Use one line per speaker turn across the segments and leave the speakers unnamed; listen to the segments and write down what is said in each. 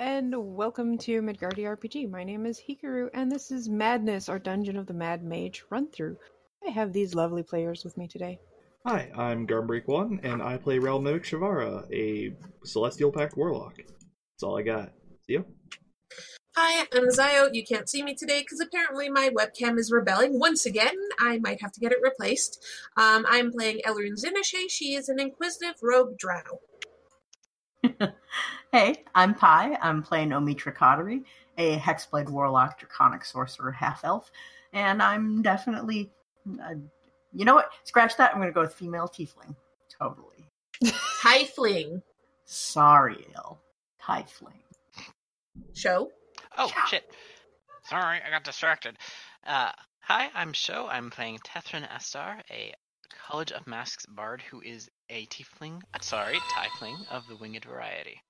and welcome to Midgardy RPG. My name is Hikaru, and this is Madness, our Dungeon of the Mad Mage run-through. I have these lovely players with me today.
Hi, I'm Garmbreak1, and I play Rel Mimic Shavara, a Celestial Pact Warlock. That's all I got. See ya.
Hi, I'm Zayo. You can't see me today because apparently my webcam is rebelling once again. I might have to get it replaced. Um, I'm playing Elrune Zinashe. She is an inquisitive rogue drow.
hey, I'm Pi. I'm playing Omitra Cottery, a Hexblade Warlock, Draconic Sorcerer, Half Elf. And I'm definitely. Uh, you know what? Scratch that. I'm going to go with female Tiefling. Totally.
Tiefling.
Sorry, Il. Tiefling.
Show.
Oh shit! Sorry, I got distracted. Uh, hi, I'm Sho. I'm playing Tethrin Astar, a College of Masks bard who is a tiefling. uh, Sorry, tiefling of the winged variety.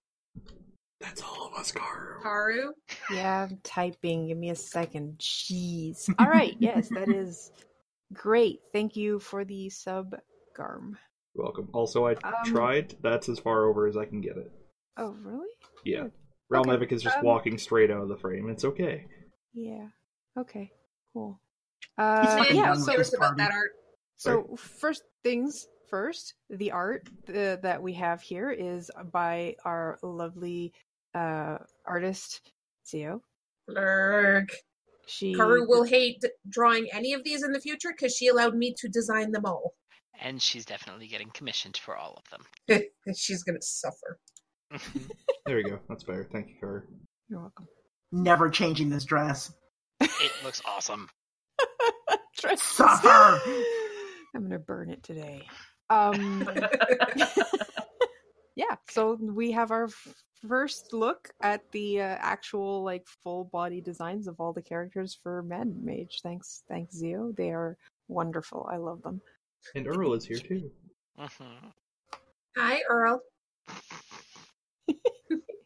That's all of us, Karu.
Haru.
Yeah, I'm typing. Give me a second. Jeez. All right. Yes, that is great. Thank you for the sub, Garm.
You're welcome. Also, I
Um,
tried. That's as far over as I can get it.
Oh, really?
Yeah.
good.
Rel
Okay,
Mimic is just
um,
walking straight out of the frame. It's okay.
Yeah. Okay. Cool.
He's
Uh,
fine.
yeah.
Done with
So
this
Curious about
party.
that art.
So first things first, the art uh, that we have here is by our lovely uh, artist Zio.
Lurg.
She
Karu will hate drawing any of these in the future because she allowed me to design them all.
And she's definitely getting commissioned for all of them.
She's gonna suffer.
Mhm.
There we go. That's better. Thank you, Karu.
You're welcome.
Never changing this dress.
it looks awesome.
Dress-
Suffer!
I'm gonna burn it today. Um, yeah. So we have our f- first look at the uh, actual like full body designs of all the characters for Mad Mage. Thanks, thanks Zio. They are wonderful. I love them.
And Earl is here too.
Mhm.
Hi, Earl.
you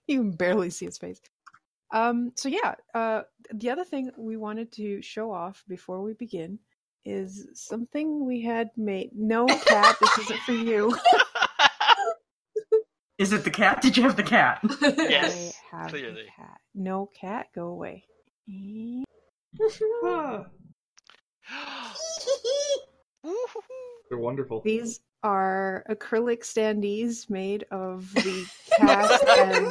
can barely see his face. Um, so yeah, uh, the other thing we wanted to show off before we begin is something we had made. No, Kat, this isn't for you.
Is it the cat? Did you have the cat?
Yes,
I have the
clearly.
Cat. No, cat, go away.
Ah,
Woohoo.
they're wonderful.
These are acrylic standees made of the cat, and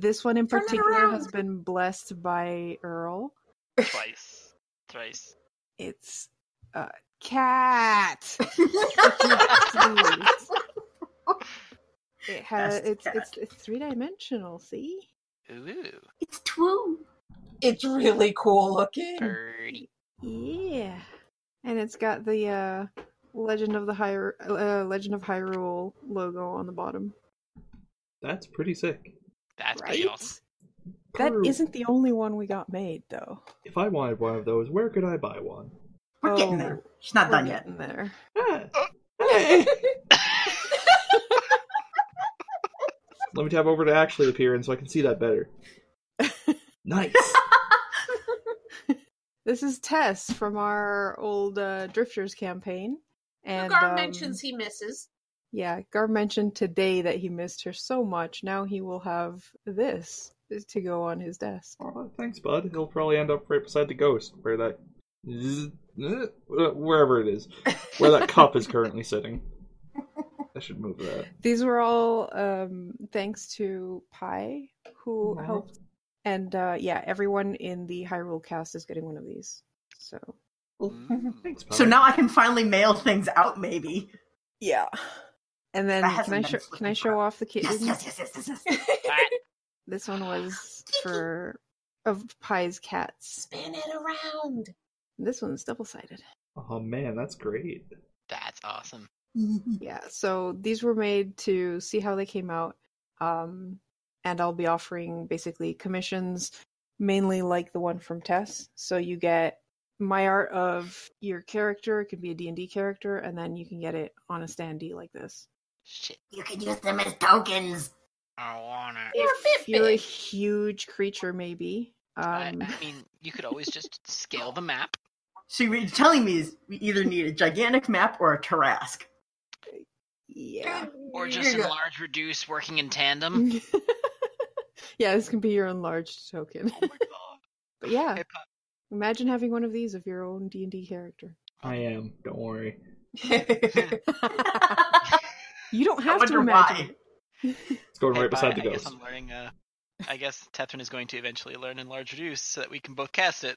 this one in
Turn it
particular
around.
has been blessed by Earl.
Twice. Thrice.
It's uh, cat. Please. it has
Best
Uh, it's,
cat.
it's it's three dimensional. See,
Ooh.
It's two.
it's really cool looking.
Birdie.
yeah, and it's got the uh, Legend of the Hyr- uh, Legend of Hyrule logo on the bottom.
That's pretty sick.
That's
right?
pretty awesome.
That
Karu,
isn't the only one we got made though.
If I wanted one of those, where could I buy one?
We're
Oh,
getting there. She's not
we're
done yet.
getting there.
Ah. Hey. Let me tap over to actually appearance so I can see that better. Nice.
This is Tess from our old uh, Drifters campaign, and
Gar
um,
mentions he misses.
Yeah, Gar mentioned today that he missed her so much. Now he will have this to go on his desk.
Aw, thanks, bud. He'll probably end up right beside the ghost, where that zzz, eh, wherever it is, where that cup is currently sitting. I should move that.
These were all um, thanks to Pi, who
Right.
helped. And uh, yeah, everyone in the Hyrule cast is getting one of these. So
Thanks, bud.
So now I can finally mail things out, maybe.
yeah. And then
That
can
hasn't
I
been
show
flipping
can I
crap.
show off the
Yes,
kittens?
yes, yes, yes, yes, yes.
This one was for of Pi's cats.
Spin it around.
This one's double sided.
Oh man, that's great.
That's awesome.
yeah so these were made to see how they came out um and i'll be offering basically commissions mainly like the one from tess so you get my art of your character it could be a d&d character and then you can get it on a standee like this
Shit.
you can use them as tokens.
I want it.
You're
if you're a
Fitbit.
huge creature maybe
I,
um
I mean, you could always just scale the map.
So you're telling me is we either need a gigantic map or a Tarask.
yeah
Or just
You're
enlarge, reduce, working in tandem.
yeah, this can be your enlarged token.
Oh my god.
but yeah,
Hey, Pa-
imagine having one of these of your own D and D character.
I am. Don't worry.
You don't
I
have to
wonder why.
imagine.
It's going
hey,
right
Pa,
beside the
I guess
ghost.
I'm learning. Uh, I guess Tetrin is going to eventually learn Enlarge Reduce so that we can both cast it.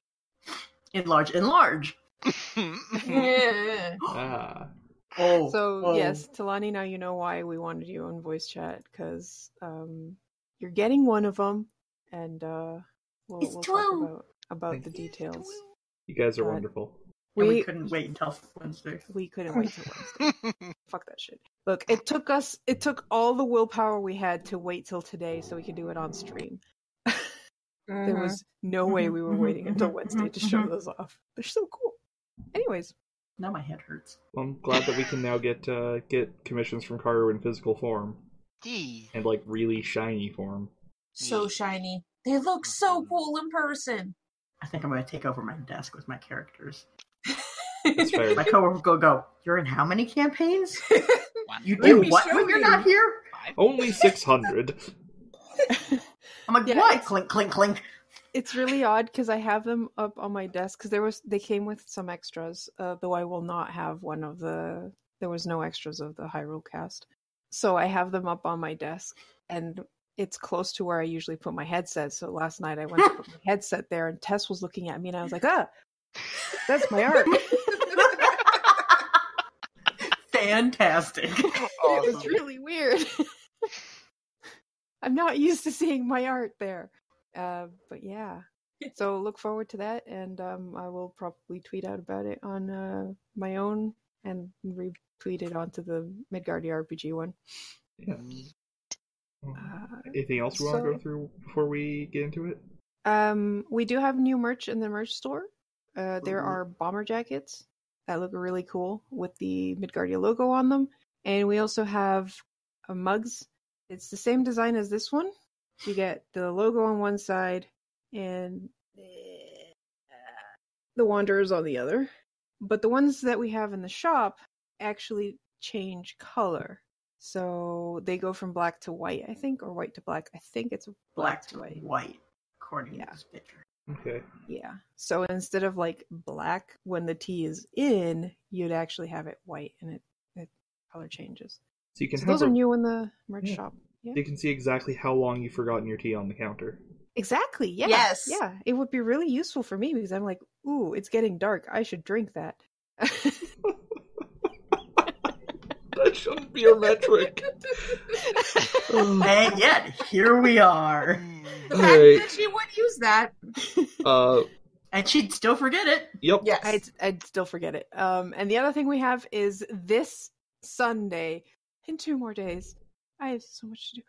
Enlarge, enlarge.
Yeah.
Ah,
Oh,
So
oh.
yes, Talani, now you know why we wanted you on voice chat because um, you're getting one of them, and uh, we'll,
It's
we'll
Talon.
talk about about
Thank
the details.
you guys are
God.
wonderful.
And we
We
couldn't wait until Wednesday.
we couldn't wait till Wednesday. Fuck that shit. Look, it took us it took all the willpower we had to wait till today so we could do it on stream. There
Mm-hmm.
was no way we were
Mhm,
waiting
mhm,
until
mhm,
Wednesday to show
mhm.
those off. They're so cool. Anyways,
Now my head hurts.
Well, I'm glad that we can now get uh, get commissions from Cairo in physical form
Gee.
and like really shiny form.
so shiny. They look
Mm-hmm.
so cool in person.
I think I'm going to take over my desk with my characters.
That's fair.
My coworker will go, go, you're in how many campaigns?
One,
You
Let
do
me
what
show
when you're
you."
not here?
five.
Only six hundred.
I'm like,
Yeah,
what?
it's-
Clink, clink, clink.
it's really odd because I have them up on my desk because there was they came with some extras, uh, though I will not have one of the there was no extras of the Hyrule cast, so I have them up on my desk and it's close to where I usually put my headset. So last night I went to put my headset there and Tess was looking at me and I was like, ah, that's my art.
Fantastic.
It was really weird. I'm not used to seeing my art there. Uh, but yeah. So look forward to that, and um, I will probably tweet out about it on uh, my own and retweet it onto the Midgardia RPG one.
Yeah.
Uh,
Anything else we want to
So-
go through before we get into it?
um, we do have new merch in the merch store. Uh, there
Ooh.
are bomber jackets that look really cool with the Midgardia logo on them, and we also have uh, mugs. It's the same design as this one. You get the logo on one side and uh, the Wanderers on the other. But the ones that we have in the shop actually change color. So they go from black to white, I think, or white to black. I think it's
Black to white, according
Yeah.
to this picture.
Okay.
Yeah. So instead of like black when the tea is in, you'd actually have it white and it, it color changes.
So you can
So
have
those
a-
are new in the merch
Yeah.
shop.
You can see exactly how long you've forgotten your tea on the counter.
Exactly. Yeah.
Yes.
Yeah. It would be really useful for me because I'm like, ooh, it's getting dark. I should drink that.
That shouldn't be a metric. Oh,
And yet, here we are.
The
Mm.
fact
Alright.
that she would use that.
uh,
And she'd still forget it.
yep.
Yes.
I'd, I'd still forget it. Um, and the other thing we have is this Sunday, in two more days, I have so much to do.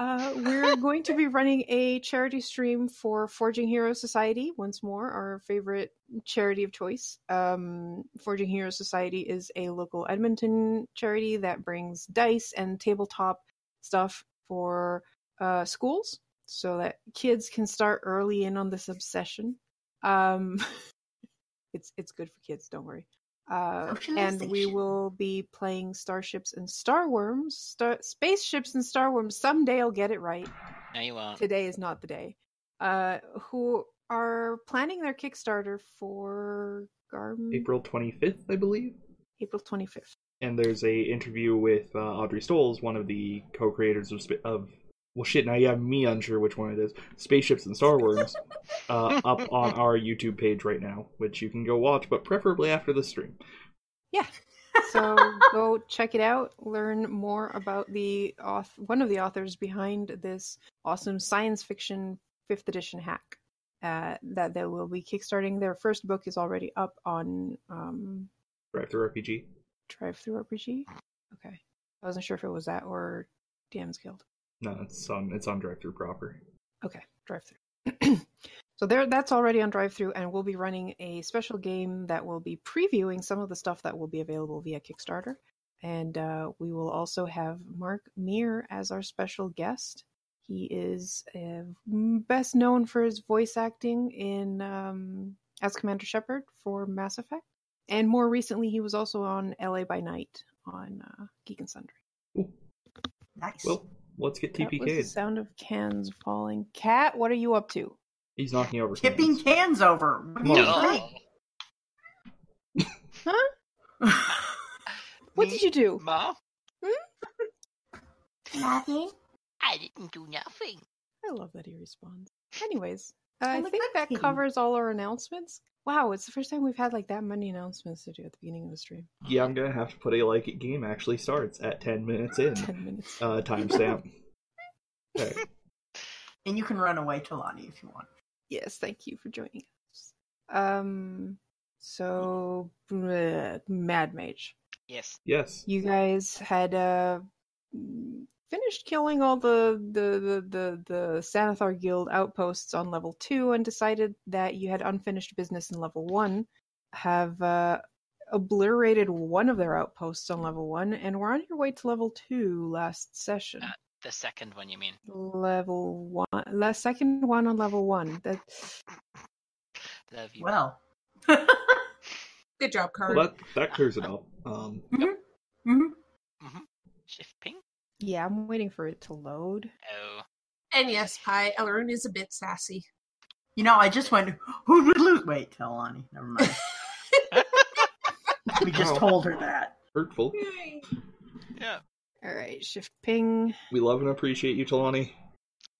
Uh, we're going to be running a charity stream for Forging Hero Society once more, our favorite charity of choice. Um, Forging Hero Society is a local Edmonton charity that brings dice and tabletop stuff for uh, schools so that kids can start early in on this obsession. Um, it's it's good for kids. Don't worry. Uh, and we
Socialization.
will be playing starships and starworms, star- spaceships and starworms. Someday I'll get it right
No, you uh, won't.
today is not the day uh who are planning their kickstarter for garmin april,
April 25th, I believe.
25th
And there's a interview with uh, Audrey Stoles, one of the co-creators of, spa- of well, shit. Now you have me unsure which one it is. Spaceships and Star Wars uh, up on our YouTube page right now, which you can go watch, but preferably after the stream.
so go check it out learn more about the auth- one of the authors behind this awesome science fiction fifth edition hack uh, that they will be kickstarting their first book is already up on um,
Drive through RPG.
drive through rpg okay i wasn't sure if it was that or dm's guild
No, it's on it's on drive through proper.
Okay, drive through. so there, that's already on drive through, and we'll be running a special game that will be previewing some of the stuff that will be available via Kickstarter. And uh, we will also have Mark Meer as our special guest. He is uh, best known for his voice acting in um, as Commander Shepard for Mass Effect, and more recently, he was also on LA by Night on uh, Geek and Sundry.
Cool.
Nice.
Well, Let's get
That was the
TPK'd.
sound of cans falling. Cat, what are you up to?
He's knocking over
Tipping
cans.
cans over. What do you
Whoa.
think?
What did you do?
Mom?
Nothing.
I didn't do nothing.
I love that he responds. Anyways, I
I'm a
think
good
that
kid.
covers all our announcements. Wow, it's the first time we've had like that many announcements to do at the beginning of the stream.
Yeah, I'm gonna have to put a like it game actually starts at ten minutes in.
Ten minutes.
Uh timestamp. Okay.
And you can run away, Talani, if you want.
yes, thank you for joining us. Um, so bleh, Mad Mage,
Yes.
Yes.
you guys had uh finished killing all the the the the, the Sanathar Guild outposts on level two, and decided that you had unfinished business in level one. Have uh, obliterated one of their outposts on level one, and were on your way to level two last session.
Uh, The second one, you mean?
level one, la second one on level one. That
Love you.
Well,
Good job, Card.
Well that that clears it up. Um
mhm.
Shift ping?
yeah, I'm waiting for it to load.
Oh.
and yes, Pi, Elrond is a bit sassy.
you know, I just went, who would lose? Wait, Talani, never mind. we just
Wow.
told her that.
hurtful.
Um,
Yeah.
All right, shift ping.
We love and appreciate you, Talani.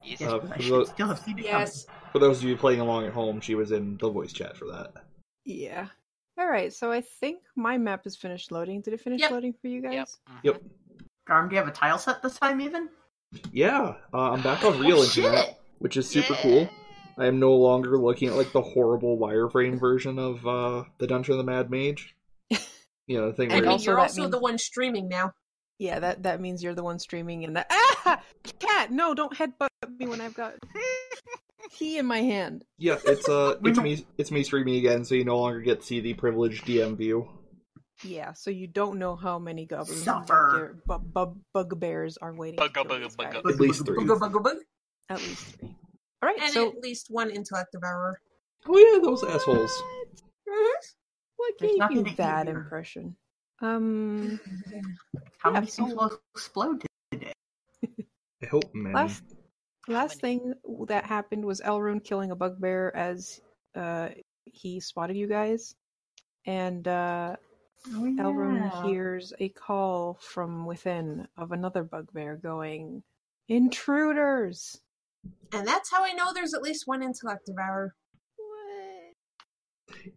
Yes.
Yes,
Uh,
but I
for
should
the-
still have seen it
Yes.
For those of you playing along at home, she was in the voice chat for that.
Yeah. All right, so I think my map is finished loading. Did it finish
Yep.
loading for you guys?
Yep. mhm.
Yep.
coming. Garm, do you have a tile set this time, even?
Yeah, uh, I'm back on real
Oh,
internet, which is super cool. I am no longer looking at like the horrible wireframe version of uh, the Dungeon of the Mad Mage. You know, the thing
And
where
also
you're
that
also
means-
the one streaming now.
Yeah, that that means you're the one streaming and that. Ah, cat! No, don't headbutt me when I've got key in my hand.
yeah, it's uh,
We
it's
don't-
me, it's me streaming again, so you no longer get to see the privileged DM view.
Yeah, so you don't know how many goblins, and
Suffer.
bugbear- bu- bu- bugbears are waiting.
Bugga,
to kill
bugga,
these
bugga.
guys.
At least three.
Bugga, bugga, bugga.
At least three. All right,
And
so
at least one intellect devourer.
Oh yeah, those assholes.
Mm-hmm. what
There's
gave
nothing
you
to eat
that
here.
impression? Um,
How
Yeah,
many
so-
things will explode today?
I hope
Mm-hmm.
many.
last Last
many?
thing that happened was Elrond killing a bugbear as uh, he spotted you guys, and uh,
Oh, yeah.
Elrond hears a call from within of another bugbear going, "Intruders!"
And that's how I know there's at least one intellect devourer.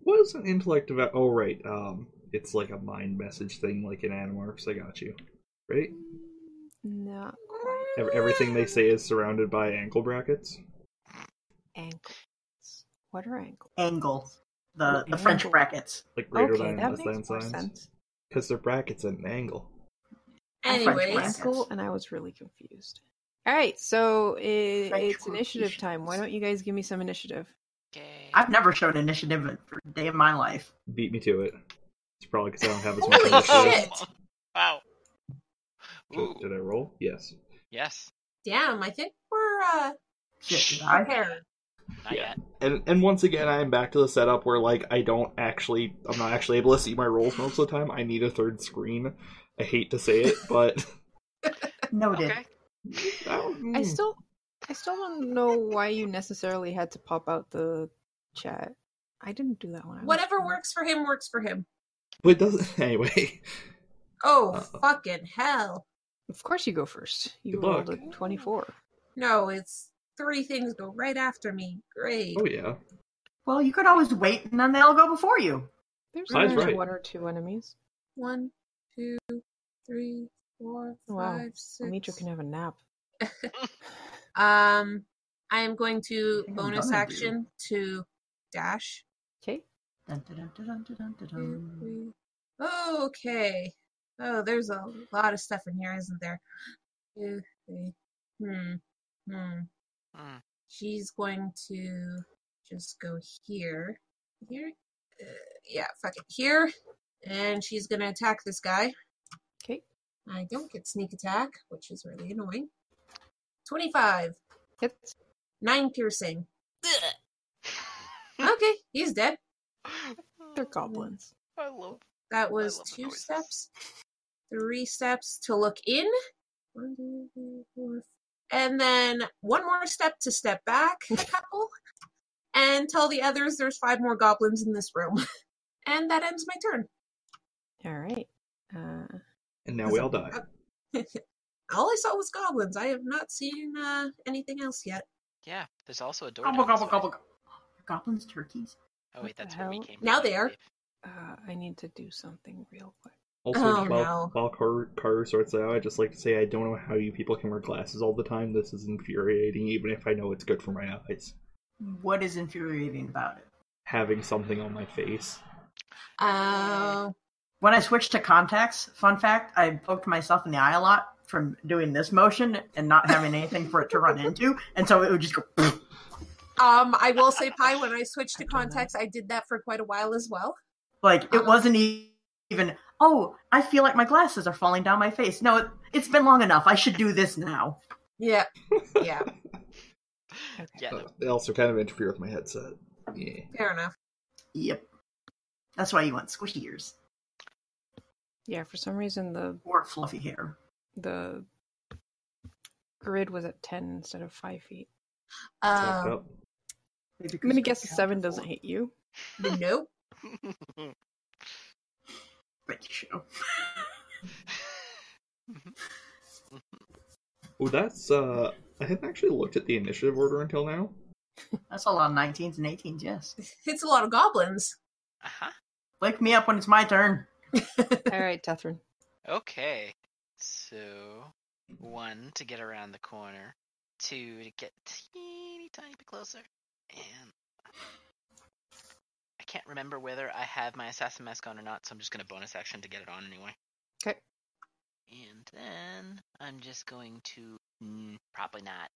What is an intellect about? Oh right, um, it's like a mind message thing, like in Animorphs. I got you. Right.
No quite
Ev- Everything they say is surrounded by ankle brackets.
ankles. What are ankles?
Angle. The, the
Angle.
French brackets.
like greater
Okay,
than
that
and less than
makes more
signs
sense.
because they're brackets at an angle.
I find
Anyways,
French
Ankle, and I was really confused. All right, so i
French
it's initiative time. Why
quotations.
don't you guys give me some initiative?
Okay.
I've never shown initiative for a day of my life.
Beat me to it. It's probably because I don't have as
Oh,
much.
Holy
initiative.
shit.
Wow.
Did-
Ooh.
Did I roll? Yes.
Yes.
damn, I think we're uh,
Shit, did I?
prepared.
Not
Yeah.
yet.
And and once again, I am back to the setup where like I don't actually, I'm not actually able to see my rolls most of the time. I need a third screen. I hate to say it, but
Noted.
Okay.
I, don't-
I still, I still don't know why you necessarily had to pop out the chat. I didn't do that one.
Whatever works for him works for him.
but it doesn't anyway.
Oh,
Uh-oh.
fucking hell.
Of course, you go first. You
Good
rolled
luck.
a twenty-four.
No, it's three things go right after me. Great.
Oh yeah,
Well, you could always wait and then they'll go before you.
There's
That's
only
right.
one or two enemies.
One, two, three, four,
Oh,
Wow.
five, six.
Mitra can have a nap.
Um, I am going to
Damn,
bonus
Donna,
action to dash.
Okay.
Dun, dun, dun, dun, dun, dun, dun,
Two,
dun.
three. Mm-hmm. Okay. Oh, there's a lot of stuff in here, isn't there? Two, three. Hmm. Hmm.
Hmm.
She's going to just go here. Here? Uh, yeah, fuck it. Here. And she's going to attack this guy.
Okay.
I don't get sneak attack, which is really annoying. 25.
Hits.
9 piercing. Okay, he's dead.
They're goblins.
I love
That was
love the
two
noises.
steps, three steps to look in, One, two, three, four. And then one more step to step back a couple and tell the others there's five more goblins in this room. And that ends my turn.
All right. Uh,
And now we all die.
All I saw was goblins. I have not seen uh, anything else yet.
Yeah, there's also a door.
Gobble,
down
gobble,
this way.
gobble, gobble. Goblins, turkeys.
Oh wait,
What the
that's where we
hell?
came.
Now
from, I
they are.
believe.
uh, I need to do something real quick.
Also,
Oh,
while,
no.
while Car- Carter sorts that out, I'd just like to say I don't know how you people can wear glasses all the time. This is infuriating, even if I know it's good for my eyes.
What is infuriating about it?
Having something on my face.
Uh,
When I switched to contacts, fun fact, I poked myself in the eye a lot from doing this motion and not having anything for it to run into, and so it would just go.
um, I will say, Pi, when I switched to
I've done that.
contacts, I did that for quite a while as well.
Like
Um.
it wasn't e- even. Oh, I feel like my glasses are falling down my face. No, it, it's been long enough. I should do this now.
Yeah. Yeah.
Yeah,
Uh, they also kind of interfere with my headset. Yeah.
Fair enough.
Yep. That's why you want squishy ears
Yeah, for some reason the
or fluffy hair.
the grid was at ten instead of five feet.
Fucked
Um,
up.
Maybe
I'm gonna
because
guess a
they're
seven
powerful.
doesn't hit you.
Um, nope.
no.
But you show.
Oh, that's, uh, I haven't actually looked at the initiative order until now.
That's a lot of 19s and 18s. Yes.
It's a lot of goblins.
uh-huh.
Wake me up when it's my turn.
All right, Tethrin.
Okay. So one to get around the corner, two to get teeny tiny bit closer, and I can't remember whether I have my assassin mask on or not, so I'm just gonna bonus action to get it on anyway.
'Kay.
And then I'm just going to mm, probably not.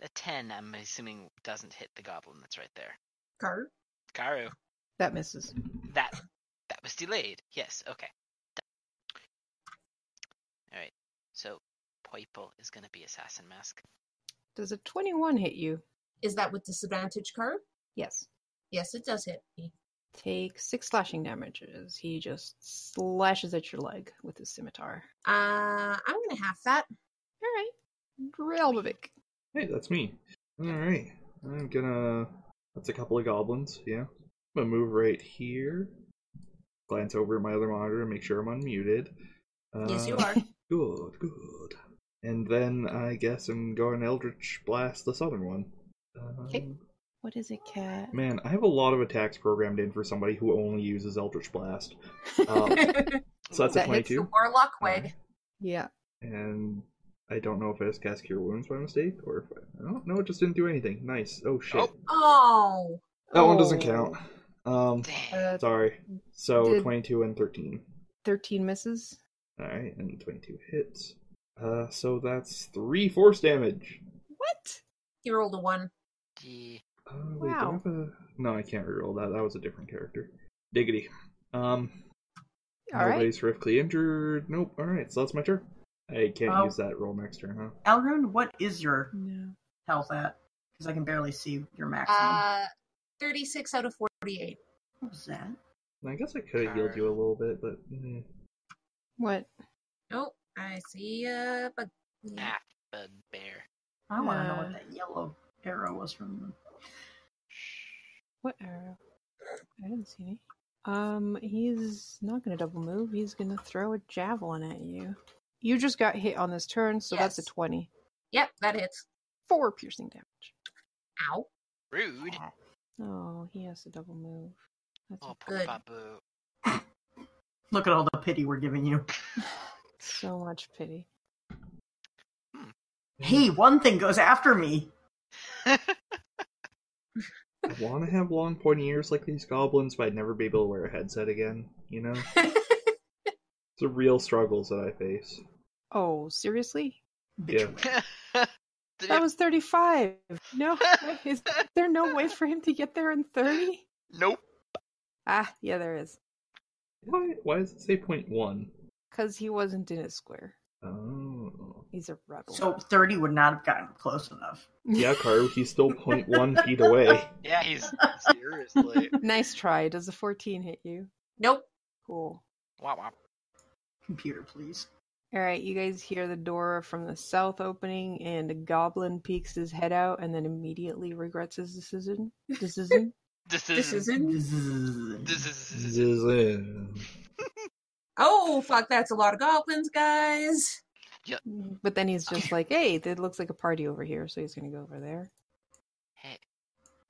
The ten, I'm assuming, doesn't hit the goblin that's right there.
Car.
Karu.
That misses.
That that was delayed. Yes. Okay. All right. So Poiple is going to be assassin mask.
Does a twenty-one hit you?
Is that with disadvantage, Car?
Yes.
Yes, it does hit me.
Take six slashing damages. He just slashes at your leg with his scimitar.
Uh, I'm going to have that.
All right, Drelbovic.
Hey, that's me. Alright. I'm gonna. That's a couple of goblins, yeah. I'm gonna move right here. Glance over at my other monitor and make sure I'm unmuted. Uh,
Yes, you
Mm.
are.
Good, good. And then I guess I'm going Eldritch Blast the southern one. Um,
Okay. What is it, cat?
Man, I have a lot of attacks programmed in for somebody who only uses Eldritch Blast. Um, so that's
That
a
hits
22.
The warlock
Alright.
way.
yeah.
And I don't know if I just cast Cure Wounds by mistake, or if I... Oh, no, it just didn't do anything. Nice. Oh, shit.
Oh.
Oh.
That one
Oh.
doesn't count. Um,
Dang.
Uh,
sorry. So
Did-
22 and 13.
Thirteen misses.
All right, and 22 hits. Uh, so that's three force damage.
What?
He rolled a one.
Gee.
Uh, wait, do I
Wow.
have a... No, I can't reroll that. That was a different character. Diggity. Um,
All right.
nobody's horrifically injured. Nope. All right, so that's my turn. I can't
Oh.
use that roll next turn, huh?
Elrond, what is your
No.
health at? Because I can barely see your maximum.
Uh, 36 out of 48.
what was that?
I guess I could have healed you a little bit, but mm,
What?
Nope. Oh, I see uh, bug.
Ah, bugbear.
I want to know
Uh,
what that yellow arrow was from.
What arrow? I didn't see any. Um, he's not gonna double move. He's gonna throw a javelin at you. You just got hit on this turn, so that's a
Yes.
twenty.
Yep, that hits.
Four piercing damage.
Ow.
Rude.
Oh, he has to double move. That's
Oh, poor
Good.
Babu.
Look at all the pity we're giving you.
so much pity.
Hey, one thing goes after me.
I want to have long pointy ears like these goblins, but I'd never be able to wear a headset again. You know, it's the real struggles that I face.
Oh, seriously?
Yeah.
Bitch.
Did
That
it-
was thirty-five. No, is there no way for him to get there in thirty?
Nope.
Ah, yeah, there is.
Why? Why does it say point one?
Cause he wasn't in his square.
Oh,
He's a rebel.
So 30 would not have gotten close enough.
yeah, Karu, he's still point one feet away.
Yeah, he's seriously.
nice try. Does a fourteen hit you?
Nope.
Cool.
Wow, wow.
Computer, please.
All right, you guys hear the door from the south opening, and a goblin peeks his head out, and then immediately regrets his decision. Decision.
This is.
This isn't.
This is.
Oh fuck! That's a lot of goblins, guys.
but then he's just like, "Hey, it looks like a party over here," so he's gonna go over there.
Hey.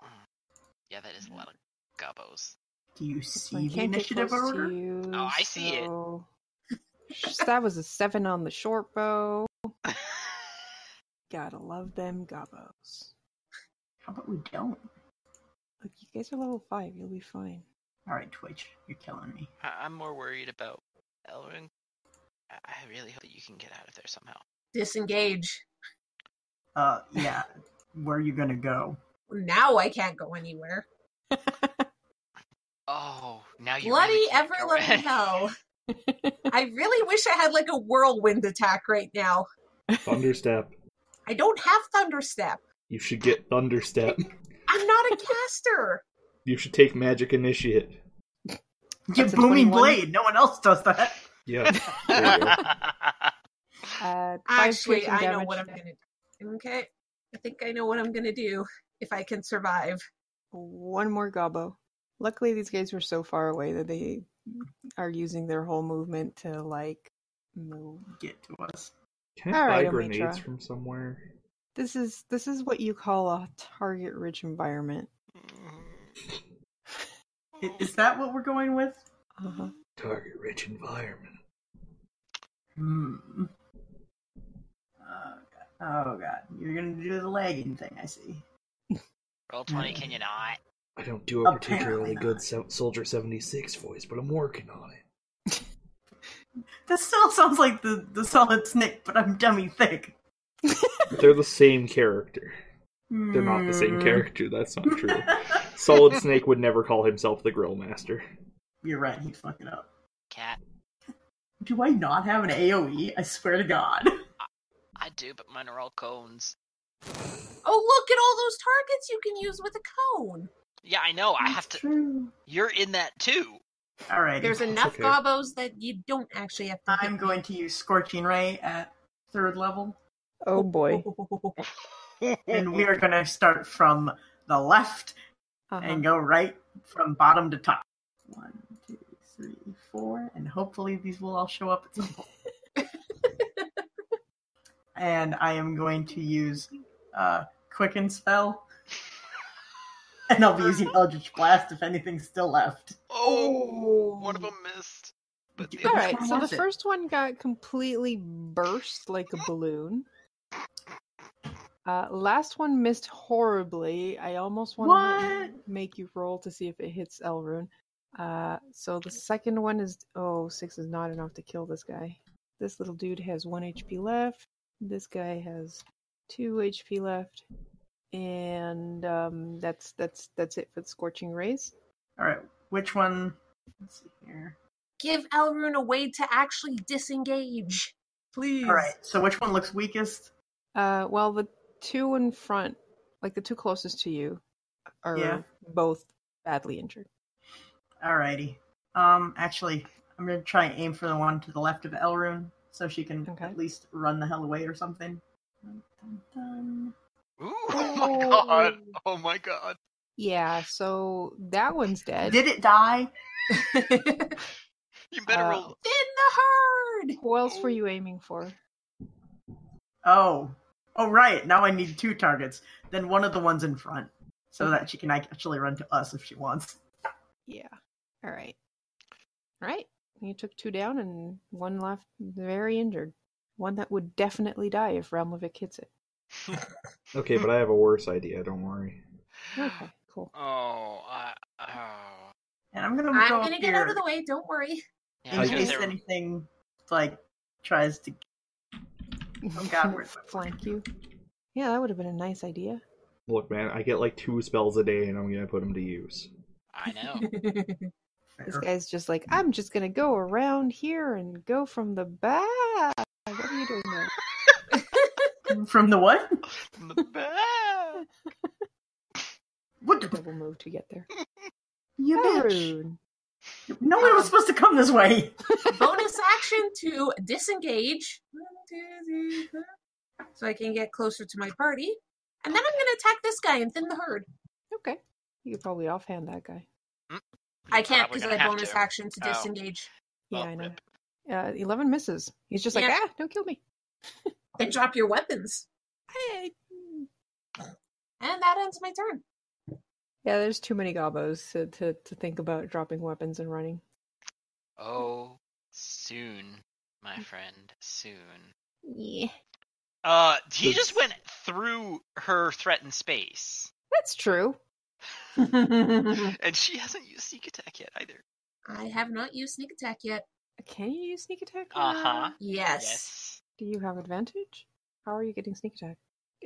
Mm. Yeah, that is a lot of gobos.
Do you
So I
see the
can't get
initiative
close to
order?
you,
Oh, I see it.
so- that was a seven on the short bow. Gotta love them gobos.
How about we don't?
Look, you guys are level five. You'll be fine.
All right, Twitch, you're killing me.
I- I'm more worried about Elrin. I, I really hope that you can get out of there somehow.
Disengage.
Uh, yeah. Where are you gonna go?
Now I can't go anywhere.
Oh, now you
Bloody
really can't go
ever let me
in.
know. I really wish I had like a whirlwind attack right now.
Thunderstep.
I don't have Thunderstep.
You should get Thunderstep.
I'm not a caster.
you should take Magic Initiate.
You
That's a
booming
21.
blade. No one else does that.
Yeah. There you go.
Uh, five
Actually,
piercing
I know
damage.
what I'm gonna do. Okay. I think I know what I'm gonna do if I can survive.
One more gobbo. Luckily, these guys were so far away that they are using their whole movement to like move.
Get to us.
Can I
All
buy
right, Omitra.
grenades from somewhere?
This is this is what you call a target-rich environment.
I- Is that what we're going with?
Uh-huh.
Target rich environment.
Hmm. Oh god. Oh god. You're gonna do the lagging thing. I see.
Roll 20, can you not?
I don't do
Oh,
a
Apparently
particularly
not.
good so- Soldier 76 voice, but I'm working on it.
This still sounds like the the solid snake, but I'm dummy thick.
They're the same character. They're not the same
Hmm.
character, that's not true. Solid Snake would never call himself the Grill Master.
You're right. He's fucking up.
Cat,
Do I not have an AOE? I swear to God.
I do, but mine are all cones.
Oh look at all those targets you can use with a cone.
Yeah, I know, I have
That's
to.
True.
You're in that too.
All right.
There's enough
okay.
gobos that you don't actually have to
I'm
hit
going to use Scorching Ray at third level,
Oh boy.
me.
and we are going to start from the left
Uh-huh.
and go right from bottom to top. One, two, three, four, and hopefully these will all show up at some point. and I am going to use uh, Quicken Spell, and I'll be using Eldritch Blast if anything's still left.
Oh, one of them missed. But the
It's
All
other-
right,
Which one
so the
was it?
first one got completely burst like a balloon. Uh, last one missed horribly. I almost want to make you roll to see if it hits Elrune. Uh, so the second one is oh six is not enough to kill this guy. This little dude has one HP left. This guy has two HP left, and um, that's that's that's it for the scorching rays.
All right, which one? Let's see here.
Give Elrune a way to actually disengage. Please.
All right, so which one looks weakest?
Uh, well, the two in front, like the two closest to you, are
Yeah.
both badly injured.
Alrighty. Um, actually, I'm gonna try and aim for the one to the left of Elrune, so she can
Okay.
at least run the hell away or something. Dun, dun, dun.
Ooh, oh my god. Oh my god.
Yeah, so that one's dead.
Did it die?
You better
Uh,
roll.
In the herd.
Who else were you aiming for?
Oh, oh right. Now I need two targets. Then one of the ones in front, so that she can actually run to us if she wants.
Yeah. All right. All right. You took two down and one left very injured. One that would definitely die if Ramlovic hits it.
Okay, but I have a worse idea, don't worry.
Okay, cool.
Oh, I. Oh.
And I'm gonna
I'm
go
gonna
up
get
here
out of the way. Don't worry.
Yeah, I
in
was gonna
case
say,
anything like tries to. Oh God, where's my marker?
flank you? Yeah, that would have been a nice idea.
Look, man, I get like two spells a day and I'm gonna put them to use.
I know.
This guy's just like, I'm just gonna go around here and go from the back. What are you doing there?
From the what?
From the back.
What? The...
Double move to get there.
You bitch.
Elrune,
No one
Um,
was supposed to come this way.
bonus action to disengage so I can get closer to my party. And then I'm going to attack this guy and thin the herd.
Okay. You could probably offhand that guy.
You're
I can't
probably
because I
gonna
have
have
bonus
to.
action to
Oh.
disengage.
Yeah,
Oh,
I know.
rip.
Uh, 11 misses. He's just like,
Yeah.
ah, don't kill me.
Then drop your weapons.
Hey.
And that ends my turn.
Yeah, there's too many gobos to, to, to think about dropping weapons and running.
Oh, soon, my friend, soon.
Yeah.
Uh, he
The-
just went through her threatened space,
That's true.
I
and she hasn't used sneak attack yet either.
have not used sneak attack yet.
Can you use sneak attack?
Uh huh.
Uh-huh.
Yes.
Yes.
Do you have advantage? How are you getting sneak attack?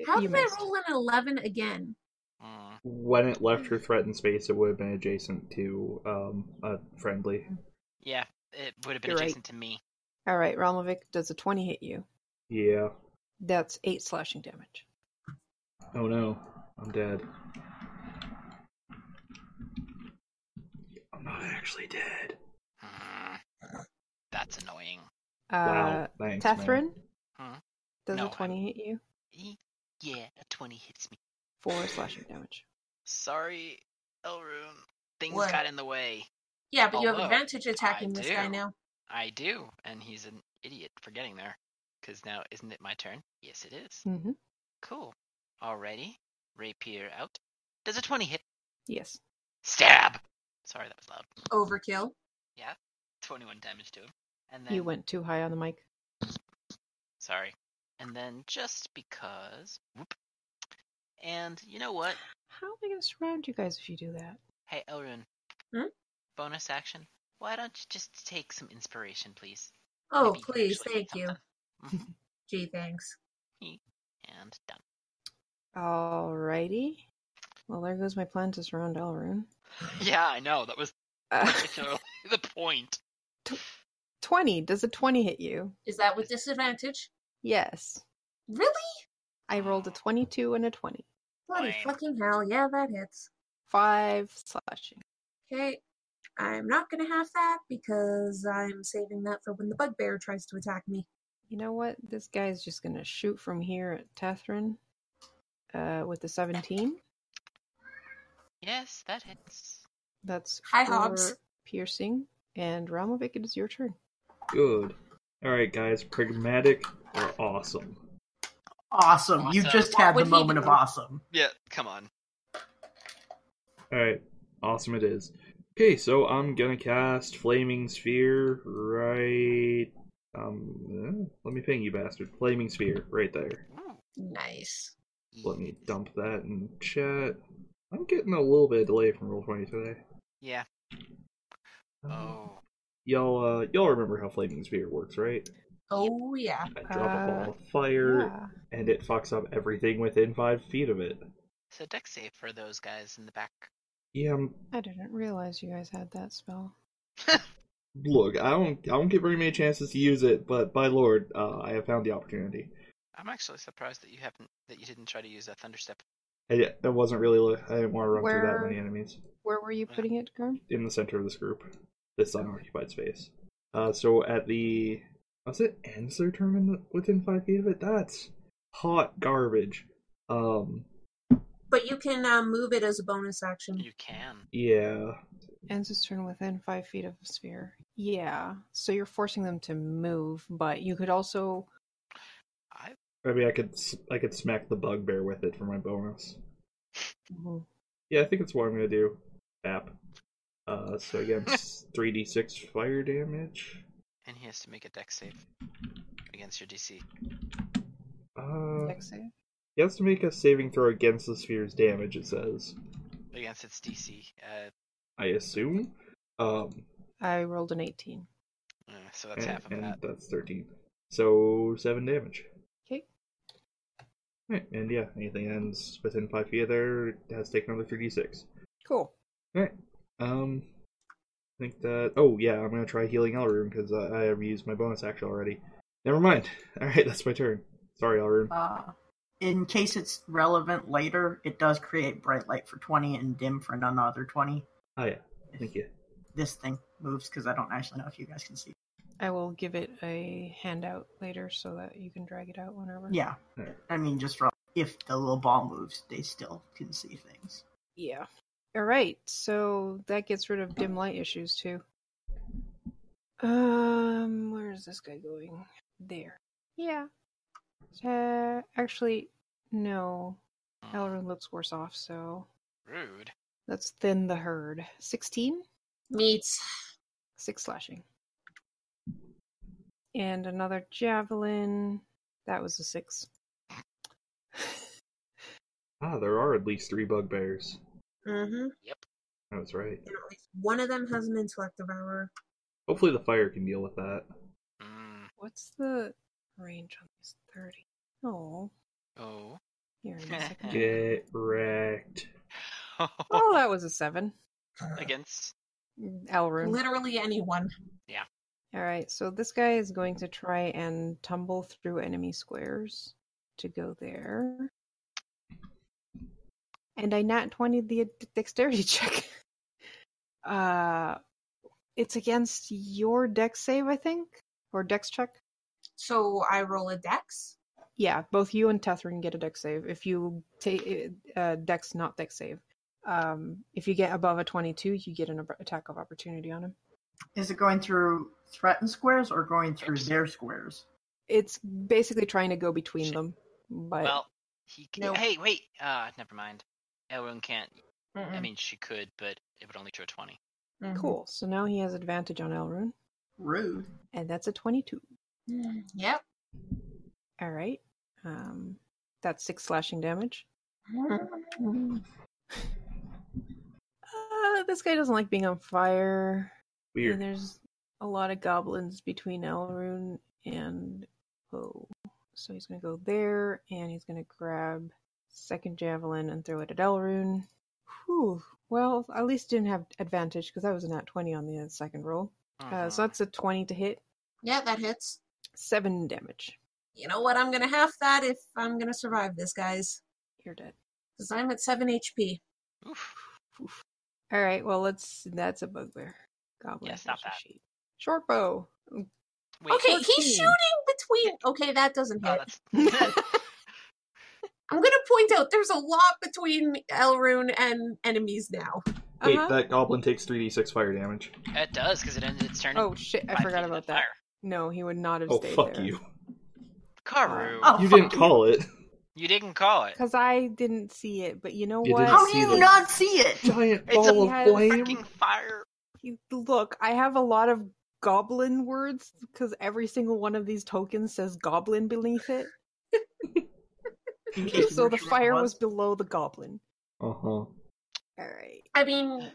How
you
did I
missed.
roll an 11 again?
Mm.
When it left her threatened space, it would have been adjacent to um, a friendly.
Yeah, it would have been
You're right.
adjacent to me.
All right, Ramovic does a 20 hit you.
Yeah.
That's 8 slashing damage.
Oh no, I'm dead. I'm not actually dead.
Mm. That's annoying.
Uh,
wow. Thanks, man.
Catherine?
Huh?
Does
No,
a 20 hit you?
E- Yeah, a 20 hits me.
4 slashing damage.
Sorry, Elroom. Things
What?
got in the way.
Yeah, but you have
Although,
advantage attacking this guy
do.
now.
I do, and he's an idiot for getting there. Because now, isn't it my turn? Yes, it is.
Mm-hmm.
Cool. Alrighty. Rapier out. Does a 20 hit?
Yes.
Stab! Sorry, that was loud.
Overkill.
21 damage to him. And then,
You went too high on the mic.
Sorry. And then just because. Whoop. And you know what?
How am I going to surround you guys if you do that?
Hey, Elrun.
Hmm?
Bonus action. Why don't you just take some inspiration, please?
Oh,
Maybe you
please.
actually
Thank
hit
you.
something. Mhm.
Gee, thanks.
and done.
Alrighty. Well, there goes my plan to surround Elrune.
Yeah, I know. That was
Uh,
particularly the point.
20. Does a 20 hit you?
Is that with disadvantage?
Yes.
Really?
I rolled a 22 and a 20.
Bloody
Lame.
fucking hell. Yeah, that hits.
5 slashing.
Okay. I'm not going to have that because I'm saving that for when the bugbear tries to attack me.
You know what? This guy's just going to shoot from here at Catherine uh, with a 17.
Yes, that hits.
That's
Hi,
four
Hobbs.
piercing. And Ramovic, it is your turn.
Good. All right, guys. Pragmatic or awesome?
Awesome. You
Awesome.
just
What
had the
would he
moment of
do?
awesome.
Yeah, come on.
All right, awesome it is. Okay, so I'm gonna cast Flaming Sphere right. Um, eh, let me ping you, bastard. Flaming Sphere right there.
Ooh.
Nice.
Let me dump that in chat. I'm getting a little bit of delay from roll twenty today.
Yeah.
Um,
Oh.
Y'all, uh, y'all remember how Flaming Sphere works, right?
Oh, yeah.
I drop a
Uh,
ball of fire, and it fucks up everything within five feet of it.
So deck save for those guys in the back.
Yeah, I'm
I didn't realize you guys had that spell.
look, I don't I don't get very many chances to use it, but by Lord, uh, I have found the opportunity.
I'm actually surprised that you haven't that you didn't try to use a thunderstep.
I, I wasn't really look- I didn't want to run through
Where-
that many enemies
Where were you putting it, Garm?
in the center of this group, this unoccupied space. Uh, so at the was it ends their turn in the, within five feet of it? That's hot garbage. Um,
But you can uh, move it as a bonus action.
You can.
yeah,
Ends his turn within five feet of the sphere. Yeah. So you're forcing them to move, but you could also
I
I mean I could s- I could smack the bugbear with it for my bonus.
Mhm.
Yeah, I think it's what I'm gonna do. App. Uh, so again, three d six fire damage.
and he has to make a deck save against your DC.
Uh,
Dex save.
he has to make a saving throw against the sphere's damage. It says.
Against its DC. Uh,
I assume. Um,
I rolled an 18.
uh, so that's
and,
half of
and
that.
that's thirteen. So seven damage.
Okay.
Alright, and yeah, anything ends within five feet of there has taken another three d six.
Cool.
Alright. Um, I think that. Oh yeah, I'm gonna try healing Elrune because I, I have used my bonus action already. Never mind. Alright, that's my turn. Sorry, Elrune.
Uh, in case it's relevant later, it does create bright light for 20 and dim for another 20.
Oh yeah, thank you.
this thing moves because I don't actually know if you guys can see.
I will give it a handout later so that you can drag it out whenever.
Yeah.
Yeah.
I mean, just for if the little ball moves, they still can see things.
Yeah. All right. So that gets rid of dim light issues too. Um, where is this guy going? There. Yeah. Uh, actually, no. Elrond looks worse off, so
Mm, Rude.
let's thin the herd. 16?
Meets.
Six slashing. And another javelin. That was a six.
Ah, there are at least three bugbears.
Mm-hmm.
That's right.
And at least one of them has an intellect devourer.
Hopefully the fire can deal with that.
Mm.
What's the range on these? 30. Oh,
Oh.
here in a second.
Get wrecked.
Oh, that was a seven.
Against.
Elrond.
Literally anyone.
Mm, All right, so this guy is going to try and tumble through enemy squares to go there. And I nat 20 the ad- dexterity check. Uh, it's against your dex save, I think, or dex check.
So I roll a dex.
Yeah, both you and Tethrin get a dex save. If you take uh, dex, not dex save. Um, if you get above a 22, you get an ab- attack of opportunity on him.
Is it going through threatened squares or going through their squares?
It's basically trying to go between
Shit.
them, but
Well, he. Can...
No.
Hey, wait. Uh, never mind. Elrond can't. I
Mm.
Mm-mm.
mean, she could, but it would only draw twenty.
Mhm.
Cool. So now he has advantage on Elrune,
Rude.
and that's a 22.
Mm, Yep.
All right. Um, that's six slashing damage.
Mm-hmm.
Uh, this guy doesn't like being on fire. And
Weird.
there's a lot of goblins between Elrune and Poe. So he's going to go there, and he's going to grab second javelin and throw it at Elrune. Whew. Well, at least didn't have advantage because I was not 20 on the second roll. Uh, so
Mhm.
that's a 20 to hit,
Yeah, that hits.
seven damage.
You know what? I'm gonna have that if I'm gonna survive this, guys.
You're dead.
Because I'm at seven HP.
Oof.
All right. Well, let's. That's a bugbear. Goblin.
Yeah, stop
versus
that.
sheep. Short bow.
Wait,
okay,
Oh,
he's
14.
shooting between. Okay, that doesn't hit.
that's-
I'm gonna point out there's a lot between Elrune and enemies now.
Wait,
Uh-huh.
that goblin takes 3d6 fire damage.
it does because it ended its turn.
Oh shit! I
five
forgot
feet in
about
the
that.
fire.
No, he would not have
Oh,
stayed
fuck
there.
you.
Karu,
Oh,
you
fuck
didn't call it.
you didn't call it.
Because I didn't see it, but you know
You
what?
didn't
How
see
do you
that.
not see it?
Giant
It's a
ball of
has
flame.
freaking fire.
You- Look, I have a lot of goblin words because every single one of these tokens says goblin beneath it.
In case you
so
were
the
sure it
fire was below the goblin.
Uh huh.
All right.
I mean,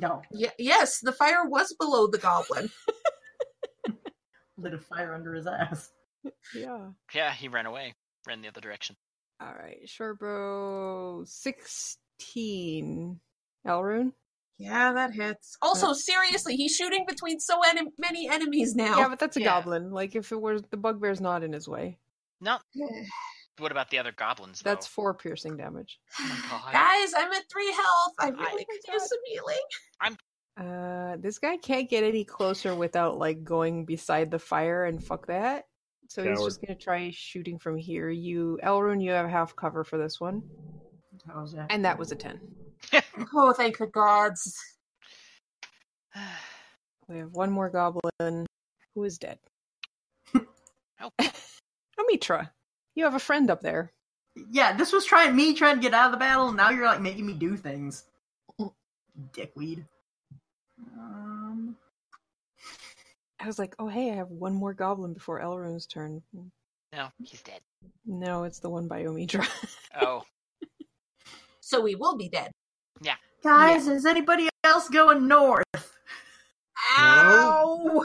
No,
y- yes, the fire was below the goblin.
lit a fire under his ass.
Yeah.
Yeah, he ran away, ran the other direction.
All right. Short bow. Sixteen. Elrune.
yeah, that hits. Also, seriously, he's shooting between so en- many enemies
Yeah,
now.
but that's a
Yeah.
goblin. Like if it were the bugbear's not in his way.
No, what about the other goblins? Though?
That's four piercing damage.
Oh
my God.
guys, I'm at three health. I
I-
really could use some healing.
Uh, this guy can't get any closer without like going beside the fire and fuck that. So he's
Coward.
just gonna try shooting from here. You, Elrune, you have half cover for this one,
How was that?
and that was a ten.
Oh, thank the gods.
We have one more goblin who is dead.
Oh.
Amitra, you have a friend up there.
Yeah, this was trying me trying to get out of the battle. Now you're like making me do things, dickweed. Um,
I was like, oh hey, I have one more goblin before Elrune's turn.
no, he's dead.
No, it's the one by Omitra.
Oh,
So we will be dead.
guys, is anybody else going north?
Ow!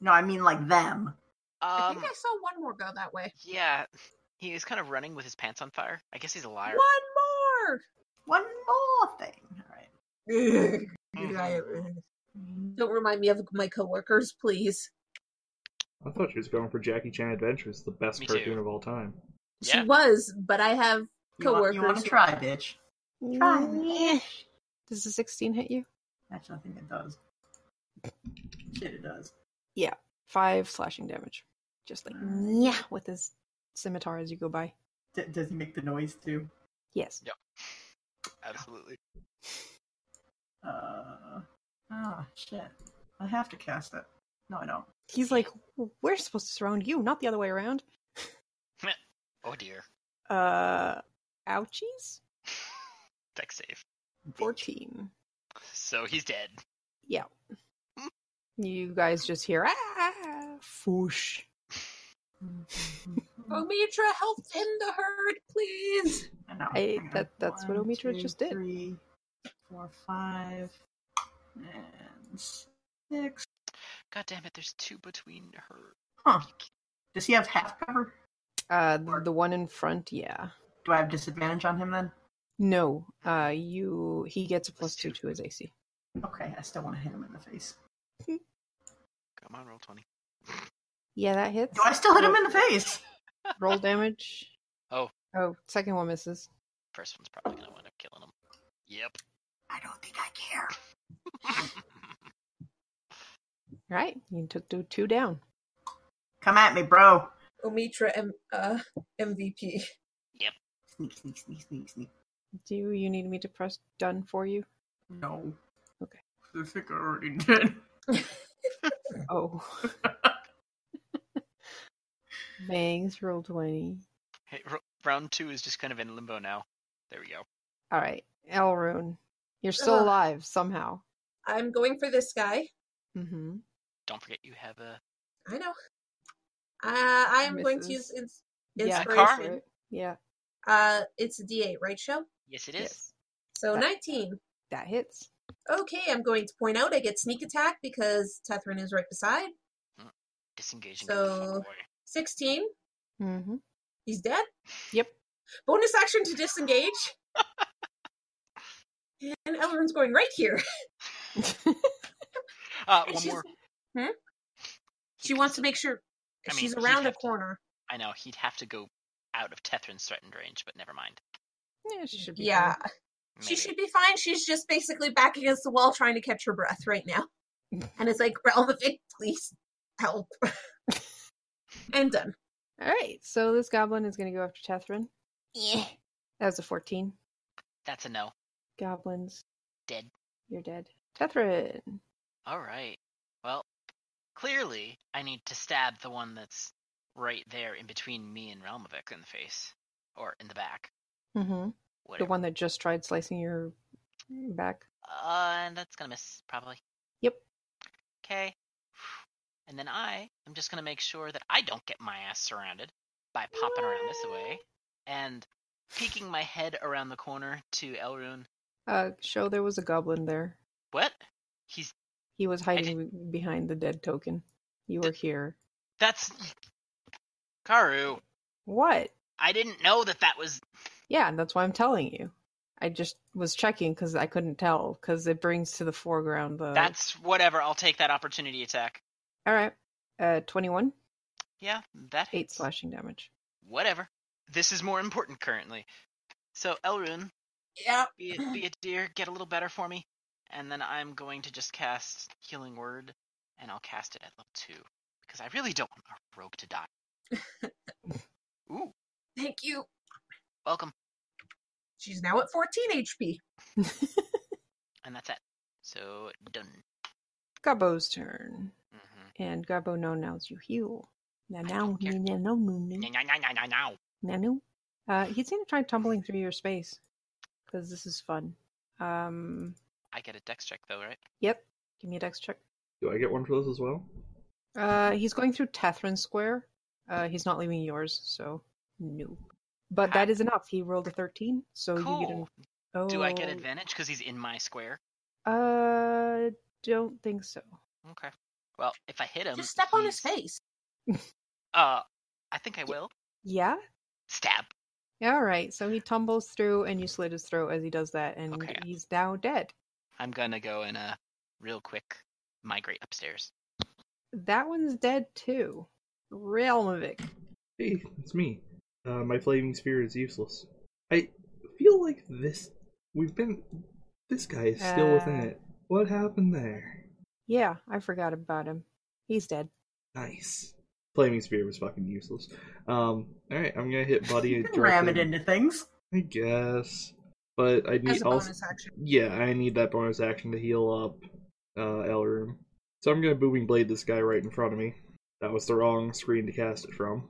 No, I mean like them.
I
um,
think I saw one more go that way.
yeah, he was kind of running with his pants on fire. I guess he's a liar.
One
One more thing. All right.
more.
Mhm.
Don't remind me of my coworkers, please.
I thought she was going for Jackie Chan Adventures, the best
Me too.
cartoon of all time.
Yeah.
She was, but I have
You want, you want
Coworkers.
to try, bitch?
Does the sixteen hit you?
Actually, I think it does. It does.
Five slashing damage. Just like
Mm.
yeah, with his scimitar as you go by.
D- does he make the noise too?
Yes.
Absolutely.
Uh, ah, shit. I have to cast it. No, I don't.
He's like, we're supposed to surround you, not the other way around.
Oh dear.
Uh, ouchies.
Deck save.
Fourteen.
So he's dead.
You guys just hear ah, foosh.
Omitra, help tend the herd, please.
I know.
I-
Hang on.
that- that's what
One,
Omitra
two,
just did.
Three, four, five, and six.
God damn it, there's two between her.
Huh. Does he have half cover?
Uh, the, the one in front, yeah.
Do I have disadvantage on him then?
No, uh, you. He gets a plus two to his AC.
Okay, I still want to hit him in the face.
Come on, roll 20.
Yeah, that hits.
Do I still hit him in the face?
Roll damage.
Oh.
Oh, second one misses.
First one's probably gonna wind up killing him. Yep.
I don't think I care.
All right, you took two, two down.
Come at me, bro.
Omitra M- uh, MVP.
Sneak, sneak, sneak, sneak, sneak.
Do you need me to press done for you?
No.
Okay.
I think I already did.
Oh. Bangs, roll 20.
hey, ro- round two is just kind of in limbo now. There we go.
All right, Elrune, you're still
Ugh.
alive somehow.
I'm going for this guy.
Mm-hmm.
Don't forget you have a.
I know. Uh, I'm going to use
Misses.
ins-
Yeah,
go for
inspiration.
yeah.
uh, it's a D8, right, Show?
Yes, it is.
Yes.
So
That-
19.
That hits.
Okay, I'm going to point out I get sneak attack because Tethrin is right beside.
Disengaging.
So-
So... Boy.
16.
Mm-hmm.
He's dead.
Yep.
Bonus action to disengage. and Elrond's going right here.
Uh,
And
one
she's-
more.
Hmm? She wants to make sure
I mean,
she's
he'd
around a
have to-
corner.
I know, he'd have to go out of Tethrin's threatened range, but never mind.
Yeah, she should be.
Yeah,
fine.
Maybe.
she should be fine. She's just basically back against the wall trying to catch her breath right now. and it's like, Relvic, please help. and done.
All right, so this goblin is going to go after Tethrin.
Yeah.
That was a 14.
That's a no.
Goblins,
Dead.
you're dead. Tethrin.
All right. Well, clearly, I need to stab the one that's right there in between me and Realmovic in the face. Or in the back.
Mm-hmm. The
Whatever.
one that just tried slicing your back.
Uh, and that's gonna miss, probably.
Yep.
Okay. And then I am just gonna make sure that I don't get my ass surrounded by popping around this way and peeking my head around the corner to Elrune.
Uh, show there was a goblin there.
What? He's
He was hiding behind the dead token. You were here.
that's Karu.
What?
I didn't know that that was.
Yeah, and that's why I'm telling you. I just was checking because I couldn't tell because it brings to the foreground the.
That's whatever. I'll take that opportunity attack.
all right. Uh, twenty-one,
Yeah, that
eight
hits.
slashing damage.
Whatever. This is more important currently. So Elrune,
Yeah.
be a, be a dear, get a little better for me, and then I'm going to just cast Healing Word, and I'll cast it at level two because I really don't want our rogue to die. Ooh,
Thank you.
welcome,
She's now at 14 HP.
and that's it. So done.
Gobbo's turn,
Mm-hmm.
and Gobbo now knows you heal. Now,
I
now,
don't care.
now, now,
Mm-hmm.
now,
Now, now, now, now.
now, now. Uh, he's gonna try tumbling through your space because this is fun. Um,
I get a dex check though, right?
yep. Give me a dex check.
Do I get one for this as well?
Uh, he's going through Tethran Square. Uh, he's not leaving yours, so no. But that is enough. He rolled a thirteen, so you get an.
Cool.
Oh,
Do I get advantage because he's in my square?
Uh, don't think so.
Okay. Well, if I hit him,
Just step on his
Um, he's-
face.
Uh, I think I will
Yeah.
stab.
Yeah. All right. So he tumbles through, and you slit his throat as he does that, and
Okay.
he's now dead.
I'm gonna go and uh, real quick migrate upstairs.
That one's dead too. Realmovic.
Hey, it's me. Uh, my flaming sphere is useless. I feel like this. We've been. This guy is still within
Uh.
it. What happened there?
Yeah, I forgot about him. He's dead.
Nice. Flaming spear was fucking useless. Um, all right, I'm gonna hit buddy.
You can ram it
directly.
into things.
I guess, but I
as
need
a
also.
bonus action.
Yeah, I need that bonus action to heal up uh, Elrum. So I'm gonna booming blade this guy right in front of me. That was the wrong screen to cast it from.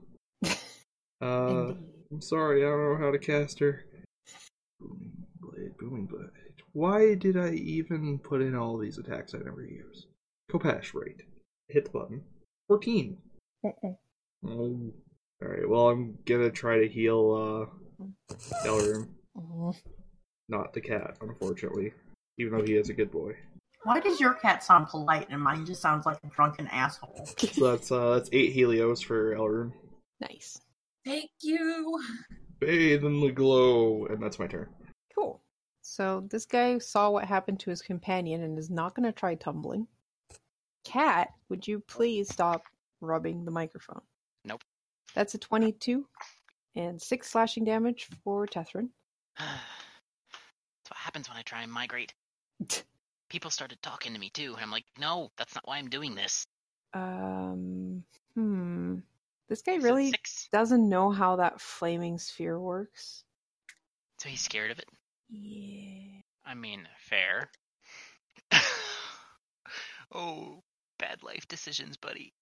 Uh, I'm sorry, I don't know how to cast her. Booming blade, booming blade. Why did I even put in all these attacks I never use? Kopesh, right? Hit the button. Fourteen.
Mm-mm.
Oh. All right. Well, I'm gonna try to heal uh, Elrum,
Mm.
not the cat, unfortunately. Even though he is a good boy.
Why does your cat sound polite and mine just sounds like a drunken asshole?
So that's uh, that's eight Helios for Elrum.
Nice.
Thank you.
Bathe in the glow, and that's my turn.
Cool. So this guy saw what happened to his companion and is not going to try tumbling. Cat, would you please stop rubbing the microphone?
Nope.
That's a 22 and 6 slashing damage for Tethrin.
That's what happens when I try and migrate. People started talking to me too, and I'm like, no, that's not why I'm doing this.
Um, hmm. This guy
He said
really
Six.
doesn't know how that flaming sphere works.
So he's scared of it.
Yeah.
I mean, fair. oh, bad life decisions, buddy.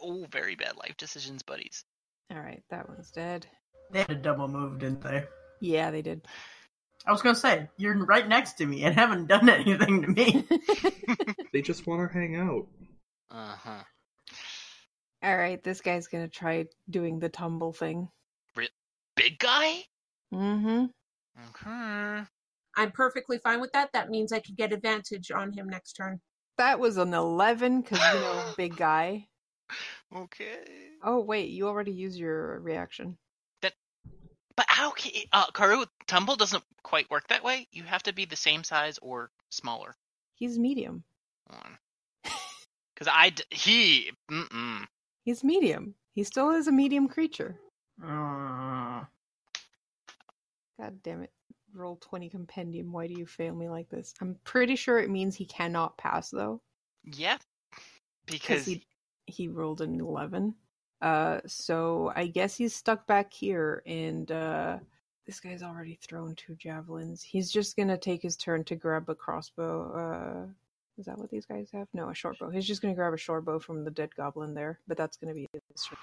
Oh, very bad life decisions, buddies.
All right, that one's dead.
They had a double move, didn't they?
Yeah, they did.
I was gonna say you're right next to me and haven't done anything to me.
They just want to hang out.
Uh huh.
All right, this guy's going to try doing the tumble thing.
Big guy? Mm-hmm.
Mm-hmm.
Okay.
I'm perfectly fine with that. That means I could get advantage on him next turn.
That was an 11 because, you know, big guy.
Okay.
Oh, wait, you already used your reaction.
But how can uh, Karu tumble doesn't quite work that way? You have to be the same size or smaller.
He's medium.
Because I d- he mm-mm.
He's medium. He still is a medium creature.
Mm.
God damn it. Roll 20 compendium. Why do you fail me like this? I'm pretty sure it means he cannot pass, though,
yeah. Because
because he, he rolled an 11. Uh, so I guess he's stuck back here, and uh, this guy's already thrown two javelins. He's just going to take his turn to grab a crossbow. Uh, is that what these guys have? No, a short bow. He's just going to grab a short bow from the dead goblin there, but that's going to be his turn.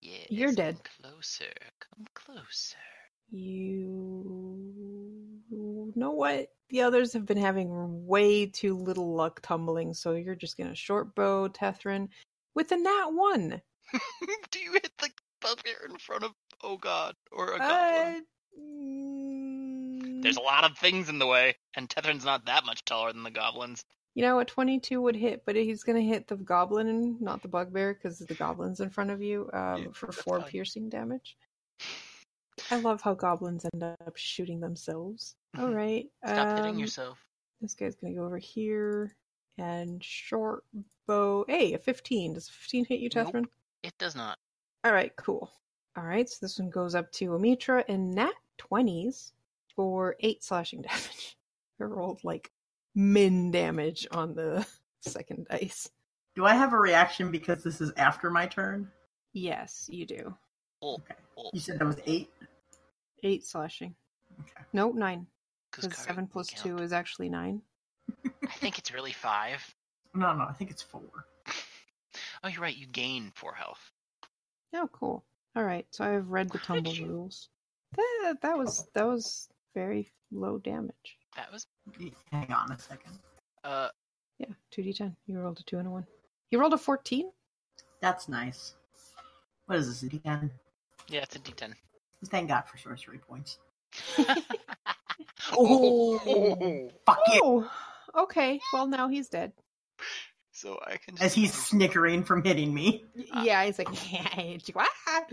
yes,
You're dead.
Come closer, come closer.
You know what? The others have been having way too little luck tumbling, so you're just gonna short bow Tethrin with a nat one.
Do you hit the bugbear in front of oh god or a
Uh,
goblin? There's
mm,
a lot of things in the way, and Tethrin's not that much taller than the goblins.
you know, a twenty-two would hit, but he's gonna hit the goblin, not the bugbear, because the goblin's in front of you. Um,
Yeah,
for
that's
four
fine.
piercing damage. I love how goblins end up shooting themselves. All right,
Mm-hmm. Stop hitting
um,
yourself.
This guy's gonna go over here and short bow. Hey, a fifteen. Does fifteen hit you,
Nope.
Tethrin?
It does not.
All right, cool. All right, so this one goes up to Amitra and Nat twenties for eight slashing damage. I rolled like min damage on the second dice.
Do I have a reaction because this is after my turn?
Yes, you do.
Oh,
Okay.
oh,
You said that was eight.
Eight slashing.
Okay.
Nope, nine.
'cause
Because
Karu
seven plus
count.
two is actually nine.
I think it's really five.
No, no, I think it's four.
Oh, you're right. You gain four health.
Oh, cool. All right, so I've read the
How did
tumble
you-
rules. That that was that was very low damage.
That was
Hang on a second.
uh
Yeah, 2d10. You rolled a 2 and a 1. You rolled a 14?
That's nice. What is this again?
yeah, it's a D10.
Thank God for sorcery points.
oh.
Fuck you.
Oh, okay. Well, now he's dead.
So I can. Just
As he's snickering from hitting me.
Y-
Ah.
yeah, he's like, yeah, I hate you. Ah.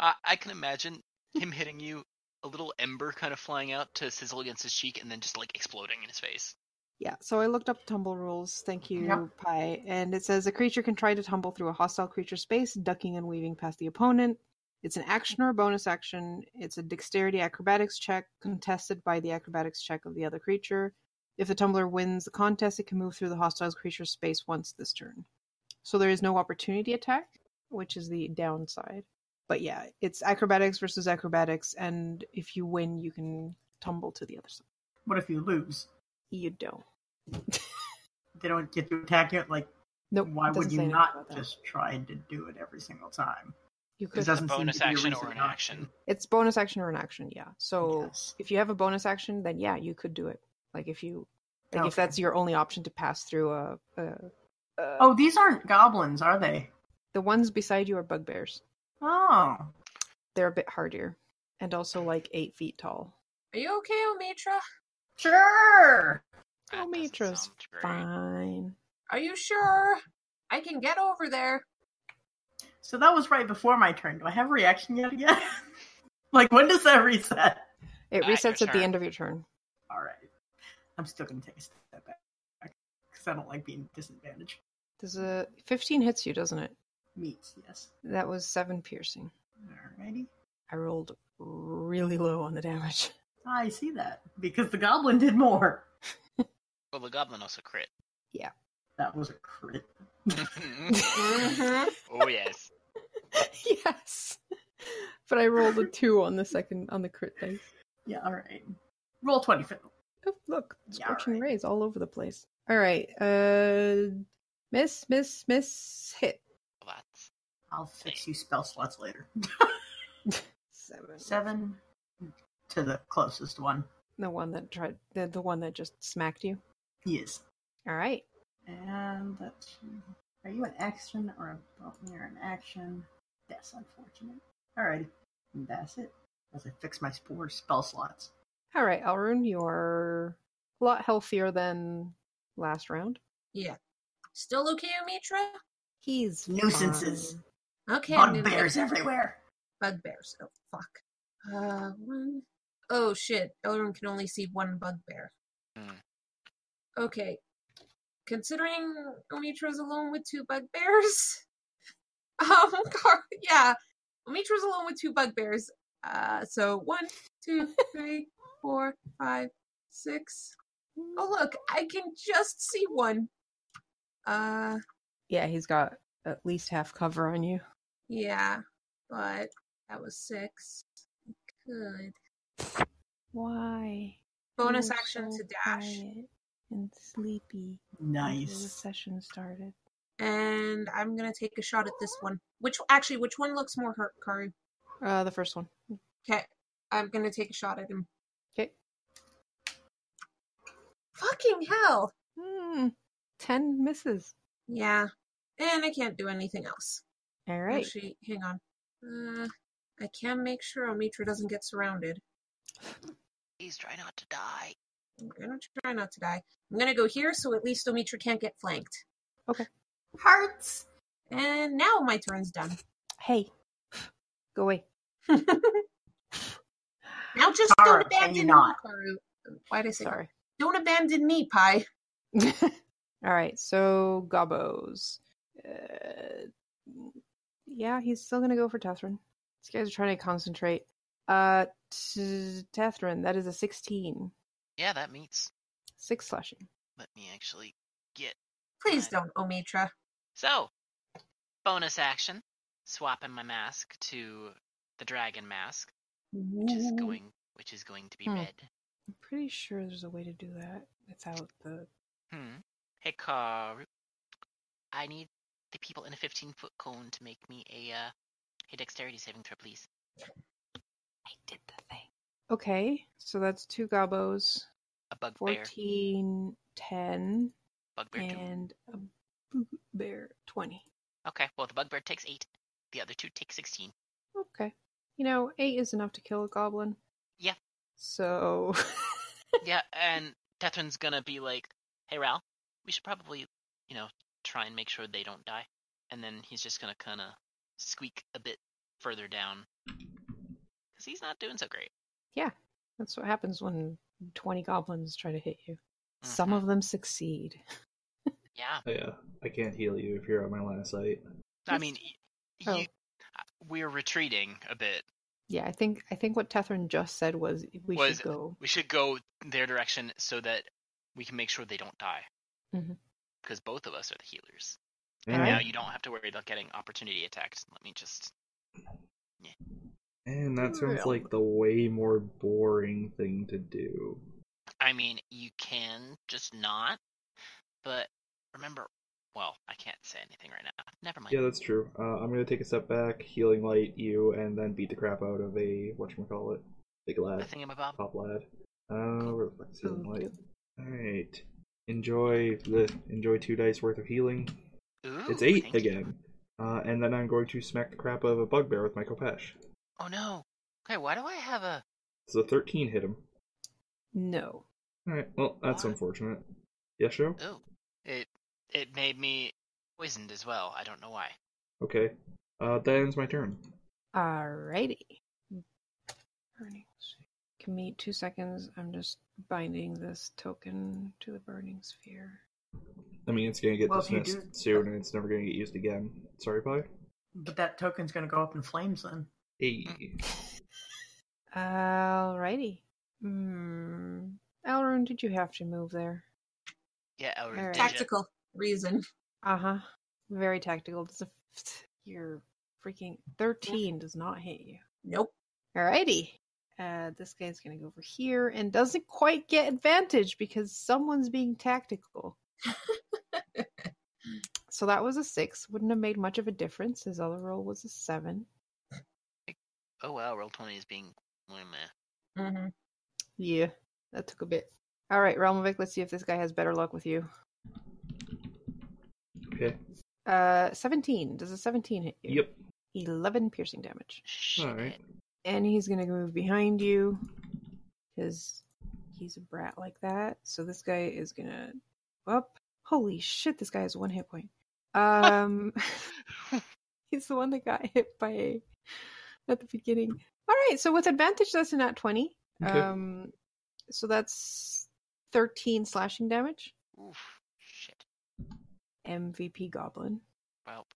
I, I can imagine him hitting you, a little ember kind of flying out to sizzle against his cheek, and then just like exploding in his face.
Yeah, so I looked up tumble rules. Thank you,
Yep.
Pi. And it says a creature can try to tumble through a hostile creature space, ducking and weaving past the opponent. It's an action or a bonus action. It's a dexterity acrobatics check contested by the acrobatics check of the other creature. If the tumbler wins the contest, it can move through the hostile creature's space once this turn. So there is no opportunity attack, which is the downside. But yeah, it's acrobatics versus acrobatics, and if you win, you can tumble to the other side.
What if you lose?
You don't.
They don't get to attack it. Like,
Nope. it
why
doesn't
would
say
you
anything
not
about that.
just try to do it every single time?
You
It
could.
doesn't seem
bonus
to be a
action
reason
or an
not
action.
to.
It's bonus action or an action, yeah. So
Yes.
if you have a bonus action, then yeah, you could do it. Like if you, like if
Okay.
that's your only option to pass through a. a, a
Oh, these aren't goblins, are they?
the ones beside you are bugbears.
Oh,
They're a bit hardier, and also like eight feet tall.
Are you okay, Omitra?
sure.
That doesn't
Omitra's
sound great.
Fine.
Are you sure? I can get over there.
So that was right before my turn. Do I have a reaction yet again? like, when does that reset?
It
At your
resets at the
turn.
end of your turn.
All right. I'm still going to take a step back because I don't like being disadvantaged.
Does a fifteen hits you, doesn't it?
Meets, yes.
That was seven piercing.
Alrighty.
I rolled really low on the damage.
Ah, I see that because the goblin did more.
Well, the goblin also crit.
That was a crit.
Mm-hmm.
oh yes.
yes. But I rolled a two on the second on the crit dice.
Yeah, all right. Roll 20. for-
Oh, look,
Yeah,
scorching
alright.
rays all over the place. All right, uh, miss, miss, miss, hit
Well, that's
I'll fix you spell slots later.
seven.
Seven to the closest one.
The one that tried, the, the one that just smacked you.
Yes.
All right,
And that's. Are you an action or a. Oh, you're an action. That's unfortunate. Alrighty. And that's it. As I fix my spore spell slots.
all right, Elrune, you are a lot healthier than last round.
Yeah. Still okay, Omitra?
He's
Nuisances.
fine.
Okay. I'm gonna-
Bugbears everywhere.
Bugbears. Oh, fuck. Uh, one. Oh, shit. Elrond can only see one bugbear.
Hmm.
Okay. Considering Omitra's alone with two bugbears. Um, Car- yeah. Omitra's alone with two bugbears. Uh, so one, two, three, four, five, six. Oh, look. I can just see one. Uh,
Yeah, he's got at least half cover on you.
Yeah, but that was six. Good.
Why?
Bonus action to dash.
and sleepy.
Nice.
session started.
And I'm gonna take a shot at this one. Which actually, which one looks more hurt, Kari?
Uh, the first one.
Okay, I'm gonna take a shot at him.
Okay.
Fucking hell!
Hmm. Ten misses.
Yeah, and I can't do anything else.
All right.
Actually, hang on. Uh, I can make sure Omitra doesn't get surrounded.
Please try not to die.
I'm gonna try not to die. I'm gonna go here, so at least Omitra can't get flanked.
Hearts.
And now my turn's done.
Hey, go away.
Now just
Sorry,
don't abandon
can you
me,
not?
Karu. Why did I say that?
Sorry.
Don't abandon me, Pie.
All right. So Gobbo's. Uh, yeah, he's still gonna go for Tethrin. These guys are trying to concentrate. Uh, t- Tethrin, that is a sixteen,
Yeah, that meets.
six slashing.
Let me actually.
Please don't, Omitra.
So, bonus action, swapping my mask to the dragon mask, which is going, which is going to be
Hmm.
red.
I'm pretty sure there's a way to do that without the.
Hmm. Hey, Karu. I need the people in a 15 foot cone to make me a uh, a dexterity saving throw, please.
I did the thing. Okay, so that's two Gobbos,
A bugbear.
14, 10,
Bugbear two.
and a boo- bear 20.
Okay, well, the bugbear takes 8. The other two take 16.
Okay. You know, eight is enough to kill a goblin.
Yeah.
So,
yeah, and Tethrin's gonna be like, hey, Ral, we should probably, you know, try and make sure they don't die. And then he's just gonna kinda squeak a bit further down. Because he's not doing so great.
that's what happens when 20 goblins try to hit you. Some
Mm-hmm.
of them succeed.
Yeah,
Oh, Yeah, I can't heal you if you're out my line of sight.
I mean, y-
Oh.
you, uh, we're retreating a bit.
Yeah, I think I think what Tethrin just said was we
Was-
should go.
We should go their direction so that we can make sure they don't die.
Mhm.
Because both of us are the healers.
And,
Now you don't have to worry about getting opportunity attacked. Let me just.
and that sounds
Yeah.
like the way more boring thing to do.
I mean, you can just not. But remember, well, I can't say anything right now. Never mind.
Yeah, that's true. Uh, I'm gonna take a step back, healing light you, and then beat the crap out of a whatchamacallit, big
I
lad,
think I'm about.
top lad. Uh, where the fuck's healing
Oh,
light? All right, enjoy the enjoy two dice worth of healing.
Ooh,
oh, It's eight
Oh, thank you.
again, uh, and then I'm going to smack the crap out of a bugbear with my kopesh.
Oh no. Okay, why do I have a?
So 13 hit him.
No.
All right, well that's
What?
unfortunate. Yes, show.
Ooh, it it made me poisoned as well. I don't know why.
Okay. Uh, that ends my turn.
Alrighty. Burning. sphere. Give me two seconds. I'm just binding this token to the burning sphere.
I mean, it's gonna get
Well, if you
dismissed
do-
soon, and it's never gonna get used again. Sorry, bye.
But that token's going to go up in flames then.
Hey.
Mm.
Alrighty. Hmm. Alrune, did you have to move there?
Yeah, Elrond.
Alright.
did ya?
Tactical reason.
Uh huh. Very tactical. Does a, your freaking 13 does not hit you.
Nope.
Alrighty. Uh, this guy's gonna go over here and doesn't quite get advantage because someone's being tactical. so that was a six. Wouldn't have made much of a difference. His other roll was a seven.
Oh wow, roll twenty is being. meh, meh.
hmm
Yeah, that took a bit. All right, Realmovic, let's see if this guy has better luck with you.
Okay.
Uh, seventeen. Does a seventeen hit you?
Yep.
Eleven piercing damage.
Shit.
All right.
and he's gonna move behind you because he's a brat like that. So this guy is gonna up. Holy shit! This guy has one hit point. Um, he's the one that got hit by a at the beginning. All right, so with advantage, that's an at twenty.
Okay.
Um, so that's thirteen slashing damage.
Oof. Shit.
MVP Goblin.
Well,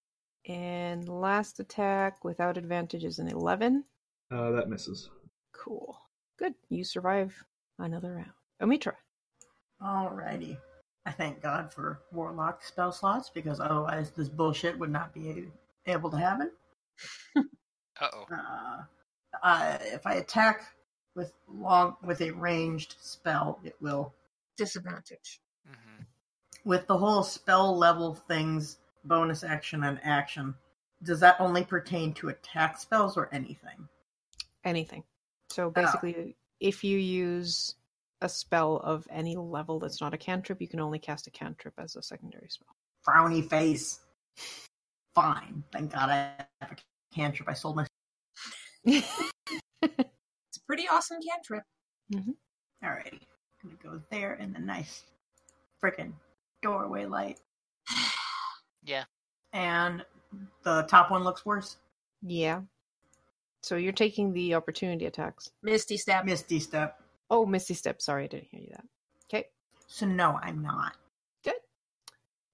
And last attack without advantage is an eleven.
Uh, that misses.
Cool. Good. You survive another round. Oh, Omitra.
Alrighty. I thank God for warlock spell slots because otherwise this bullshit would not be able to happen.
uh oh.
Uh, uh, if I attack with long with a ranged spell, it will
Disadvantage.
hmm
with the whole spell level things bonus action and action. Does that only pertain to attack spells or anything?
Anything.
Oh.
So basically, if you use a spell of any level that's not a cantrip, you can only cast a cantrip as a secondary spell.
Frowny face. Fine. Thank God I have a cantrip. I sold my
It's a pretty awesome cantrip.
Alrighty. I'm gonna go there in the nice frickin' doorway light.
Yeah.
And the top one looks worse.
yeah. So you're taking the opportunity attacks.
Misty stab.
Misty step.
Oh, Misty Step. Sorry, I didn't hear you that. Okay.
So no, I'm not.
Uh,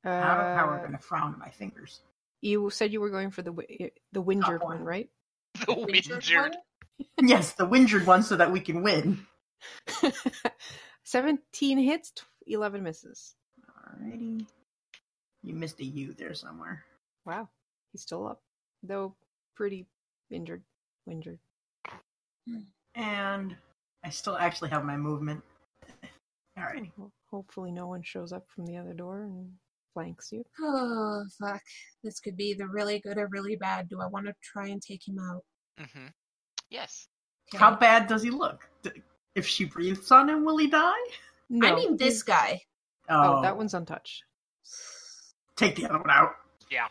How, how are we gonna frown at my fingers?
you said you were going for the wi- the Winger
Top
one,
one.
right?
The
Windshield
Windjerd.
one?
yes, the windred one so that we can win.
17 hits, tw- 11 misses.
Alrighty. You missed a U there somewhere.
Wow. He's still up, though pretty injured. Injured.
And I still actually have my movement. Alrighty.
Ho- Hopefully, no one shows up from the other door and flanks you.
Oh fuck! This could be either really good or really bad. Do I want to try and take him out?
Mm-hmm. Yes.
Okay.
How bad does he look? D- If she breathes on him, will he die?
No,
I mean, this
he's-
guy.
Oh, that one's untouched.
Take the other one out.
Yeah.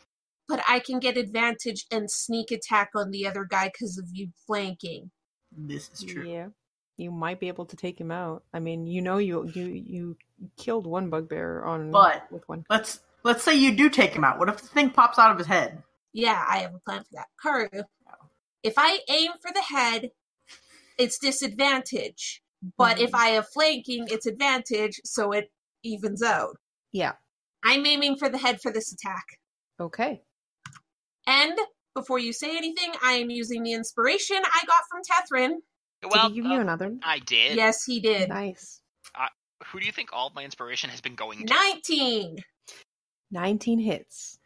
But I can get advantage and sneak attack on the other guy because of you flanking.
This is true.
Yeah, you might be able to take him out. I mean, you know, you you you killed one bugbear on
But-
with one.
Let's let's say you do take him out. What if the thing pops out of his head?
Yeah, I have a plan for that. Karu, if I aim for the head, it's disadvantage. But if
Mhm.
I have flanking, it's advantage, so it evens out.
Yeah.
I'm aiming for the head for this attack.
Okay.
And before you say anything, I am using the inspiration I got from Tethrin.
Did
well,
he give you
uh,
another?
I did.
Yes, he did.
Nice.
Who do you think all of my inspiration has been going to?
19.
19 hits.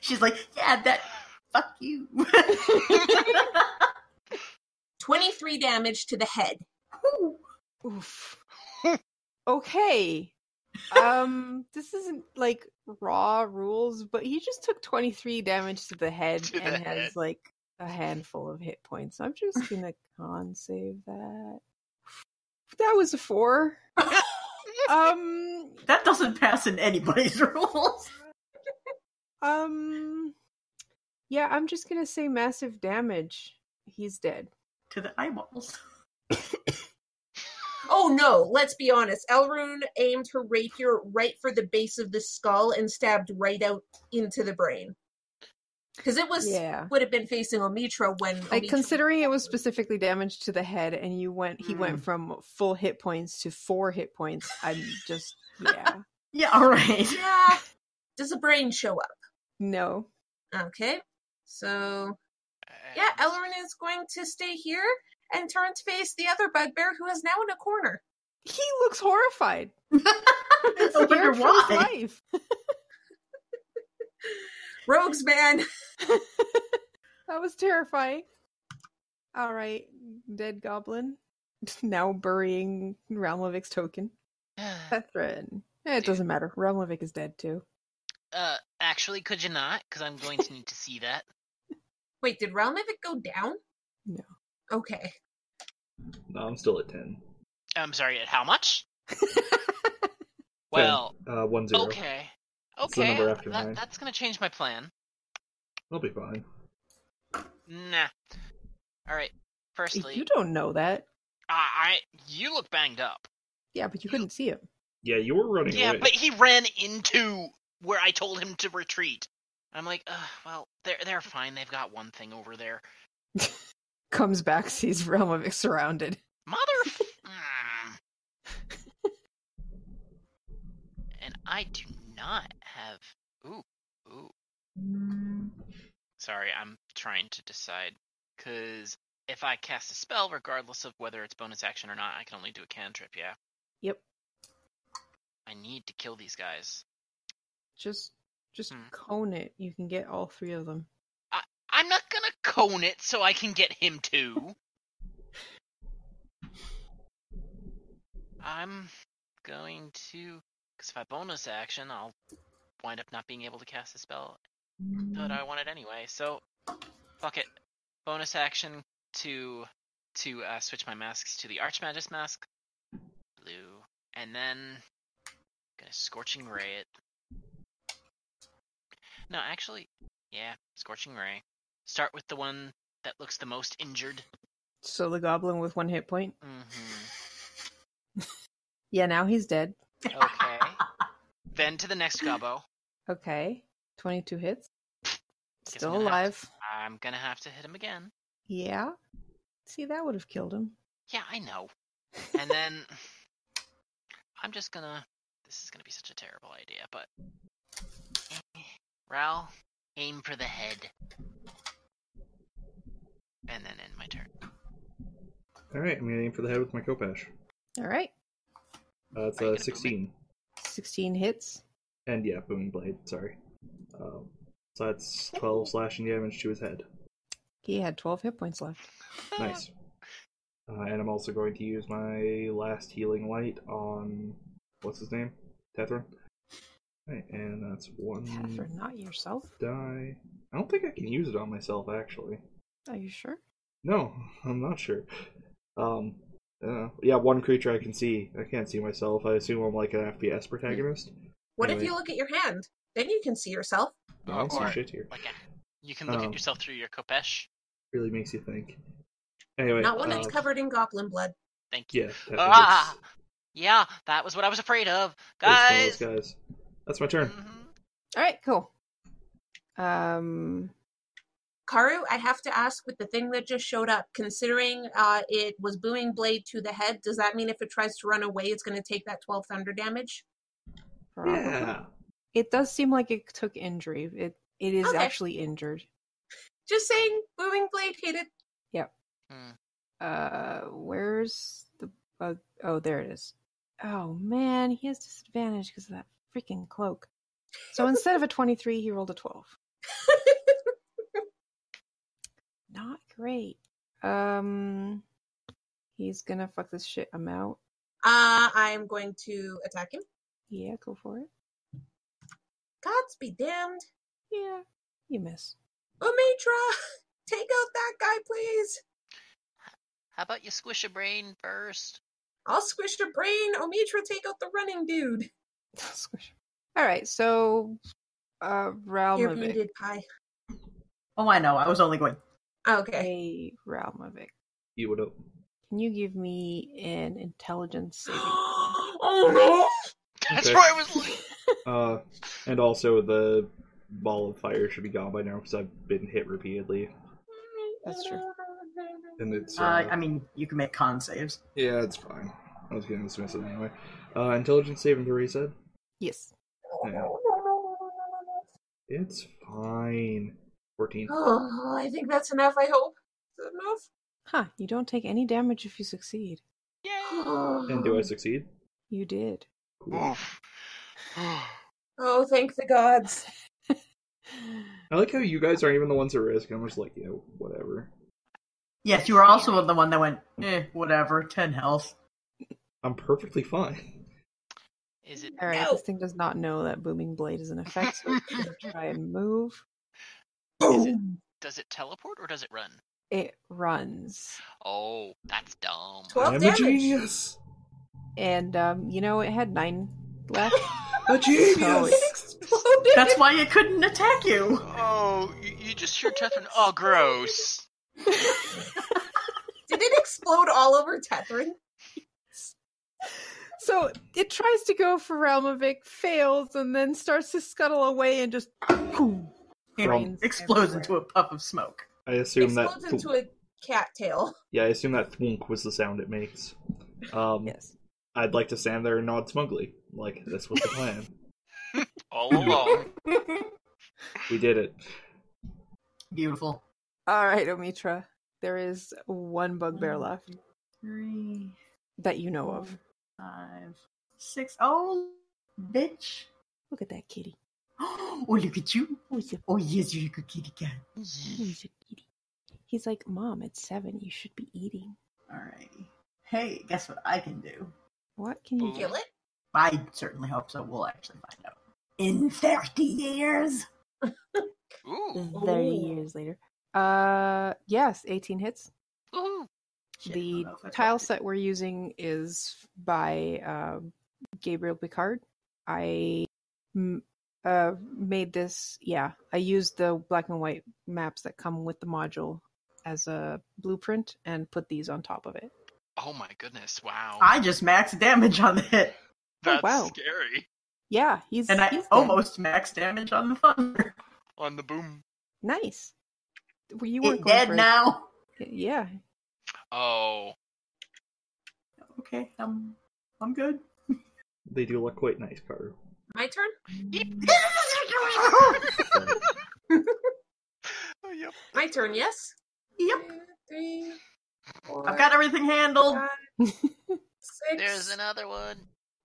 She's like, yeah, that. Fuck you.
23 damage to the head.
Oof. okay. Um, this isn't like raw rules, but he just took 23 damage to the head
To the
and
head.
has like a handful of hit points. I'm just gonna con save that. That was a four. um,
that doesn't pass in anybody's rules.
um, yeah, I'm just gonna say massive damage. He's dead.
To the eyeballs.
Oh no, let's be honest. Elrune aimed her rapier right for the base of the skull and stabbed right out into the brain. Because it was
Yeah.
would have been facing Omitra when
Like
Omitra-
considering it was specifically damage to the head, and you went, he went
Mm.
from full hit points to four hit points. I'm just, yeah,
Yeah, all right.
Yeah. Does the brain show up?
no.
Okay. So yeah, Elrune is going to stay here and turn to face the other bugbear who is now in a corner.
He looks horrified.
I
Scared
wonder
for his
why.
life.
Rogues man.
That was terrifying. All right, dead goblin. Now burying Realmovic's token.
Elrune.
Catherine. Eh, It doesn't matter. Realmovic is dead too.
Uh, actually, could you not? Because I'm going to need to see that.
Wait, did Realmovic go down?
No.
Okay.
No, I'm still at 10.
I'm sorry, at how much? Well,
10. Uh, 1 0.
okay.
It's the
Okay,
number after
that,
mine.
that's going to change my plan.
I'll be fine.
Nah. All right. Firstly,
You don't know that.
I, I you look banged up.
Yeah, but you couldn't see him.
Yeah, you were running
Yeah,
away.
but he ran into where I told him to retreat. I'm like, Ugh, well, they're they're fine. They've got one thing over there.
Comes back, sees Realmovic surrounded.
Mother. f- Mm. and I do not have. Ooh, ooh. Sorry, I'm trying to decide. Because if I cast a spell, regardless of whether it's bonus action or not, I can only do a cantrip, yeah?
Yep.
I need to kill these guys.
Just just
Hmm.
cone it. You can get all three of them.
I'm not gonna cone it so I can get him too. I'm going to. Because if I bonus action, I'll wind up not being able to cast a spell that I wanted anyway. So, fuck it. Bonus action to to uh, switch my masks to the Archmagus mask, blue, and then gonna scorching ray it. No, actually, yeah, scorching ray. Start with the one that looks the most injured.
So the goblin with one hit point.
Mm-hmm.
Yeah, now he's dead.
Okay. then to the next gobbo.
Okay. 22 hits.
Guess I'm
Still
gonna have
alive.
I'm gonna have to hit him again.
Yeah. See, that would have killed him.
Yeah, I know. And then I'm just gonna. This is gonna be such a terrible idea, but Ral, aim for the head, and then end my turn.
Alright, I'm gonna aim for the head with my Kopash.
All right.
Uh, it's
Are you
uh,
gonna
16.
16 hits.
And yeah, booming blade, sorry. Um, so that's 12 slashing damage to his head.
He had 12 hit points left.
Nice. Uh, and I'm also going to use my last healing light on what's his name, Tethrin. Right, and that's one
Catherine, not yourself.
die. I don't think I can use it on myself actually.
Are you sure?
No, I'm not sure. Um, uh, yeah, one creature I can see. I can't see myself. I assume I'm like an FPS protagonist.
What if
Anyway.
you look at your hand? Then you can see yourself.
I don't see
Or-
shit here.
Like a, you can look
Um,
at yourself through your kopesh.
Really makes you think. Anyway,
Not when it's
um,
covered in goblin blood.
Thank you.
Yeah, Tethrin
Ah!
gets-
Yeah, that was what I was afraid of,
gets
guys.
one of those guys. That's my turn.
Mhm.
All right, cool. Um,
Karu, I have to ask with the thing that just showed up, considering uh, it was booming blade to the head, does that mean if it tries to run away, it's going to take that 12 thunder damage?
probably.
Yeah.
It does seem like it took injury. It it is
Okay.
actually injured.
Just saying, booming blade hit it.
Mm.
Uh, where's the bug? Oh, there it is. oh man, he has disadvantage because of that freaking cloak. So instead of a 23, he rolled a 12. Not great. Um, he's gonna fuck this shit. I'm out.
Uh, I'm going to attack him.
Yeah, go for it.
Gods be damned.
Yeah, you miss.
Omitra, take out that guy, please.
How about you squish a brain first?
I'll squish your brain. Omitra, take out the running dude.
Squish. All right, so uh,
You're
Ralmovic.
muted, Pi.
Oh, I know. I was only going.
Oh, Okay.
Hey, Ralmovic.
You would have.
Can you give me an intelligence saving?
oh no!
That's
Okay.
where I was like.
Uh, and also the ball of fire should be gone by now because I've been hit repeatedly,
That's true.
and it's. Uh,
Uh, I mean, you can make con saves.
yeah, it's fine. I was gonna dismiss it anyway. Uh, intelligence saving throw, you said.
Yes.
Yeah. It's fine. Fourteen.
Oh, I think that's enough. I hope. Is that enough?
Huh, you don't take any damage if you succeed.
Yay!
Oh.
And do I succeed?
You did.
Cool.
Oh, thank the gods.
I like how you guys aren't even the ones at risk. I'm just like, yeah, whatever.
Yes, you were also the one that went, eh, whatever, 10 health.
I'm perfectly fine.
Is it?
All right,
No.
this thing does not know that booming blade is an effect, so it's going to try and move.
Is it? Does it teleport or does it run?
It runs,
Oh, that's dumb.
Twelve
I'm
damage.
a genius.
and um, you know it had nine left.
A
So
genius.
it-
Exploded.
That's why it couldn't attack you.
Oh, you, you just hear Tethan. Oh, gross.
Did it explode all over Tethrin?
so it tries to go for Realmovic, fails, and then starts to scuttle away and just boom,
It
brains
explodes
everywhere.
into a puff of smoke.
I assume that.
Explodes into a cat tail.
yeah, I assume that thwunk was the sound it makes. Um,
Yes.
I'd like to stand there and nod smugly, like this was the plan.
All along.
we did it.
Beautiful.
All right, Omitra. There is one bugbear
One,
left
Three,
that you know of.
five, six. Oh, bitch.
Look at that kitty.
Oh, look at you.
Oh, he's a,
Oh, yes, you're a good kitty cat.
he's a kitty. He's like, Mom, it's seven. You should be eating.
Alrighty. Hey, guess what I can do?
What can you do?
Kill it.
I certainly hope so. We'll actually find out. In 30 years.
Ooh.
30
Ooh.
years later. Oh. Uh, yes, 18 hits.
Woohoo.
Shit, I don't
the
know if I
tile
told you.
set we're using is by um Gabriel Picard. I m- uh, made this, yeah, I used the black and white maps that come with the module as a blueprint and put these on top of it.
Oh my goodness. Wow.
I just maxed damage on the hit,
That's
wow.
scary.
Yeah, he's
and I
he's there.
almost maxed damage on the thunder.
On the boom.
nice. Well, you weren't
It
going
dead
for it.
now.
Yeah,
Oh.
Okay, I'm I'm good.
They do look quite nice, Carter.
My turn.
Oh, yep.
My turn. Yes.
Yep,
Two, three, four,
I've got everything handled.
six.
There's another one.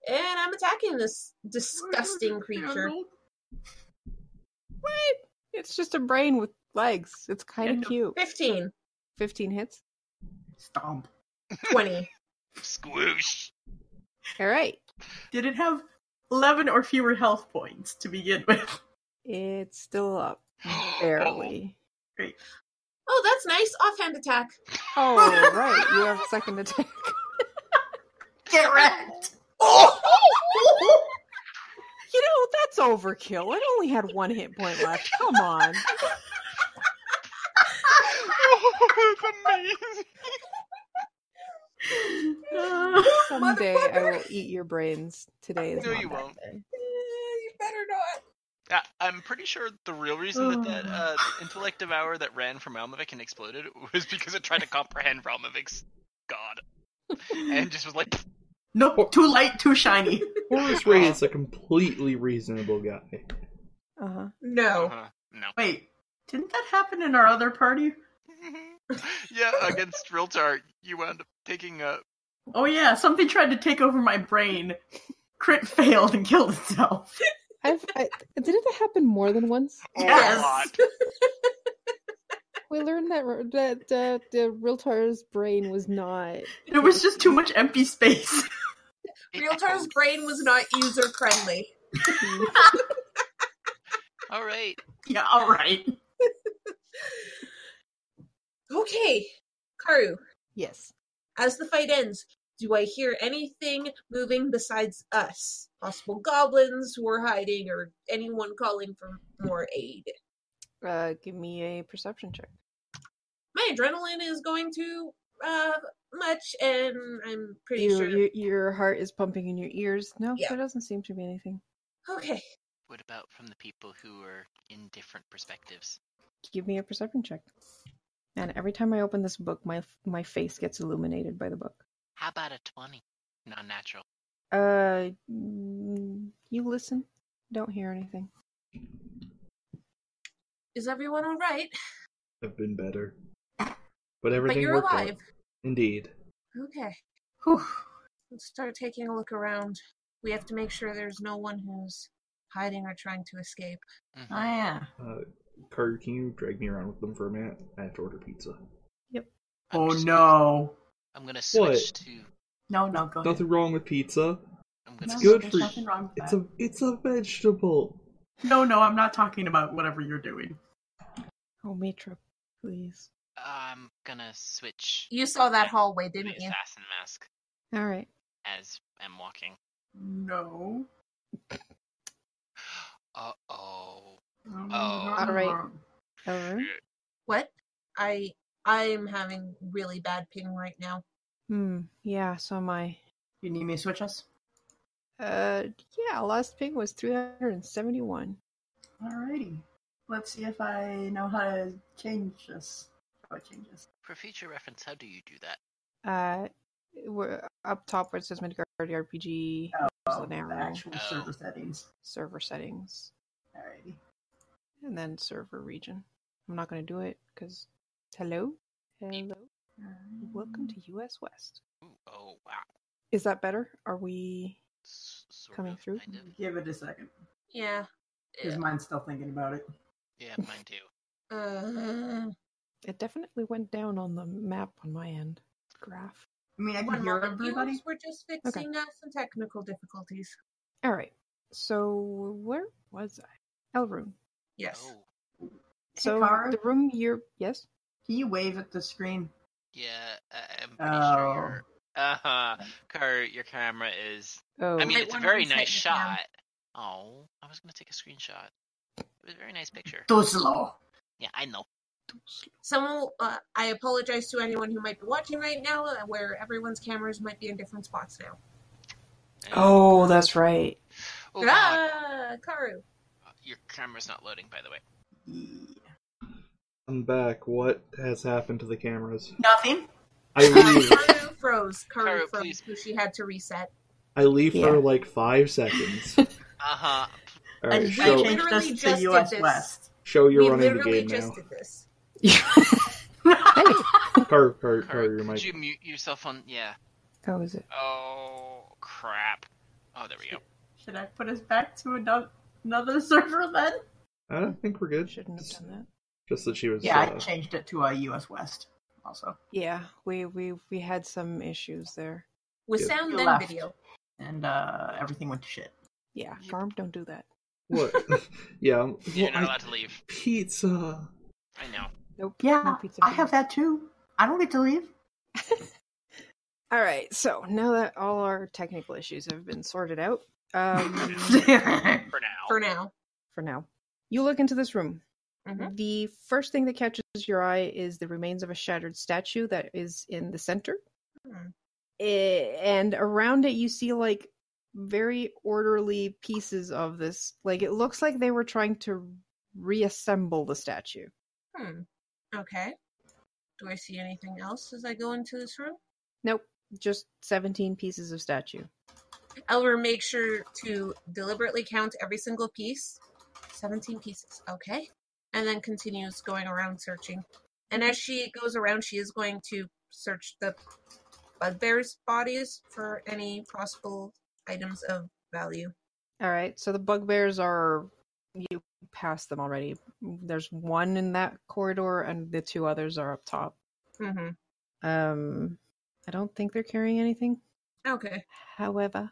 and I'm attacking this disgusting creature.
what? It's just a brain with legs. It's kind
Yeah.
of cute.
15,
15 hits.
Stomp.
20.
Squish.
All right.
Did it have eleven or fewer health points to begin with?
It's still up. Barely.
Oh, that's nice. Offhand attack.
Oh, right. You have second attack.
Get wrecked.
Oh!
You know, that's overkill. It only had one hit point left. Come on.
oh, that's amazing.
Someday I will eat your brains. Today is
No,
not
you
that
won't.
day.
Eh, you better not.
I, I'm pretty sure the real reason that that uh, intellect devour that ran from Almovic and exploded was because it tried to comprehend Realmovic's god and just was like,
no, too light, too shiny.
Horace Ray is a completely reasonable guy.
Uh-huh.
Oh.
No.
uh-huh, no.
Wait, didn't that happen in our other party?
yeah, against Riltar, you wound up taking uh,
Oh yeah, something tried to take over my brain. Crit failed and killed itself.
I've, I, didn't that happen more than once?
Oh,
Yes.
God.
We learned that r- that uh, the Realtar's brain was not.
There was just too much empty space.
Realtor's brain was not user friendly.
All right.
yeah, all right.
Okay, Karu,
yes.
as the fight ends, do I hear anything moving besides us? Possible goblins who are hiding or anyone calling for more aid?
Uh, give me a perception check.
My adrenaline is going too uh, much, and I'm pretty
You,
sure.
you, your heart is pumping in your ears. No,
Yeah.
there doesn't seem to be anything.
Okay,
What about from the people who are in different perspectives?
Give me a perception check. And every time I open this book, my my face gets illuminated by the book.
How about a 20? Non natural.
Uh, mm, you listen. Don't hear anything.
is everyone all right?
I've been better. But everything
But you're
worked out.
alive.
Indeed.
Okay,
Whew.
let's start taking a look around. We have to make sure there's no one who's hiding or trying to escape.
Mhm.
Ah,
Oh yeah.
Uh, Carter, can you drag me around with them for a minute? I have to order pizza.
I'm
Oh
just gonna-
no.
I'm going to switch to.
No, no, go ahead.
Nothing wrong with pizza.
I'm
No,
gonna
It's good
there's
for-
nothing wrong with
It's
that.
a it's a vegetable.
No, no, I'm not talking about whatever you're doing.
Oh, Mitra, please.
s- I'm gonna switch
You saw that hallway,
the
didn't you?
assassin mask
All right.
as I'm walking.
No.
Uh oh.
All right. Ellen?
What? I I'm having really bad ping right now.
Hmm. Yeah. So am I.
You need me to switch us?
Uh. Yeah. Last ping was three hundred and seventy-one.
Alrighty. Let's see if I know how to change this. How it changes.
For future reference, how do you do that?
Uh, we're up top where it says Midgard RPG
Oh,
an arrow.
the actual
Oh.
server settings.
server settings
Alrighty.
and then server region. I'm not gonna do it because hello, hello, welcome to U.S. West.
Ooh, oh wow.
Is that better? Are we?
S- sort
Coming
of,
through?
Kind of.
Give it a second.
Yeah.
Because mine's still thinking about it.
Yeah, mine too.
Uh,
It definitely went down on the map on my end graph.
I mean, I can
one
hear
moment,
everybody.
viewers. We're just fixing uh, some technical difficulties.
All right. So where was I? Elrune.
Yes.
Oh
So
Kara?
the room you're yes.
Can you wave at the screen?
yeah. I- I'm pretty
Oh.
sure. Your, uh huh. Car, your camera is.
Oh,
I mean,
Might
it's a
wanna
very
reset
nice
your cam.
shot. Oh, I was gonna take a screenshot. It was a very nice picture.
Dozlo.
Yeah, I know.
Someone, uh, I apologize to anyone who might be watching right now, uh, where everyone's cameras might be in different spots now.
And-
oh, that's right.
Oh, God.
ah, Karu.
Your camera's not loading, by the way.
Yeah.
I'm back. What has happened to the cameras?
Nothing.
I leave.
Karu froze. Karu,
Karu,
froze
please.
because she had to reset.
I leave
Yeah.
for like five seconds.
Uh huh.
All
I
right,
just
we
show,
changed-
changed
literally
this
just
to
did
U.S.
this.
West.
show you're
we
running the
literally
game
just
now.
did this.
Car, car, car,
Car,
your
could
mic.
you mute yourself on? Yeah.
How is it?
Oh crap. Oh, there we go.
Should I put us back to another, another server then?
I don't think we're
I
good.
shouldn't have
Just,
done that.
just that she was.
Yeah, I
uh,
changed it to uh, U.S. West. Also,
Yeah, we we we had some issues there.
With
Yeah.
sound
You
then
left.
video.
Oh.
and uh, everything went to shit.
Yeah, Garm, don't do that.
what? yeah. I'm-
You're
well,
not
I-
allowed to leave.
pizza.
I know.
Nope. no
Yeah,
pizza
I
for
have
me.
that too. I don't get to leave.
All right. So now that all our technical issues have been sorted out, um,
For now.
For now.
for now, you look into this room.
Mhm.
The first thing that catches your eye is the remains of a shattered statue that is in the center.
Hmm.
I- and around it you see like very orderly pieces of this like it looks like they were trying to reassemble the statue
Hmm. Okay. Do I see anything else as I go into this room?
nope just 17 pieces of statue
Elver, make sure to deliberately count every single piece. 17 pieces, okay? And then continues going around searching. And as she goes around, she is going to search the bugbear's bodies for any possible items of value.
All right. So the bugbears are you passed them already. There's one in that corridor, and the two others are up top.
hmm
Um, I don't think they're carrying anything.
Okay.
However,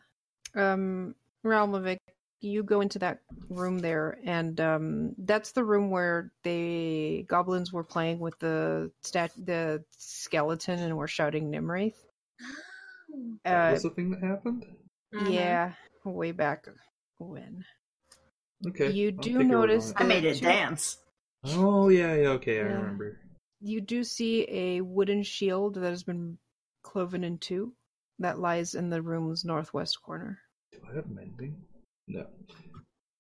um, Ralmovic, you go into that room there, and um, that's the room where the goblins were playing with the stat- the skeleton and were shouting Nimraith.
Mm-hmm.
That
Uh,
was the thing that happened?
Mhm.
yeah, way back when.
Okay.
You
I'll
do
take your word
notice
on
I
it.
made it
Sure.
dance.
Oh, yeah, yeah, okay, I
Yeah.
remember.
You do see a wooden shield that has been cloven in two that lies in the room's northwest corner.
Do I have mending? No.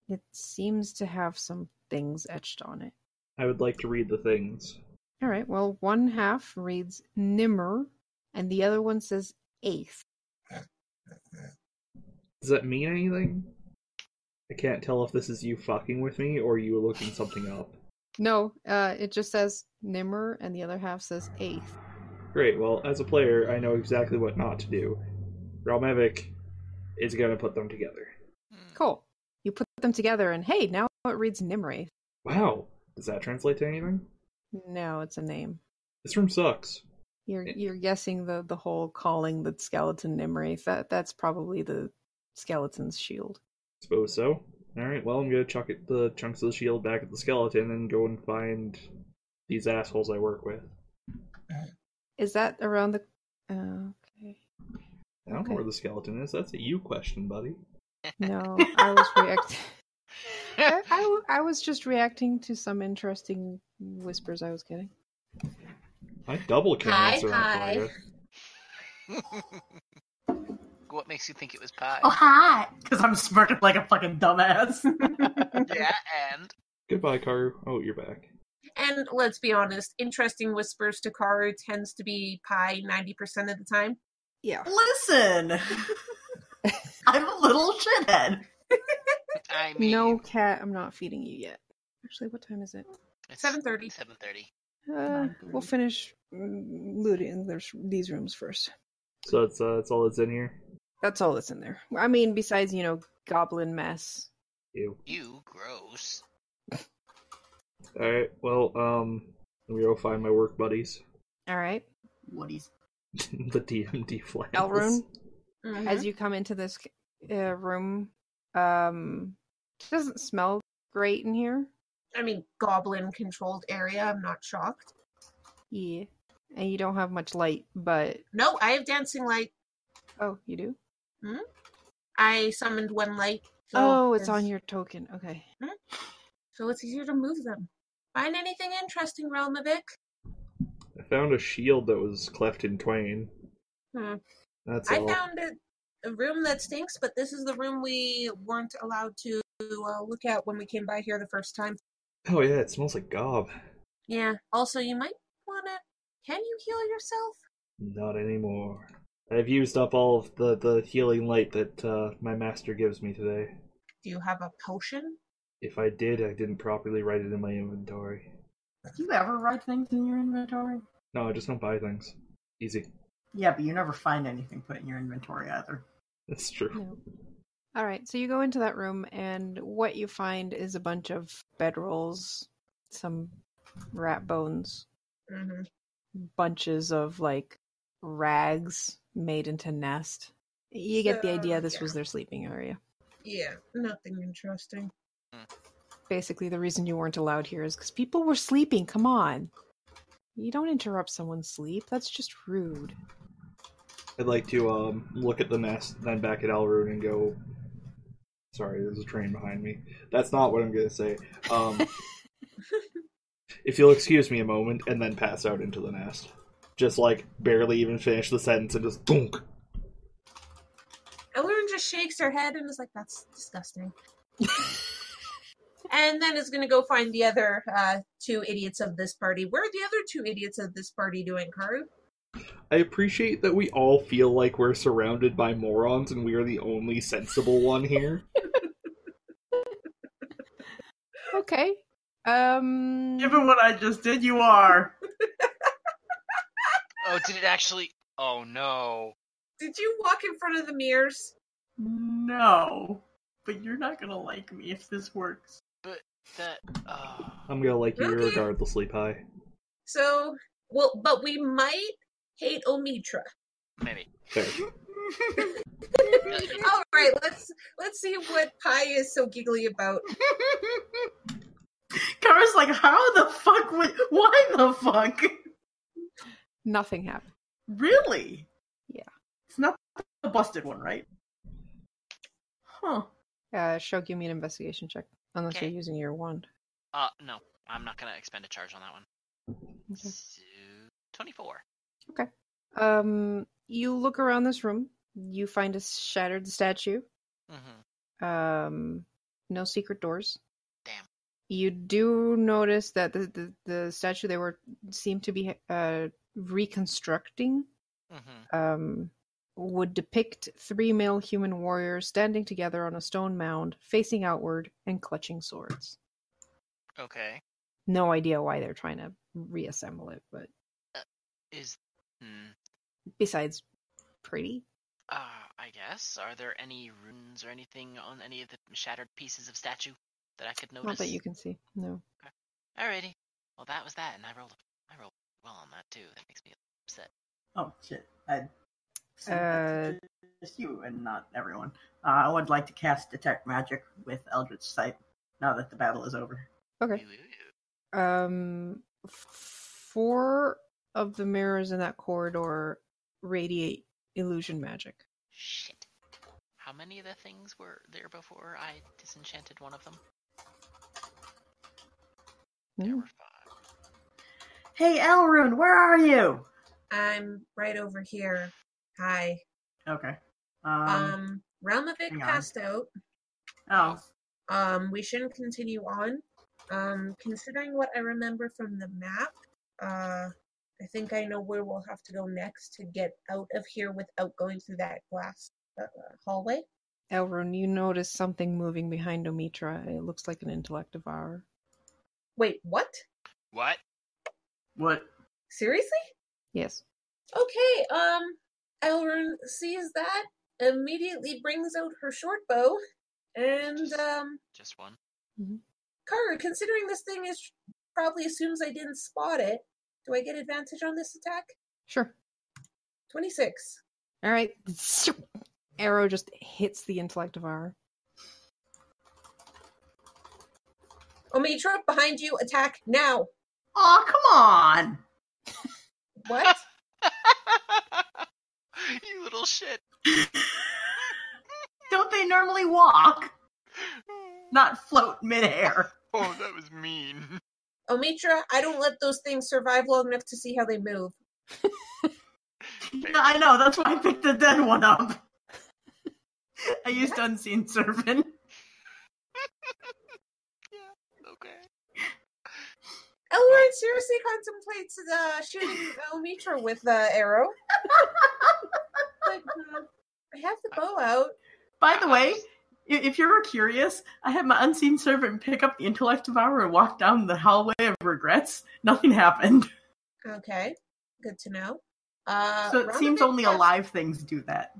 It seems to have some things etched on it.
I would like to read the things.
All right. Well, one half reads Nimmer, and the other one says eighth.
Does that mean anything? I can't tell if this is you fucking with me or you looking something up.
No, uh, it just says Nimmer, and the other half says eighth.
Great, well, as a player, I know exactly what not to do. Realmevic is gonna put them together.
Hmm.
Cool. You put them together, and hey, now it reads Nimraith.
Wow, does that translate to anything?
No, it's a name.
This room sucks.
You're
Yeah.
you're guessing the the whole calling the skeleton Nimraith. That that's probably the skeleton's shield.
Suppose so. Alright, well, I'm gonna chuck it, the chunks of the shield back at the skeleton and go and find these assholes I work with.
Is that around the? Uh, okay.
I don't
Okay.
know where the skeleton is. That's a you question, buddy.
No, I was reacting. I, I w- I was just reacting to some interesting whispers I was getting.
I double can
Hi,
answer that
hi.
for you.
what makes you think it was pie?
Oh, hi! Because I'm smirking like a fucking dumbass.
Yeah, and
Goodbye, Karu. Oh, you're back.
And let's be honest, interesting whispers to Karu tends to be pie 90% of the time.
Yeah.
Listen! I'm a little shithead.
I mean,
No, cat, I'm not feeding you yet. Actually, what time is it?
it's
7:30.
7:30.
Uh, we'll
9:30.
finish mm, looting there's these rooms first.
So that's uh, that's all that's in here.
That's all that's in there. I mean, besides you know, goblin mess.
Ew.
You gross.
All right. Well, um, let me go find my work buddies,
All right,
Woody's.
the DMD flags.
Elrune.
Mhm.
As you come into this uh, room, um, it doesn't smell great in here.
I mean, goblin controlled area. I'm not shocked.
Yeah, and you don't have much light, but
No, I have dancing light.
oh, you do.
I summoned one light. so
Oh, it's on
there's-
your token. Okay.
So it's easier to move them. Find anything interesting, Realmovic?
I found a shield that was cleft in twain.
Hmm.
That's
I
all.
found it, a room that stinks, but this is the room we weren't allowed to uh, look at when we came by here the first time.
Oh yeah, it smells like gob.
Yeah. Also, you might want to. Can you heal yourself?
Not anymore. I've used up all of the the healing light that uh, my master gives me today.
Do you have a potion?
If I did, I didn't properly write it in my inventory.
Do you ever write things in your inventory?
No, I just don't buy things. Easy.
Yeah, but you never find anything put in your inventory either.
That's true.
No. All right, so you go into that room, and what you find is a bunch of bedrolls, some rat bones,
Mm-hmm.
bunches of like rags made into nest. You get the idea this
Yeah.
was their sleeping area.
Yeah, nothing interesting.
Basically, the reason you weren't allowed here is because people were sleeping. Come on. You don't interrupt someone's sleep. That's just rude.
I'd like to um look at the nest, then back at Elrune and go. Sorry, there's a train behind me. That's not what I'm gonna say. Um, if you'll excuse me a moment, and then pass out into the nest, just like barely even finish the sentence and just dunk.
Elrune just shakes her head and is like, "That's disgusting." and then is going to go find the other uh, two idiots of this party. Where are the other two idiots of this party doing, Karu?
I appreciate that we all feel like we're surrounded by morons, and we are the only sensible one here.
Okay. Um.
Given what I just did, you are.
Oh, did it actually? Oh no.
Did you walk in front of the mirrors?
No, but you're not gonna like me if this works.
That. Oh.
I'm gonna like you
Okay.
regardless, Sleep High.
So, well, but we might hate Omitra.
Maybe.
Fair.
All right, let's let's see what Pi is so giggly about.
Kara's like, how the fuck would? Why the fuck?
Nothing happened.
Really?
Yeah.
It's not the busted one, right? Huh.
Uh, show, give me an investigation check. Unless
Okay.
you're using your wand.
Uh, no. I'm not gonna expend a charge on that one.
Okay.
So, 24.
Um, you look around this room. You find a shattered statue.
Mm-hmm.
Um, no secret doors.
Damn.
You do notice that the the, the statue they were seemed to be uh, reconstructing
Mm-hmm.
um, would depict three male human warriors standing together on a stone mound, facing outward and clutching swords.
Okay.
No idea why they're trying to reassemble it, but
Is. Hmm.
besides, pretty.
Uh, I guess. Are there any runes or anything on any of the shattered pieces of statue that I could notice?
Not that you can see. No.
Alrighty. Well, that was that, and I rolled. I rolled well on that too. That makes me upset.
Oh shit! I so that's just you and not everyone. Uh, I would like to cast detect magic with Eldritch Sight now that the battle is over.
Okay. Um, f- four of the mirrors in that corridor radiate illusion magic.
Shit. How many of the things were there before I disenchanted one of them? There
Mm.
were five.
Hey, Elrune, where are you?
I'm right over here. Hi.
Okay. Um,
Um, Realmovic
hang on.
passed out.
oh,
Um, we shouldn't continue on. Um, considering what I remember from the map, uh, I think I know where we'll have to go next to get out of here without going through that glass uh, hallway.
Elrond, you notice something moving behind Omitra. It looks like an intellect devourer.
Wait, what?
What?
what?
Seriously?
Yes.
Okay. Um, Elrond sees that, immediately brings out her short bow, and um,
Just one.
Kara, considering this thing is probably assumes I didn't spot it, do I get advantage on this attack?
Sure.
Twenty six.
All right. Arrow just hits the intellect devourer.
Omitra, behind you, attack now.
Oh, come on!
What?
you little shit.
Don't they normally walk? Not float midair.
Oh, that was mean.
Omitra, I don't let those things survive long enough to see how they move.
Yeah, I know. That's why I picked the dead one up. I used unseen servant.
Okay.
Elrond seriously contemplates uh, shooting Omitra with the arrow. Like, hmm, I have the bow out.
By the way, i- if you were curious, I had my unseen servant pick up the intellect devourer and walk down the hallway of regrets. Nothing happened.
Okay, good to know. Uh,
so it
Realm
seems
of It
only
passed-
alive things do that.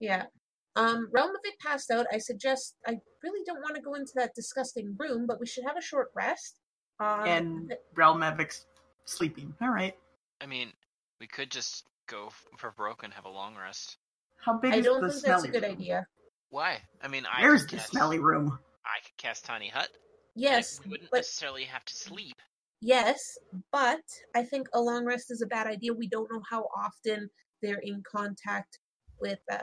Yeah. Um, Realm of It passed out. I suggest I really don't want to go into that disgusting room, but we should have a short rest. Um,
And Realmavic's sleeping. All right.
I mean, we could just go f- for broke and have a long rest.
How big
I
is
don't
the
think that's
smelly
a good
room?
idea.
Why? I mean, I
Where's
could
the
cast-
smelly room?
I could cast tiny hut. and it
Yes,
wouldn't
but
necessarily have to sleep.
Yes, but I think a long rest is a bad idea. We don't know how often they're in contact with uh,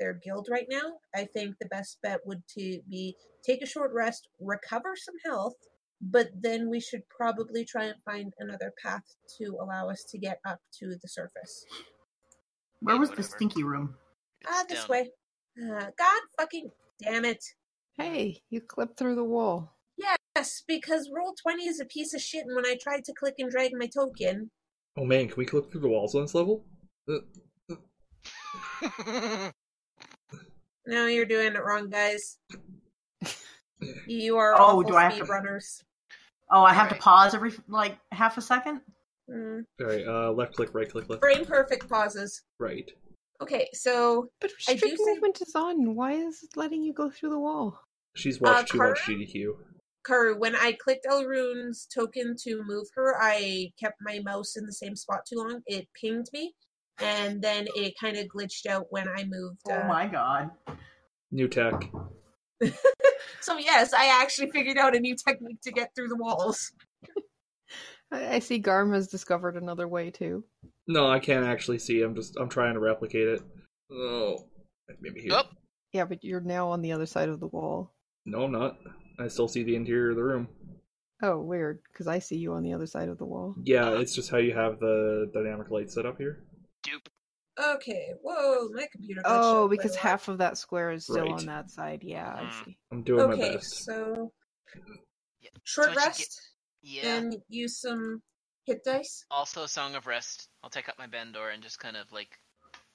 their guild right now. I think the best bet would to be take a short rest, recover some health, but then we should probably try and find another path to allow us to get up to the surface.
Where
Yeah,
was the
whatever.
stinky room?
Ah,
It's
this
down-
way. Uh, God fucking damn it.
Hey, you clipped through the wall.
Yes, because roll 20 is a piece of shit, and when I tried to click and drag my token,
Oh man, can we look through the walls on this level? Uh,
No, you're doing it wrong, guys. You are
Oh,
awful
do I have to-
speedrunners.
Oh, I have to
Right.
pause every like half a second.
Mm.
All right, uh, left click, right click, left,
Brain perfect pauses.
right.
Okay, so
But
I do
restrict
say-
movement is on. Why is it letting you go through the wall?
She's watched
Uh,
too
Kara?
much GDQ.
Karu, when I clicked Elrun's token to move her, I kept my mouse in the same spot too long. It pinged me, and then it kind of glitched out when I moved.
Oh
uh,
my god.
New tech.
So yes, I actually figured out a new technique to get through the walls.
I, I see Garm has discovered another way too.
No, I can't actually see. I'm just I'm trying to replicate it. Oh, maybe here.
Oh.
Yeah, but you're now on the other side of the wall.
No, I'm not. I still see the interior of the room.
Oh, weird, because I see you on the other side of the wall.
Yeah, it's just how you have the dynamic light set up here.
Dupe.
Okay, whoa, my computer. glitched
Oh,
out quite
because
a lot.
half of that square is still
Right.
on that side. Yeah, I
Mhm.
see.
I'm doing my
Okay,
best.
so
Yeah,
short
so I should get-
rest
Yeah.
and use some hit dice.
also, Song of Rest. I'll take out my Bendor and just kind of like.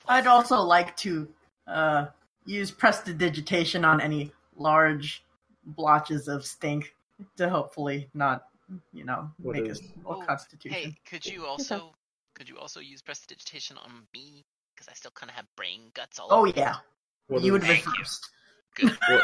I'd also like to uh, use prestidigitation on any large blotches of stink to hopefully not, you know,
What
make
is-
us roll
Oh,
constitution.
Hey, could you also could you also use prestidigitation on me? Because I still kind of have brain guts all.
Oh
over me.
yeah,
What
you would
does-
be
Thank you.
first.
what,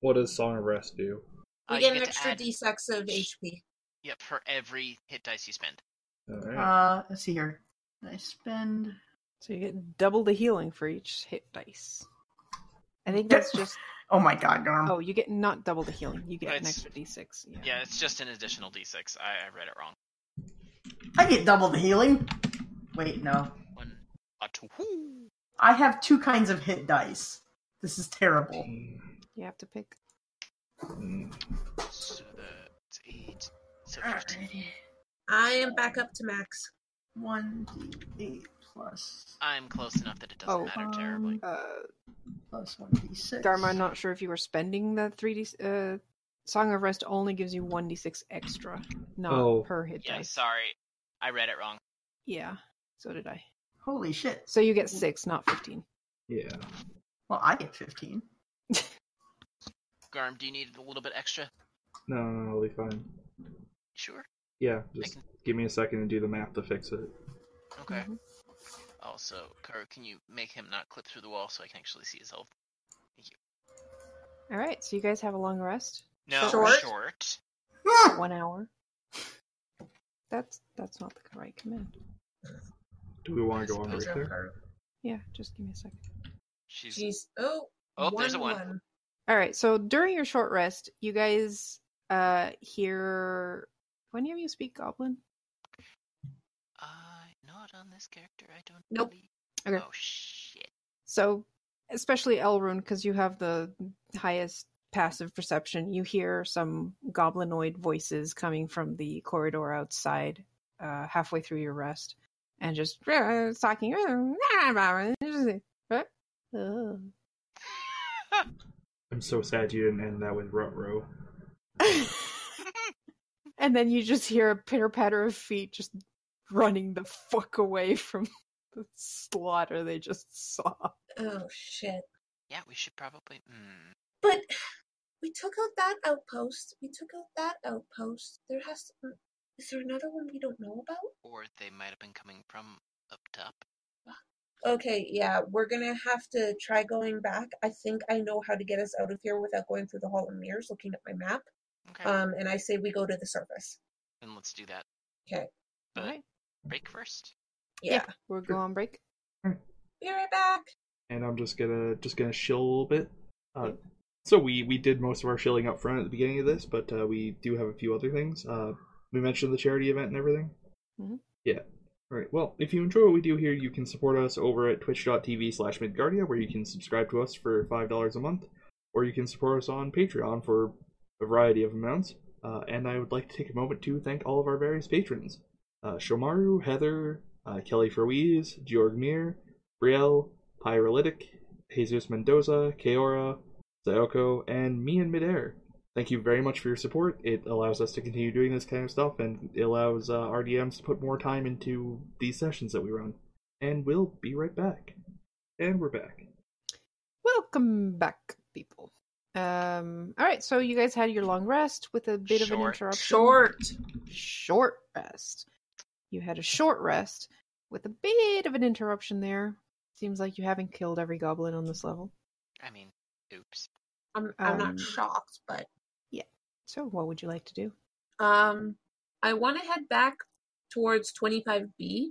what does Song of Rest do?
We
Uh, you
get an
to
extra
add-
d6 of HP.
Yep, for every hit dice you spend.
All right.
Uh, let's see here. I spend.
So you get double the healing for each hit dice. I think that's just.
Oh my god, Garm.
Oh, you get not double the healing. You get an
It's-
extra d6. Yeah.
Yeah, it's just an additional d6. I, I read it wrong.
I get double the healing. Wait, no.
One, a two. whoo.
I have two kinds of hit dice. This is terrible.
You have to pick.
So that's eight. So fifteen.
Alrighty.
I
Oh.
am back up to max.
One d eight plus
I'm close enough that it doesn't
Oh,
matter terribly.
Uh,
plus one d six.
Dharma, I'm not sure if you were spending the 3d. Uh, Song of Rest only gives you 1d6 extra, not
Oh.
per hit
Yeah,
dice.
sorry, I read it wrong.
Yeah, so did I.
Holy shit.
So you get 6, not 15.
Yeah.
Well, I get fifteen.
Garm, do you need a little bit extra?
No, no, no, I'll be fine.
Sure.
Yeah, just
can-
give me a second and do the math to fix it.
Okay.
Mhm.
Also, Karu, can you make him not clip through the wall so I can actually see his health?
All right, so you guys have a long rest.
No,
Short?
short.
One hour. That's that's not the right command.
Do we want to go on right
Suppose
there?
Yeah, just give me a second.
She's
Jeez. Oh,
Oh, there's a one.
All right, so during your short rest, you guys uh hear. When do you speak Goblin?
uh, not on this character. I don't.
Nope.
believe-
Okay.
Oh shit.
So, especially Elrune, because you have the highest passive perception, you hear some goblinoid voices coming from the corridor outside, uh, halfway through your rest, and just it's talking. Oh.
I'm so sad you didn't end that with rut row.
and then you just hear a pitter patter of feet just running the fuck away from the slaughter they just saw.
Oh shit!
Yeah, we should probably. Mm.
But we took out that outpost. We took out that outpost. There has to. be- Is there another one we don't know about?
Or they might have been coming from up top.
Okay, yeah, we're gonna have to try going back. I think I know how to get us out of here without going through the hall of mirrors. Looking at my map,
Okay.
um, and I say we go to the surface.
then let's do that.
Okay,
But
All right,
break first.
yeah,
we're going on break.
be right back.
and I'm just gonna just gonna shill a little bit. Uh, so we we did most of our shilling up front at the beginning of this, but uh, we do have a few other things. Uh, we mentioned the charity event and everything.
Mhm.
Yeah. All right. Well, if you enjoy what we do here, you can support us over at Twitch.tv/slash Midgardia, where you can subscribe to us for five dollars a month, or you can support us on Patreon for a variety of amounts. Uh, and I would like to take a moment to thank all of our various patrons: uh, Shomaru, Heather, uh, Kelly Ferwies, Georg Mir, Brielle, Pyrolytic, Jesus Mendoza, Kaora, Sayoko, and me in midair. Thank you very much for your support. It allows us to continue doing this kind of stuff, and it allows uh, RDMs to put more time into these sessions that we run. And we'll be right back. And we're back.
Welcome back, people. Um, all right, so you guys had your long rest with a bit of an
Short.
interruption.
Short.
Short rest. You had a short rest with a bit of an interruption there. Seems like you haven't killed every goblin on this level.
I mean, oops.
I'm, I'm
Um,
not shocked, but
So, what would you like to do?
um, I want to head back towards 25B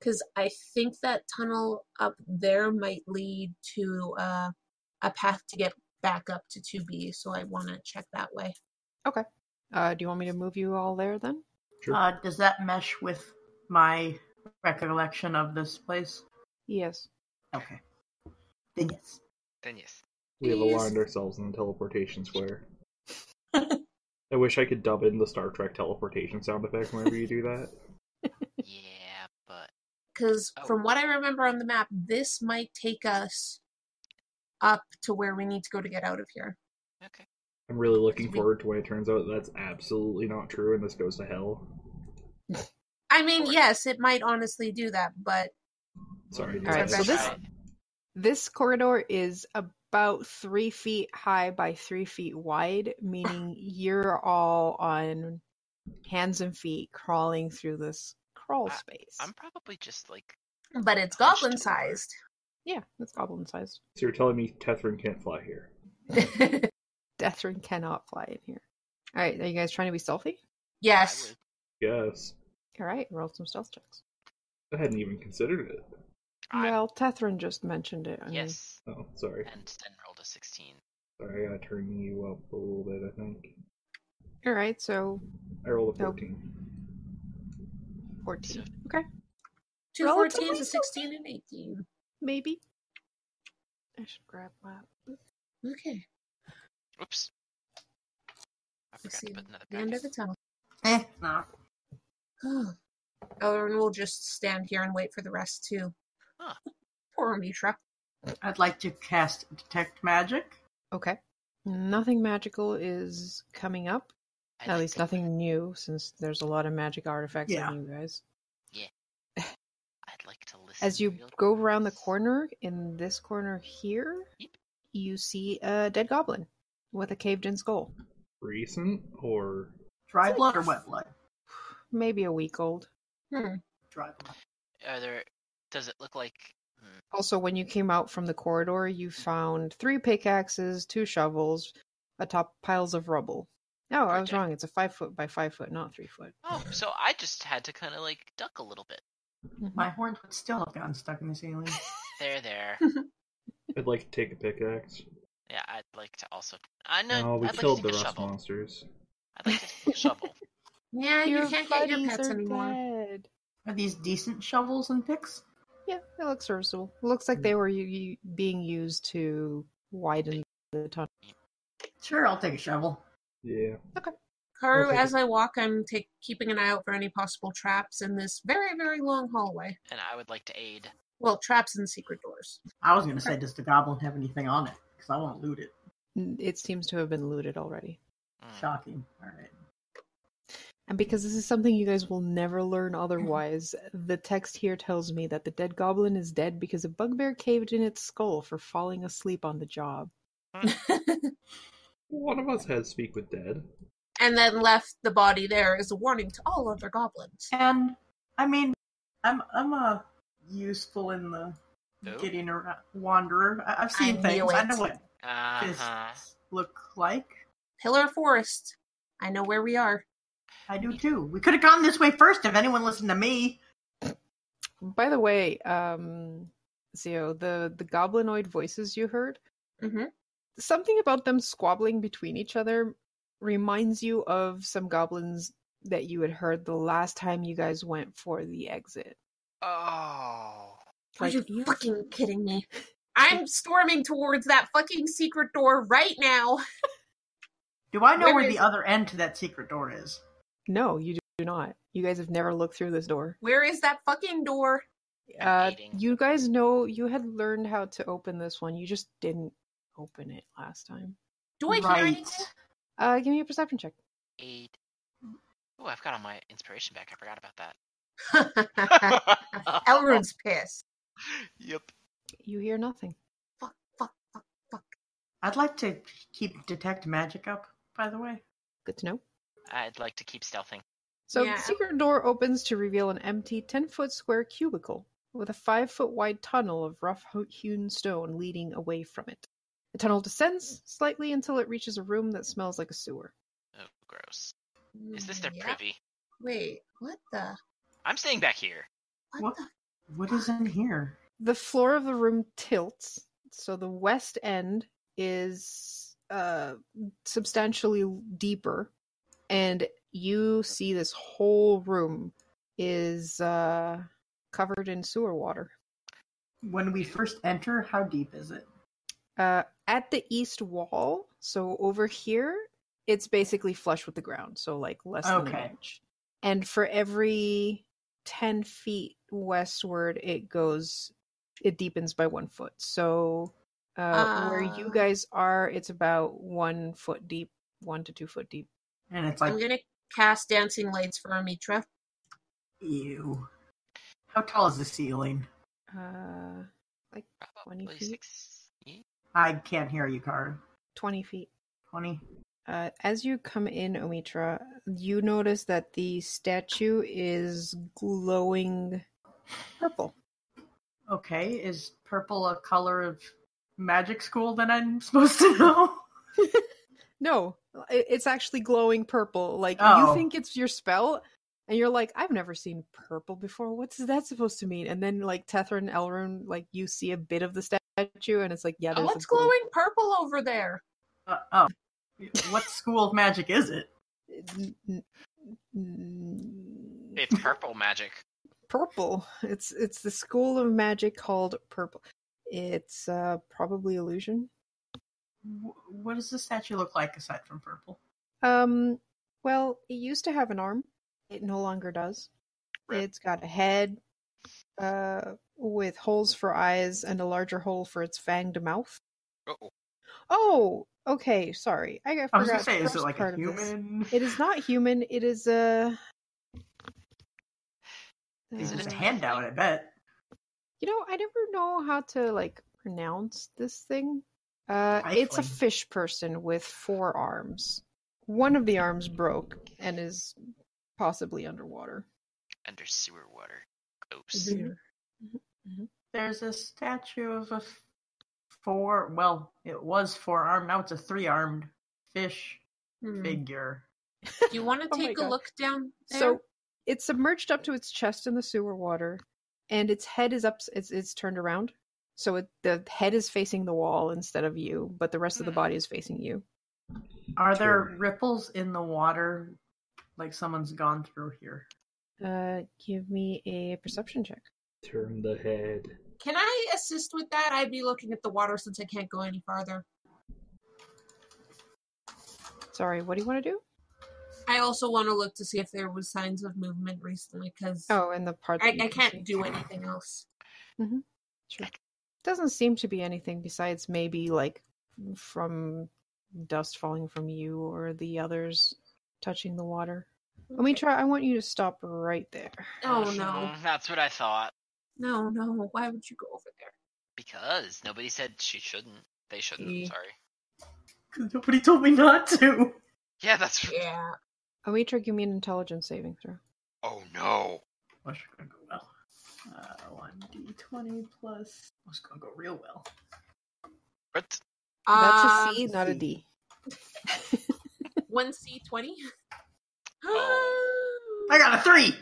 because I think that tunnel up there might lead to uh, a path to get back up to 2B. So I want to check that way.
Uh, do you want me to move you all there then?
Sure.
Uh, does that mesh with my recollection of this place?
Yes.
Okay. Then yes.
Then yes.
we have
Please.
aligned ourselves in the teleportation square. I wish I could dub in the Star Trek teleportation sound effect whenever you do that.
Yeah, but
Because
Oh.
from what I remember on the map, this might take us up to where we need to go to get out of here.
okay.
I'm really looking forward to when it turns out that's absolutely not true and this goes to hell.
I mean, yes, it might honestly do that, but
Sorry. dude.
All right, so
Let's
this-
try it.
This corridor is about three feet high by three feet wide, meaning you're all on hands and feet crawling through this crawl
I-
space.
I'm probably just like
but it's
Hunched
goblin sized.
Yeah, that's goblin sized.
So you're telling me Tethrin can't fly here?
Deathrin cannot fly in here. All right, are you guys trying to be stealthy?
I
yes.
would-
Yes.
All right, roll some stealth checks.
I hadn't even considered it.
I-
Well, Tethrin just mentioned it. I mean,
yes,
Oh, sorry.
and then rolled a sixteen.
Sorry, I gotta turn you up a little bit, I think.
All right, so
I rolled a
Nope.
14.
14. Okay,
Two
Relatively
14s,
simple.
a 16, and 18.
maybe. I should grab that.
Okay.
Oops. I forgot to
see.
put another
The end of the
packet.
tunnel.
Eh, no.
Elrin will Oh, just stand here and wait for the rest too.
Huh.
Poor Mitra.
I'd like to cast detect magic.
Okay. Nothing magical is coming up.
I
At
like
least
that.
nothing new, since there's a lot of magic artifacts
Yeah.
on you guys.
I'd like to listen.
As you
real
go around the
close.
corner, in this corner here,
Yep.
you see a dead goblin with a caved in skull.
Recent or
Dry blood or wet blood?
Maybe a week old.
Hmm.
Dry blood.
Are there? Does it look like? hmm,
Also, when you came out from the corridor, you found three pickaxes, two shovels, atop piles of rubble. No, I was
Okay.
wrong. It's a five foot by five foot, not three foot.
Oh, so I just had to kind of like duck a little bit.
My horns would still have gotten stuck in the ceiling.
There, there.
I'd like to take a pickaxe.
Yeah, I'd like to also. I know.
No, we
I'd
killed
like to
the
take a
rust
shovel.
monsters.
I'd like to take a shovel.
Yeah, you
Your
can't get your
buddies
pets
are
anymore.
dead.
Are these decent shovels and picks?
Yeah, it looks serviceable. Looks like they were u- u- being used to widen the tunnel.
Sure, I'll take a shovel.
Yeah.
Karu,
Okay.
as I walk, I'm take, keeping an eye out for any possible traps in this very, very long hallway.
and I would like to aid.
Well, traps and secret doors.
I was going to say, does the goblin have anything on it? Because I want to loot it.
N- Mm, It seems to have been looted already.
Mm.
Shocking. All right.
And because this is something you guys will never learn otherwise, the text here tells me that the dead goblin is dead because a bugbear caved in its skull for falling asleep on the job.
One of us has speak with dead.
and then left the body there as a warning to all other goblins.
And I mean, I'm I'm a useful in the
Who?
getting around wanderer. I, I've seen
I
things.
knew
I
it.
know what fists
Uh-huh.
look like.
Pillar Forest. I know where we are.
I do too. We could have gone this way first if anyone listened to me.
By the way, um, Zio, the, the goblinoid voices you heard,
hmm
something about them squabbling between each other reminds you of some goblins that you had heard the last time you guys went for the exit.
Oh.
Are
Like,
you
you-
fucking kidding me? I'm storming towards that fucking secret door right now.
Do I know
Where
where,
is-
the other end to that secret door is?
No, you do not. You guys have never looked through this door.
Where is that fucking door?
Uh,
Aiding.
you guys know you had learned how to open this one. You just didn't open it last time.
Do I hear
right.
anything?
Uh, give me a perception check.
Aid. Oh, I've got all my inspiration back. I forgot about that.
Elrond's pissed.
Yep.
You hear nothing.
Fuck, fuck, fuck, fuck.
I'd like to keep detect magic up. By the way,
Good to know.
I'd like to keep stealthing.
So
Yeah.
the secret door opens to reveal an empty 10 foot square cubicle with a 5 foot wide tunnel of rough ho- hewn stone leading away from it. The tunnel descends slightly until it reaches a room that smells like a sewer.
Oh, gross. Is this their
Mm, Yeah.
privy?
Wait, what the?
I'm staying back here.
What,
What?
the?
What is in here?
The floor of the room tilts, so the west end is uh, substantially deeper, and you see this whole room is uh, covered in sewer water.
When we first enter, how deep is it?
Uh, at the east wall, so over here, it's basically flush with the ground, so like less than
Okay.
an inch. And for every 10 feet westward, it goes, it deepens by one foot. So uh, where you
Ah.
guys are, it's about one foot deep, one to two foot deep.
And it's
I'm
like,
gonna cast dancing lights for Amitra.
ew. How tall is the ceiling?
Uh, like 20
Probably
feet?
six. feet?
I can't hear you, Card.
20 feet.
20.
Uh, as you come in, Omitra, you notice that the statue is glowing purple.
Okay, is purple a color of magic school that I'm supposed to know?
No, i- it's actually glowing purple. Like
Oh.
you think it's your spell, and you're like, I've never seen purple before. What's that supposed to mean? And then like Tethra and Elrune, like you see a bit of the statue, and it's like, yeah, there's
Oh, What's
a glow-
glowing purple over there?
Uh, oh. What school of magic is it?
N- n- n-
It's purple magic.
purple. It's it's the school of magic called purple. It's uh, probably illusion.
Wh- What does the statue look like aside from purple?
Um, well, it used to have an arm. It no longer does.
Rip.
It's got a head, uh, with holes for eyes and a larger hole for its fanged mouth.
Oh,
Oh, okay. Sorry, I, I forgot.
I was gonna say,
the
is it
first
like
part
a
of this.
human?
It is not human. It is uh, a.
Is
Is
it
it
a
a-
handout? I bet.
You know, I never know how to like pronounce this thing. Uh, it's a
Trifling.
fish person with four arms. One of the arms broke and is possibly underwater.
under sewer water. Gross.
There's a statue of a f- four. Well, it was four armed. Now it's a three armed fish
Hmm.
figure.
Do you want to
Oh my
take a
God.
look down there?
So it's submerged up to its chest in the sewer water, and its head is up. It's, it's turned around, so it, the head is facing the wall instead of you, but the rest of the
Mm.
Hmm.
body is facing you.
Are there
Sure.
ripples in the water? Like someone's gone through here.
Uh, give me a perception check.
Turn the head.
Can I assist with that? I'd be looking at the water since I can't go any farther.
Sorry, what do you want to do?
I also want to look to see if there was signs of movement recently because
Oh, and the part
I,
that you
I
can see.
can't do anything else.
Sure. Doesn't seem to be anything besides maybe like from dust falling from you or the others touching the water. Let me try. I want you to stop right there.
Mm,
Oh no,
Mhm, That's what I thought.
no, no! Why would you go over there?
Because nobody said she shouldn't. They shouldn't.
Yeah.
Sorry.
'Cause nobody told me not to.
Yeah, that's.
Yeah,
Omitra, give me an intelligence saving throw.
Oh no.
Well, she's gonna go well. Uh, one d twenty plus. It's gonna go real well.
What?
That's a
Um,
Ah, C, not a D.
One C twenty.
Oh.
I got a three.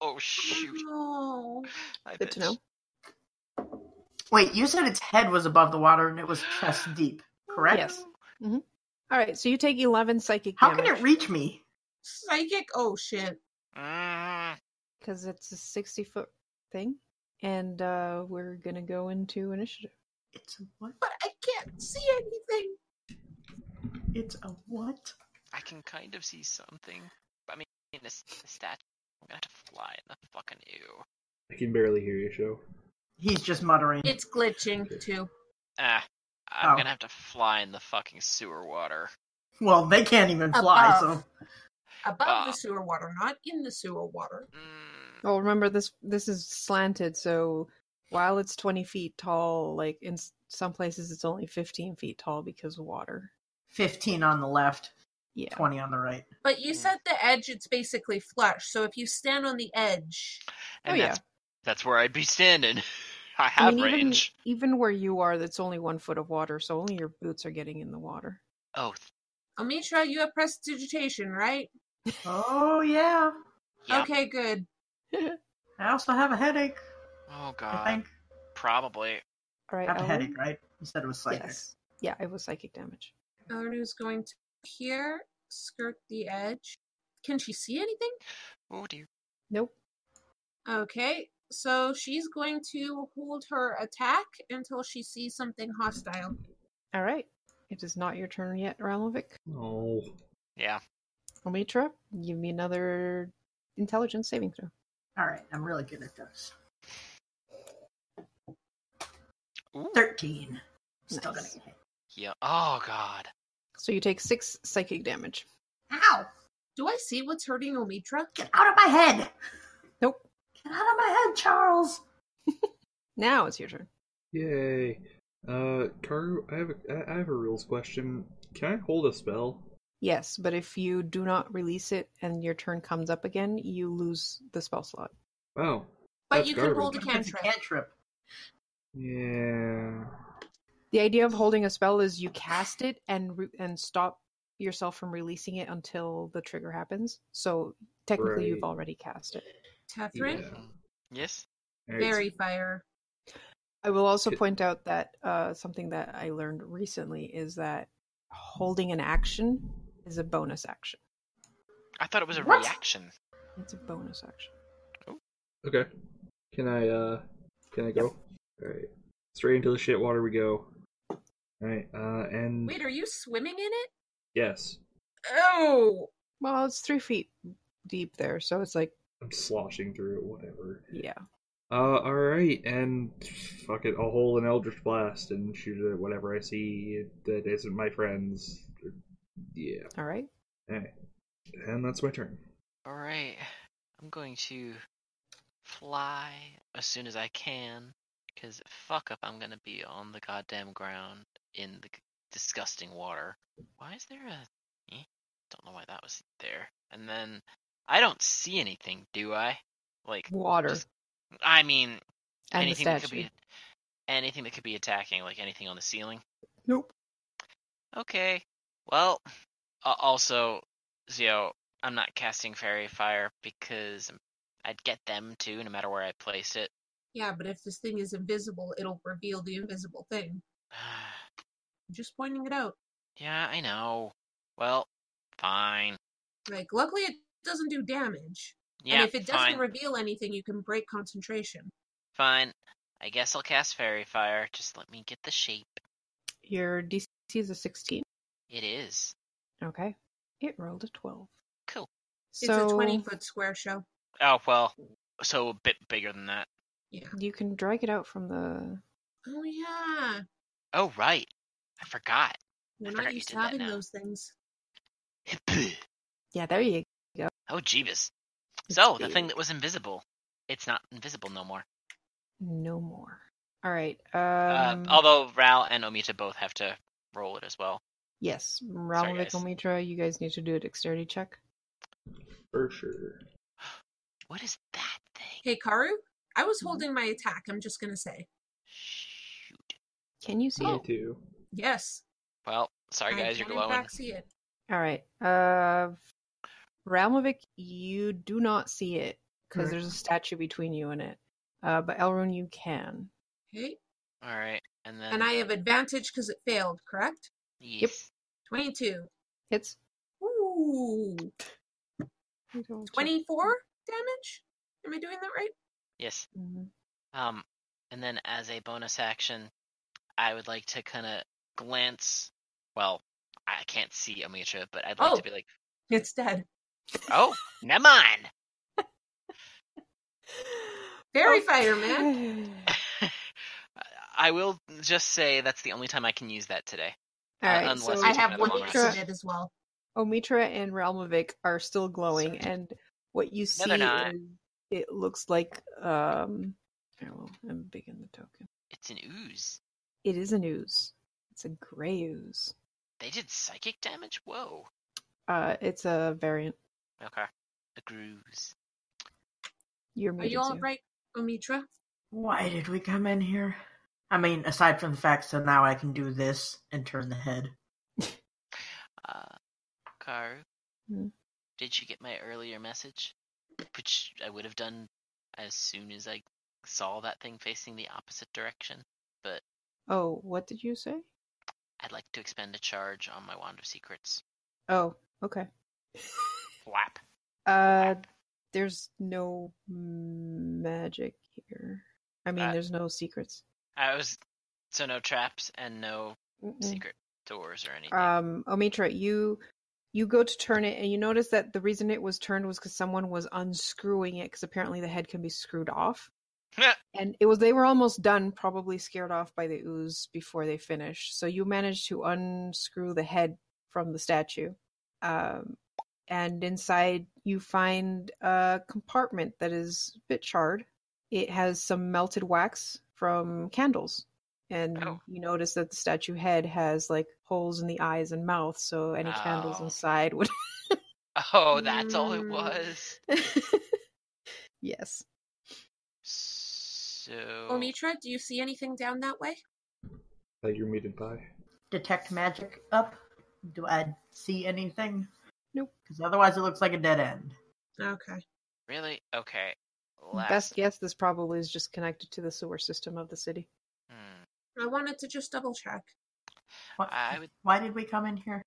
Oh shoot.
No.
I
Good to know.
Wait, you said its head was above the water and it was chest deep, correct?
Yes. All right, so you take eleven psychic
How
damage
can it reach me?
Psychic. Oh shit.
Mm,
because it's a sixty foot thing, and uh, we're gonna go into initiative.
It's a what?
But I can't see anything.
It's a what?
I can kind of see something. I mean, a, s- a statue. I'm gonna have to fly in the fucking ew.
I can barely hear you, show.
He's just muttering.
It's glitching too.
Ah. I'm
Oh.
gonna have to fly in the fucking sewer water.
well, they can't even fly,
Above.
so
Above
Ah.
the sewer water, not in the sewer water.
Mm,
Oh, remember this. This is slanted, so while it's twenty feet tall, like in s- some places it's only fifteen feet tall because of water.
fifteen on the left.
Yeah.
20 on the right.
But
Hmm.
you said the edge, it's basically flush. So if you stand on the edge,
And
Oh,
that's, that's where I'd be standing. I
I
have
mean, even,
range.
even where you are, that's only one foot of water, so only your boots are getting in the water.
Oh,
Omitra, you have prestidigitation, right?
Oh, yeah.
yeah.
Okay, good.
I also have a headache,
Oh
I
god.
think.
Probably.
All right,
I have a
Ellen?
headache, right? You said it was psychic.
Yes. Yeah, it was psychic damage.
Elru's going to here, skirt the edge. Can she see anything?
Oh dear.
Nope.
Okay, so she's going to hold her attack until she sees something hostile.
All right. It is not your turn yet, Ralovic.
Oh,
Yeah.
Omitra, give me another intelligence saving throw.
All right, I'm really good at those.
Ooh.
13. Still
Nice.
gonna get hit.
Yeah. Oh god.
So you take six psychic damage.
Ow!
Do I see what's hurting Omitra?
Get out of my head!
Nope.
Get out of my head, Charles!
Now it's your turn.
yay! Uh, Karu, I have a, I have a rules question. Can I hold a spell?
Yes, but if you do not release it and your turn comes up again, you lose the spell slot.
Oh,
But
That's
you can hold a
garbage.
It's a
cantrip.
cantrip.
yeah.
The idea of holding a spell is you cast it and re- and stop yourself from releasing it until the trigger happens. So technically, you've
Right.
already cast it.
Catherine,
Yeah.
Mm. Yes.
Alright,
very fire.
I will also
It-
point out that uh, something that I learned recently is that holding an action is a bonus action.
I thought it was a
What?
reaction.
It's a bonus action.
Okay. Can I uh can I go? Alright. Straight into the shit water we go. Alright, uh and
Wait, are you swimming in it?
yes.
Oh,
Well, it's three feet deep there, so it's like
I'm sloshing through it, whatever.
yeah.
Uh alright, and fuck it, I'll hold an Eldritch Blast and shoot it at whatever I see that isn't my friends. Yeah.
All right.
Alright. And that's my turn.
All right. I'm going to fly as soon as I can cuz fuck up I'm going to be on the goddamn ground in the g- disgusting water. Why is there a eh? Don't know why that was there. And then I don't see anything, do I? Like
Water
Just- I mean
and
anything
the
that could
statue.
be anything that could be attacking, like anything on the ceiling.
Nope.
Okay. Well, uh, also, Zio, I'm not casting Fairy Fire because I'd get them too, no matter where I placed it.
yeah, but if this thing is invisible, it'll reveal the invisible thing. I'm just pointing it out.
yeah, I know. Well, fine.
Like, luckily it doesn't do damage.
Yeah,
and if it doesn't
fine.
reveal anything, you can break concentration.
fine. I guess I'll cast Fairy Fire. Just let me get the shape.
Your DC is a 16.
It is.
Okay. It rolled a 12.
Cool.
So
It's a 20 foot square show.
Oh, well, so a bit bigger than that.
Yeah.
you can drag it out from the.
Oh, yeah.
Oh, right. I forgot.
We're
forgot
not
you
used to
did that
having
now.
those things.
Yeah, there you
oh,
It's
Jeebus. So, the thing
big.
that was invisible, it's not invisible no more.
No more. All right.
Uh,
Um,
although Ral and Omita both have to roll it as well.
yes, Ralovic
guys.
Omitra, you guys need to do a dexterity check.
For sure.
What is that thing?
Hey, Karu, I was holding my attack. I'm just going to say.
Shoot.
Can you see
Oh.
Me
it?
too.
Yes.
Well, sorry
I
guys, you're
can
glowing.
in fact see it.
All right. Uh, Ralovic, you do not see it because
Alright.
there's a statue between you and it. Uh, but Elrune, you can.
Okay.
All right, and then uh,
And I have advantage because it failed, correct?
yes.
22.
Hits.
Ooh. 24 damage? Am I doing that right?
yes.
Mhm.
Um, and then as a bonus action, I would like to kind of glance. Well, I can't see Omitra, but I'd like
Oh.
to be like,
It's dead.
oh, never mind.
Fairy
Oh.
fire, man.
I will just say that's the only time I can use that today.
All right,
uh, unless
so
you
I
It's
have
another
one
long
piece
rest.
of it as well.
Omitra and Realmovic are still glowing, and what you
No,
see
they're not.
is it looks like um. Here, well, I'm big in the token.
It's an ooze.
It is an ooze. It's a gray ooze.
They did psychic damage. Whoa.
Uh, it's a variant.
Okay. A Grues.
You're
Are
muted.
you all
too.
right, Omitra?
Why did we come in here? I mean, aside from the fact, so now I can do this and turn the head.
Uh, Karu,
Hmm.
did you get my earlier message? Which I would have done as soon as I saw that thing facing the opposite direction.
Oh, what did you say?
I'd like to expend a charge on my Wand of Secrets.
Oh, okay.
Flap.
Uh, there's no magic here. I mean,
Uh,
there's no secrets.
I was. So no traps and no
Mm-mm.
secret doors or anything.
Um, Omitra, you you go to turn it, and you notice that the reason it was turned was because someone was unscrewing it, because apparently the head can be screwed off. and it was they were almost done, probably scared off by the ooze before they finished. So you managed to unscrew the head from the statue, um, and inside you find a compartment that is a bit charred. It has some melted wax from candles and
Oh.
you notice that the statue head has like holes in the eyes and mouth so any candles
Oh.
inside would
oh, that's all it
Mm.
was.
yes
So.
Omitra, do you see anything down that way?
That you're muted by.
Detect magic up. Do I see anything?
Nope.
Because otherwise, it looks like a dead end.
Okay.
Really? Okay. Last.
best guess this probably is just connected to the sewer system of the city
Hmm.
I wanted to just double check.
What,
I would.
Why did we come in here?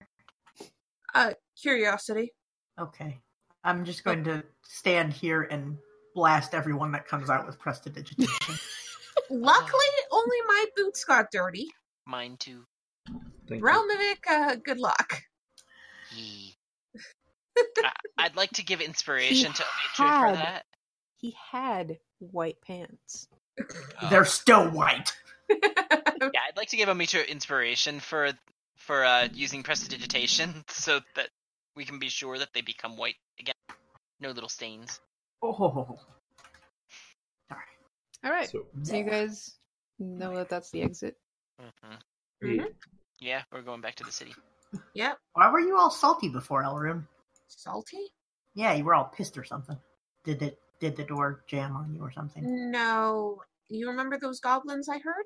Curiosity.
Okay. I'm just going to stand here and blast everyone that comes out with prestidigitation.
Uh-huh.
Luckily, only my boots got dirty.
Mine too.
Thank you.
Realmovic, uh, good luck.
Yee. E. I, I'd like to give inspiration to Omitra
had-
for that.
he had white pants
Oh.
They're still white.
Yeah, I'd like to give Omitra inspiration for for uh, using prestidigitation so that we can be sure that they become white again. No little stains.
Oh.
all right
So,
so you guys know that that's the exit
Mhm.
yeah,
Yeah, we're going back to the city.
Yep.
Why were you all salty before Elroom?
Salty?
Yeah, you were all pissed or something. Did it? Did the door jam on you or something?
No. You remember those goblins I heard?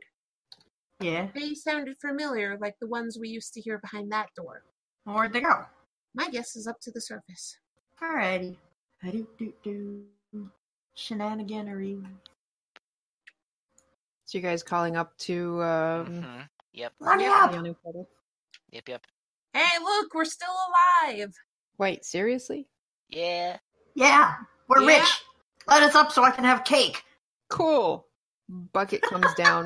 Yeah.
They sounded familiar, like the ones we used to hear behind that door.
Where'd they go?
My guess is up to the surface.
Alrighty. Do do do. Shenaniganery.
so you guys calling up to um
Mhm. Yep,
Run
Yeah.
up!
Yanu Portal?
yep, yep.
Hey, look, we're still alive.
wait seriously
Yeah.
Yeah, we're
Yeah.
rich. Let us up so I can have cake.
cool bucket comes down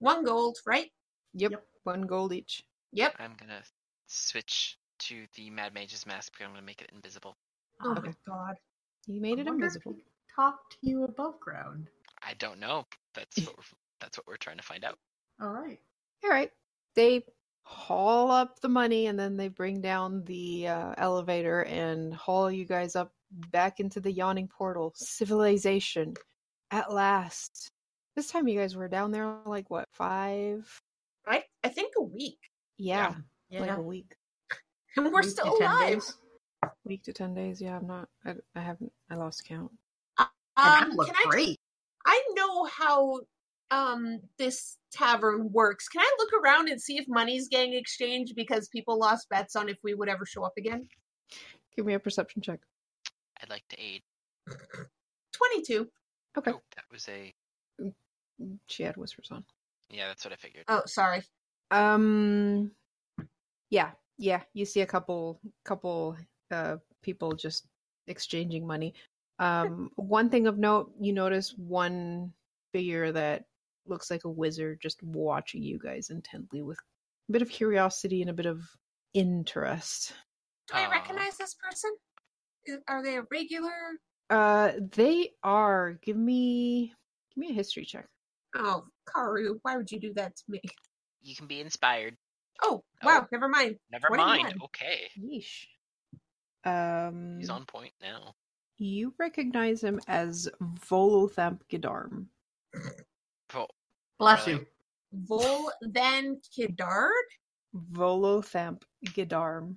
One gold, right?
yep,
Yep.
one gold each
Yep.
I'm gonna switch to the Mad Mage's mask because I'm gonna make it invisible.
Oh
Okay.
my god.
you made
I
it
wonder if
invisible
he Talk to you above ground.
I don't know. That's what we're, that's what we're trying to find out.
All right.
all right they haul up the money and then they bring down the uh, elevator and haul you guys up back into the yawning portal civilization at last this time you guys were down there like what five
I, I think a week.
yeah,
Yeah.
like a week
And we're
Week
still
to 10
alive.
days.
week to 10 days yeah i'm not i, I haven't i lost count
And I
Um,
look
can I
great.
I know how um this tavern works. Can I look around and see if money's getting exchanged because people lost bets on if we would ever show up again?
give me a perception check
I'd like to aid.
22.
okay
Oh, that was a.
she had whispers on
Yeah, that's what I figured.
Oh, sorry.
Um yeah, yeah, you see a couple couple uh people just exchanging money. Um one thing of note, you notice one figure that looks like a wizard just watching you guys intently with a bit of curiosity and a bit of interest.
Do I
Aw.
recognize this person? Is- Are they a regular?
Uh they are give me give me a history check.
Oh, Karu, why would you do that to me?
You can be inspired.
Oh,
Oh.
wow, never mind.
Never
21.
mind. Okay.
Yeesh. Um
Mm-hmm.
He's on point now.
you recognize him as Volothamp Gidarm.
Pro-
Bless
Really?
you.
Vol then Kidard?
Volothamp Gidarm.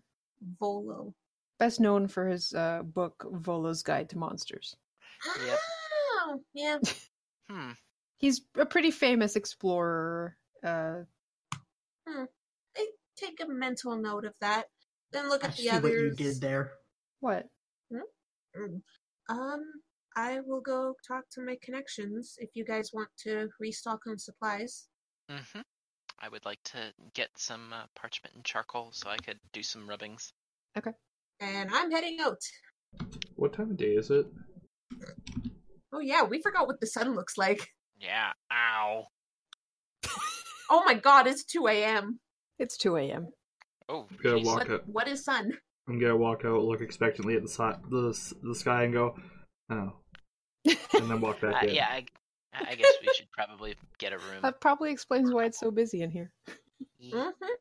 Volo.
best known for his uh, book Volo's Guide to Monsters.
Yep.
Oh, yeah.
Hmm.
He's a pretty famous explorer. Uh,
Take a mental note of that. Then look
I
at
see
the others.
what you did there.
what?
Mm. Um, I will go talk to my connections if you guys want to restock on supplies.
Mm-hmm. I would like to get some uh, parchment and charcoal so I could do some rubbings.
And I'm heading out.
What time of day is it?
Oh yeah, we forgot what the sun looks like.
Yeah. Ow.
Oh my god, it's two AM.
It's 2 a.m.
Oh.
Gotta
jeez.
walk.
What,
Okay.
what is sun?
I'm gonna walk out, look expectantly at the si- the s- the sky, and go, oh, and then walk back
Uh,
in.
yeah. I, I guess we should probably get a room.
that probably explains why it's so busy in here.
Ye-
mm?
hmm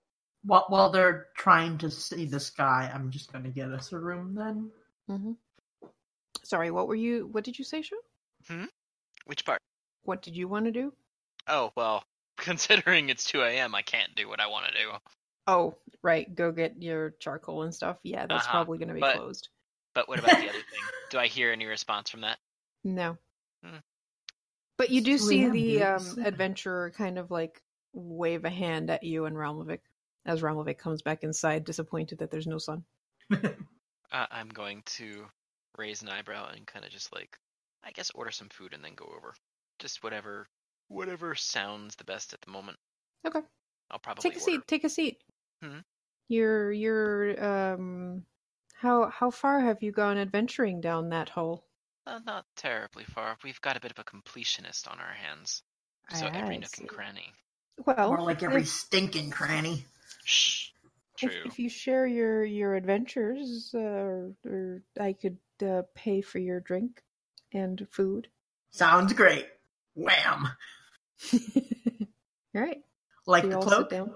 While, while they're trying to see the sky, I'm just going to get us a room then.
Mm-hmm. Sorry, what were you? What did you say, Shu?
Which part?
What did you want to do?
Oh well. Considering it's 2 a.m., I can't do what I want to do.
Oh, right. Go get your charcoal and stuff. Yeah, that's
Uh-huh,
probably going to be
but-
closed.
But what about the other thing? Do I hear any response from that?
No.
Hmm.
But you do
So
see
yeah,
the
maybe
um,
seven.
adventurer kind of like wave a hand at you and Ramlovic as Ramlovic comes back inside, disappointed that there's no sun.
Uh, I'm going to raise an eyebrow and kind of just like, I guess, order some food and then go over. Just whatever, whatever sounds the best at the moment.
Okay.
I'll probably
Take a
order.
seat. Take a seat.
Hmm.
You're you're um how how far have you gone adventuring down that hole?
Uh, not terribly far. We've got a bit of a completionist on our hands, so
Ah, I
every nook
see.
and cranny.
Well,
More like every
if-
stinking cranny.
Shh.
if,
True.
if you share your your adventures, uh, or, or I could uh, pay for your drink and food.
Sounds great. Wham!
all right,
Like
we
the
all sit
cloak,
down.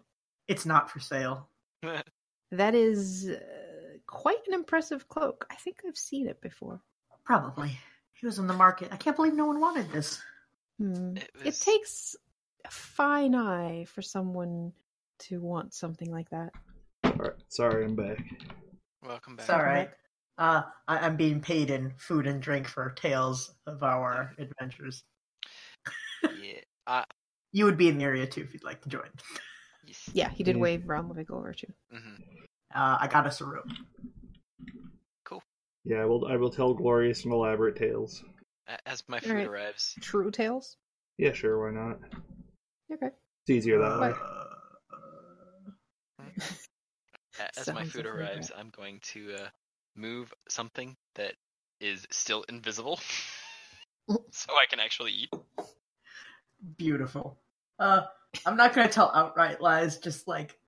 it's not for sale.
That is uh, quite an impressive cloak. I think I've seen it before.
Probably. He was in the market. I can't believe no one wanted this.
Hmm.
It
It,
was-
takes a fine eye for someone to want something like that.
All right, sorry, I'm back.
Welcome back.
It's all right. Uh, I, I'm being paid in food and drink for tales of our adventures.
Yeah. Uh,
You would be in the area too if you'd like to join.
yes.
Yeah, he did
Yeah.
wave Ramlovic over too.
hmm
Uh, I got us a room.
Yeah, I will. I will tell glorious and elaborate tales.
As my food
right.
arrives,
True tales.
Yeah, sure, why not?
Okay.
It's easier that way.
Uh,
a- as my
Sounds
food
like regret.
arrives, I'm going to uh, move something that is still invisible, so I can actually eat.
Beautiful. Uh, I'm not going to tell outright lies, just like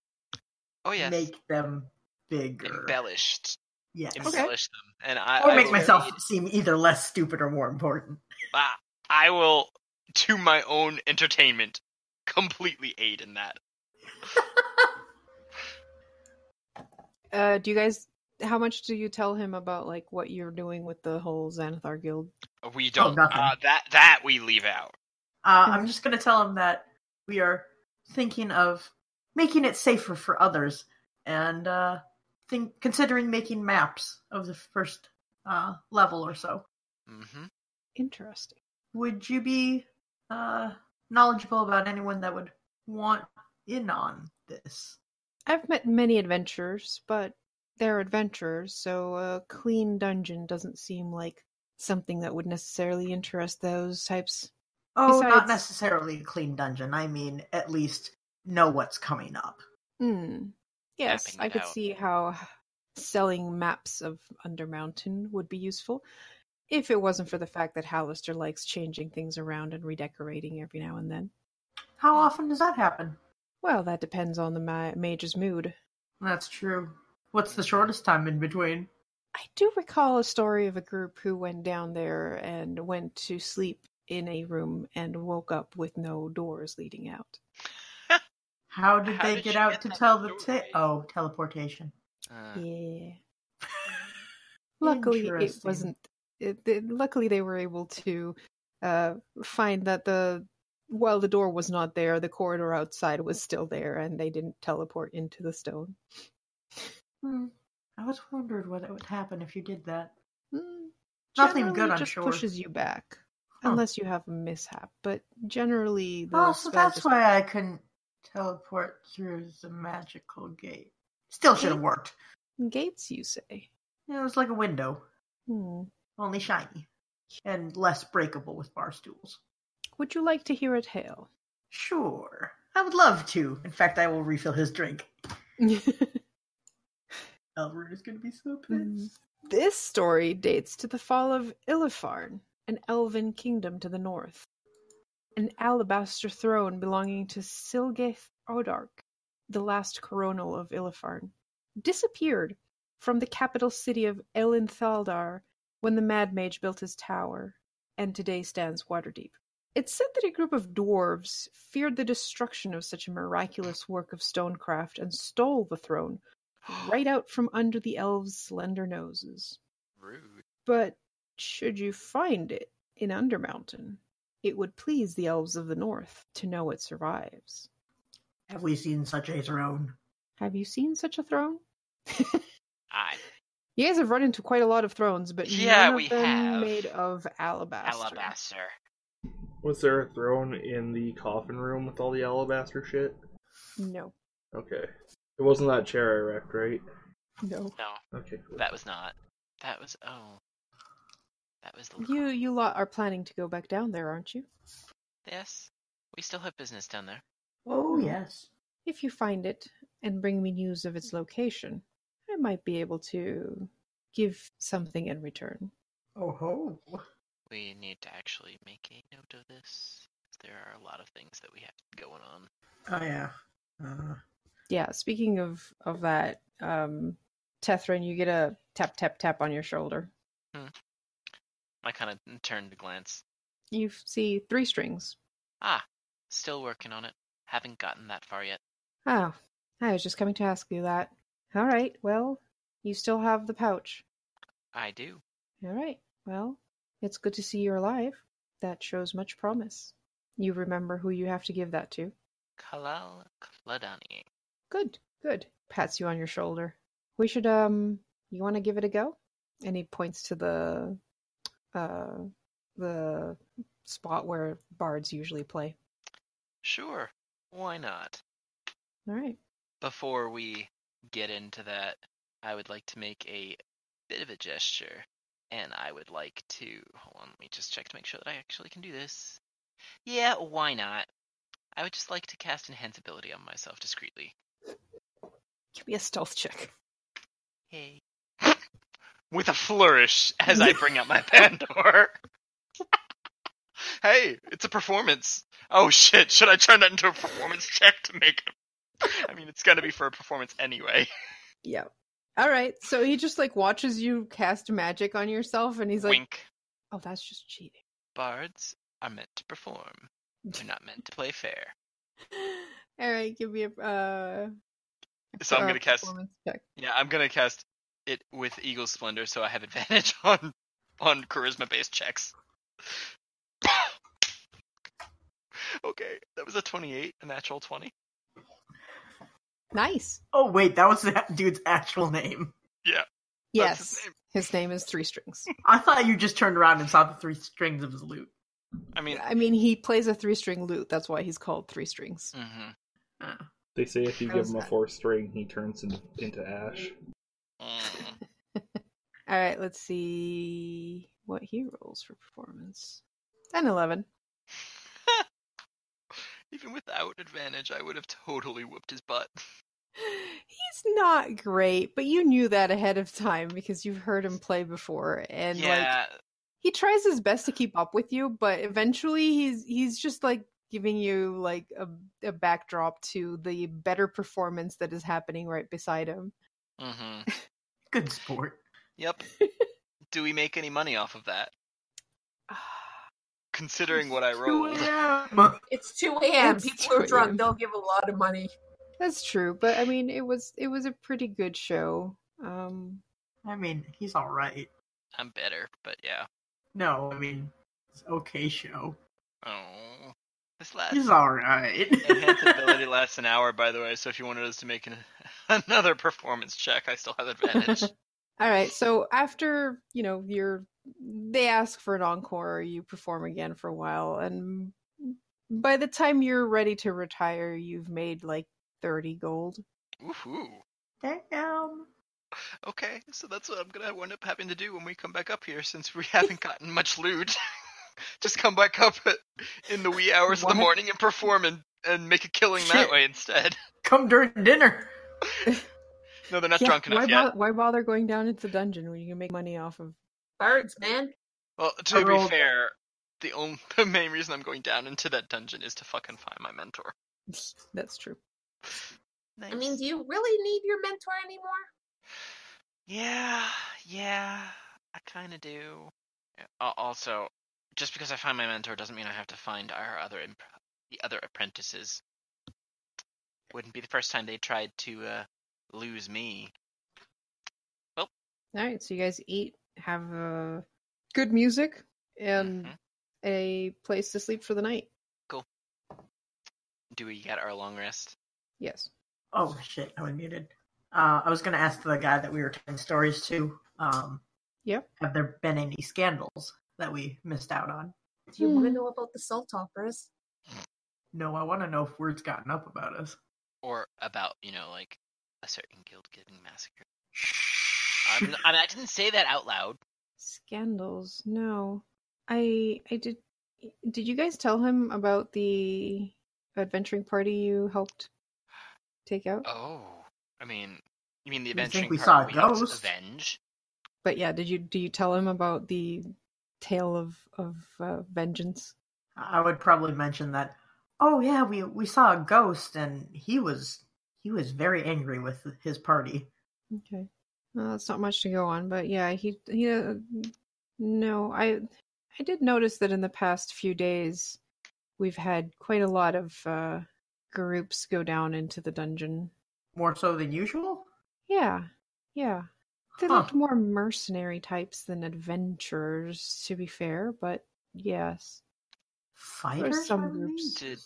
Oh yes.
make them bigger.
embellished,
yes.
embellish them, and I,
Or
I
make
will
myself
read-
seem either less stupid or more important.
ah, I will, to my own entertainment, completely aid in that.
Uh, do you guys? How much do you tell him about like what you're doing with the whole Xanathar Guild?
We don't
nothing.
uh, that that we leave out.
Uh, I'm just going to tell him that we are thinking of making it safer for others and uh, think considering making maps of the first uh, level or so.
hmm
Interesting.
Would you be uh, knowledgeable about anyone that would want in on this?
I've met many adventurers, but they're adventurers, so a clean dungeon doesn't seem like something that would necessarily interest those types.
Oh,
Besides-
not necessarily a clean dungeon. I mean, at least know what's coming up.
Hmm. Yes,
Mapping
I
it
could
out.
see how selling maps of Undermountain would be useful if it wasn't for the fact that Hallister likes changing things around and redecorating every now and then.
How often does that happen?
Well, that depends on the ma- mage's mood.
That's true. What's the shortest time in between?
I do recall a story of a group who went down there and went to sleep in a room and woke up with no doors leading out.
How did
How
they
did
get
you
out
get
to
that
tell the
story?
ta- oh teleportation?
Uh,
Yeah. Luckily, it
Interesting.
wasn't. It, it- luckily, they were able to uh, find that the while the door was not there, the corridor outside was still there, and they didn't teleport into the stone.
Hmm. I was wondered what would happen if you did that.
Mm,
Nothing good,
generally
I'm
just
sure.
pushes you back.
Huh.
Unless you have a mishap, but generally the
Oh, so
spell
that's
just-
why I couldn't teleport through the magical gate. Still should have worked.
gates you say.
It was like a window,
Hmm.
only shiny and less breakable with bar stools.
Would you like to hear a tale?
Sure. I would love to. In fact, I will refill his drink. Elvin is going to be so
Mm-hmm.
pissed.
This story dates to the fall of Ilifarn, an elven kingdom to the north. An alabaster throne belonging to Silgeth Odark, the last coronal of Ilifarn, disappeared from the capital city of Elinthal'dar when the Mad Mage built his tower, and today stands Waterdeep. It's said that a group of dwarves feared the destruction of such a miraculous work of stonecraft and stole the throne right out from under the elves' slender noses.
Rude.
But should you find it in Undermountain, it would please the elves of the north to know it survives.
Have we seen such a throne?
Have you seen such a throne?
I
You guys have run into quite a lot of thrones, but
Yeah,
none of
we
them
have.
made of alabaster.
alabaster.
Was there a throne in the coffin room with all the alabaster shit?
No,
Okay. It wasn't that chair I wrecked, right?
no.
No,
Okay. cool.
that was not. That was oh. That was the
You you lot are planning to go back down there, aren't you?
Yes, we still have business down there.
Oh,
Mm.
yes.
If you find it and bring me news of its location, I might be able to give something in return.
Oh, ho.
We need to actually make a note of this. 'cause There are a lot of things that we have going on.
Oh, yeah. Uh,
yeah speaking of of that um tethrin you get a tap tap tap on your shoulder
I kind of turned to glance.
you f- see three strings
Ah, still working on it. Haven't gotten that far yet.
oh i was just coming to ask you that all right well you still have the pouch
I do.
all right well it's good to see you're alive that shows much promise you remember who you have to give that to
Kalal Kladani.
good good pats you on your shoulder we should um you want to give it a go and he points to the uh the spot where bards usually play
Sure, why not?
All right.
Before we get into that, I would like to make a bit of a gesture, and I would like to. Hold on, let me just check to make sure that I actually can do this. Yeah, why not? I would just like to cast Enhance Ability on myself discreetly.
Give me a stealth check.
Hey. With a flourish as I bring out my Pandor. hey, it's a performance. Oh shit, should I turn that into a performance check to make it? I mean, it's gonna be for a performance anyway.
Yeah. All right. So he just like watches you cast magic on yourself and he's like,
Wink.
oh, that's just cheating.
Bards are meant to perform, they're not meant to play fair.
All right. Give me a. Uh,
So I'm
uh,
gonna cast-
performance check.
Yeah, I'm gonna cast it with Eagle Splendor so I have advantage on on charisma based checks. okay, that was a 28, a natural 20.
Nice.
oh, wait. That was that dude's actual name.
That's
Yes.
his
His
name.
name. is Three Strings.
I thought you just turned around and saw the three strings of his lute.
I mean,
I mean, he plays a three string lute. That's why he's called Three Strings.
hmm
Uh,
They say if you give
How's
him a
that?
four string, he turns in, into ash.
Mm.
All right. Let's see what he rolls for performance. An 11.
Even without advantage, I would have totally whooped his butt.
He's not great, but you knew that ahead of time because you've heard him play before. And like,
yeah,
he tries his best to keep up with you, but eventually he's he's just like giving you like a, a backdrop to the better performance that is happening right beside him.
hmm
good sport.
yep. Do we make any money off of that? Considering what I rolled,
2 a.m.
It's 2 a.m.
It's
People are
2 a.m..
drunk. They'll give a lot of money.
That's true, but I mean it was it was a pretty good show. Um
I mean, he's all right.
I'm better. But yeah,
No, I mean, it's okay show.
oh, This last
He's all right.
enhanced ability lasts an hour, by the way. So if you wanted us to make an, another performance check, I still have advantage.
All right. So after you know you're, they ask for an encore. You perform again for a while, and by the time you're ready to retire, you've made like thirty gold.
Woohoo!
Damn.
Okay, so that's what I'm gonna wind up having to do when we come back up here, since we haven't gotten much loot. Just come back up at, in the wee hours of
What?
the morning and perform and, and make a killing
Shit.
that way instead.
Come during dinner.
No, they're not
Yeah,
drunk
why,
enough yet.
bo- why bother going down into the dungeon when you can make money off of?
Birds, man.
Well,
I
to be
rolled-
fair, the only the main reason I'm going down into that dungeon is to fucking find my mentor.
That's true.
I mean, do you really need your mentor anymore?
yeah, yeah, I kind of do. Also, just because I find my mentor doesn't mean I have to find our other imp- the other apprentices. Wouldn't be the first time they tried to uh, lose me.
All right. So you guys eat, have uh, good music, and
Mhm.
a place to sleep for the night.
Do we get our long rest?
Yes.
Oh shit, I was muted. Uh, I was going to ask the guy that we were telling stories to. Um,
Yep.
Have there been any scandals that we missed out on?
Do you want to
Hmm.
know about the salt operas?
No, I want to know if word's gotten up about us.
Or about you know like a certain guild getting massacred?
Shh.
I'm, I, mean, I didn't say that out loud.
Scandals. No. I I did did you guys tell him about the adventuring party you helped take out?
Oh, I mean, you mean the
You think
adventuring
we
part
saw a
we
ghost?
helped avenge?
But yeah, did you do you tell him about the tale of of uh, vengeance?
I would probably mention that. Oh yeah, we we saw a ghost, and he was he was very angry with his party.
Okay. Well, that's not much to go on, but yeah, he he uh, no, I I did notice that in the past few days we've had quite a lot of uh groups go down into the dungeon.
More so than usual.
Yeah, yeah. They
Huh.
looked more mercenary types than adventurers, to be fair, but yes.
Fighters.
some
I believe?
groups.
Did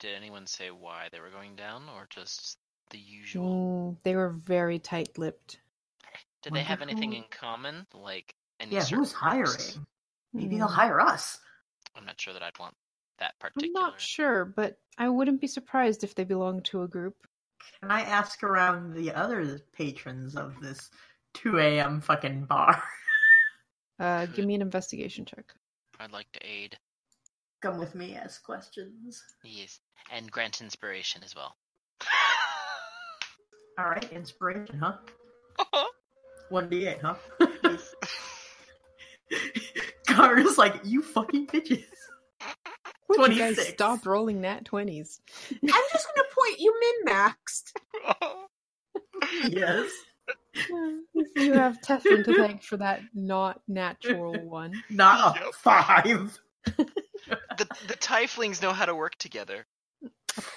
did anyone say why they were going down, or just the usual?
Mm, they were very tight lipped.
Did they have anything in
Wonderful.
common? Like any
Yeah,
certain
who's hiring?
groups?
Maybe they'll hire us.
I'm not sure that I'd want that
Mm. I'm
particular.
not sure, but I wouldn't be surprised if they belong to a group.
Can I ask around the other patrons of this 2 a.m. fucking bar?
Uh, give me an investigation check.
I'd like to aid.
Come with me, ask questions.
Yes, and grant inspiration as well.
All right, inspiration, huh? 1d8, huh? Kara's like, you fucking bitches.
Would you guys
26.
stop rolling nat 20s?
I'm just going to point you min maxed.
Yes.
you have Teflon to thank for that not natural one.
Not a
Yep.
five.
the the tieflings know how to work together.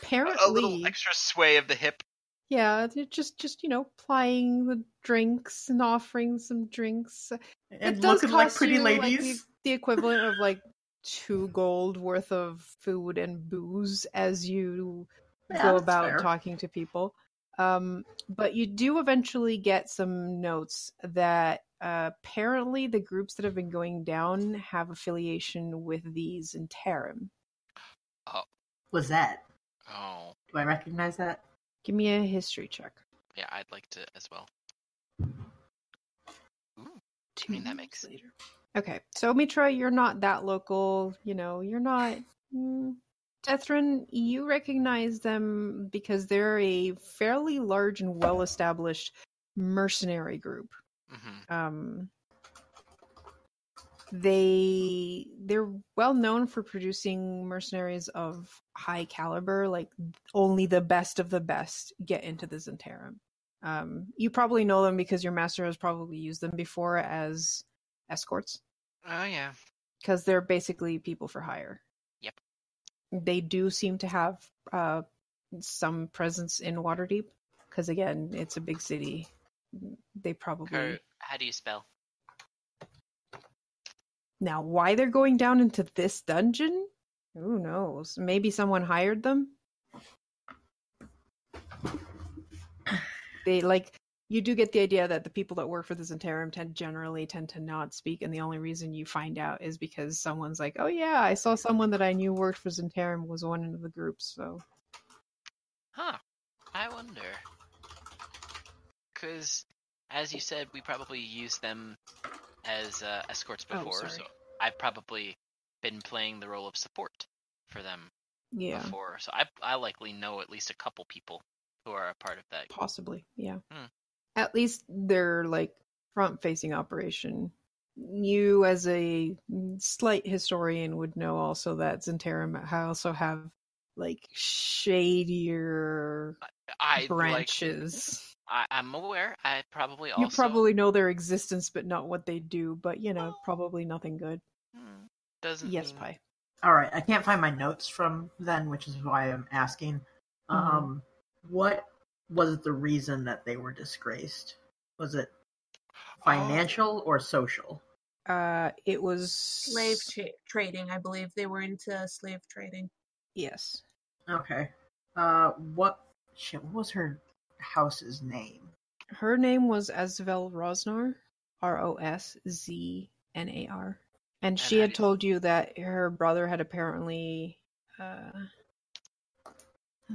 Apparently,
A little extra sway of the hip.
Yeah, they're just just you know, plying the drinks and offering some drinks.
And looking like
cost
pretty
you, like, the-
ladies.
the, equivalent of like two gold worth of food and booze as you
Yeah,
go
that's
about
fair.
talking to people. Um, but you do eventually get some notes that uh, apparently the groups that have been going down have affiliation with these in Tarim.
Was that?
Oh,
Do I recognize that?
Give me a history check.
yeah, I'd like to as well. Ooh,
Two
mean, that
weeks
makes-
Mm-hmm. later. Okay, so Mitra, you're not that local. You know, you're not. Mm, Tethrin, you recognize them because they're a fairly large and well-established mercenary group.
hmm
Um, they they're well known for producing mercenaries of high caliber. Like only the best of the best get into the Zentarum. Um, you probably know them because your master has probably used them before as escorts
oh yeah.
because they're basically people for hire.
Yep.
They do seem to have uh, some presence in Waterdeep because, again, it's a big city. They probably
Cur- how do you spell?
now why they're going down into this dungeon. Who knows? Maybe someone hired them. They like you do get the idea that the people that work for the Zentarum tend generally tend to not speak, and the only reason you find out is because someone's like, "Oh yeah, I saw someone that I knew worked for Zentarum was one of the groups." So
Huh. I wonder. Because, as you said, we probably used them as uh, escorts
Oh,
before,
sorry.
so I've probably been playing the role of support for them
yeah,
before. So I, I likely know at least a couple people who are a part of that.
possibly yeah.
Hmm.
At least they're like front-facing operation. You, as a slight historian, would know also that Zentarum also have like shadier
I Like,
branches.
I, I'm aware. I probably also.
You probably know their existence, but not what they do. But you know, probably nothing good.
Hmm, doesn't
Yes,
mean-
pie.
All right, I can't find my notes from then, which is why I'm asking.
Mm-hmm.
Um, what was the reason that they were disgraced? Was it financial or social?
Uh, it was
Slave tra- trading, I believe they were into slave trading.
Yes,
Okay. Uh, what shit? What was her house's name?
her name was Asvel Rosnar, R O S Z N A R, and she
how do
had
you-
told you that her brother had apparently. Uh,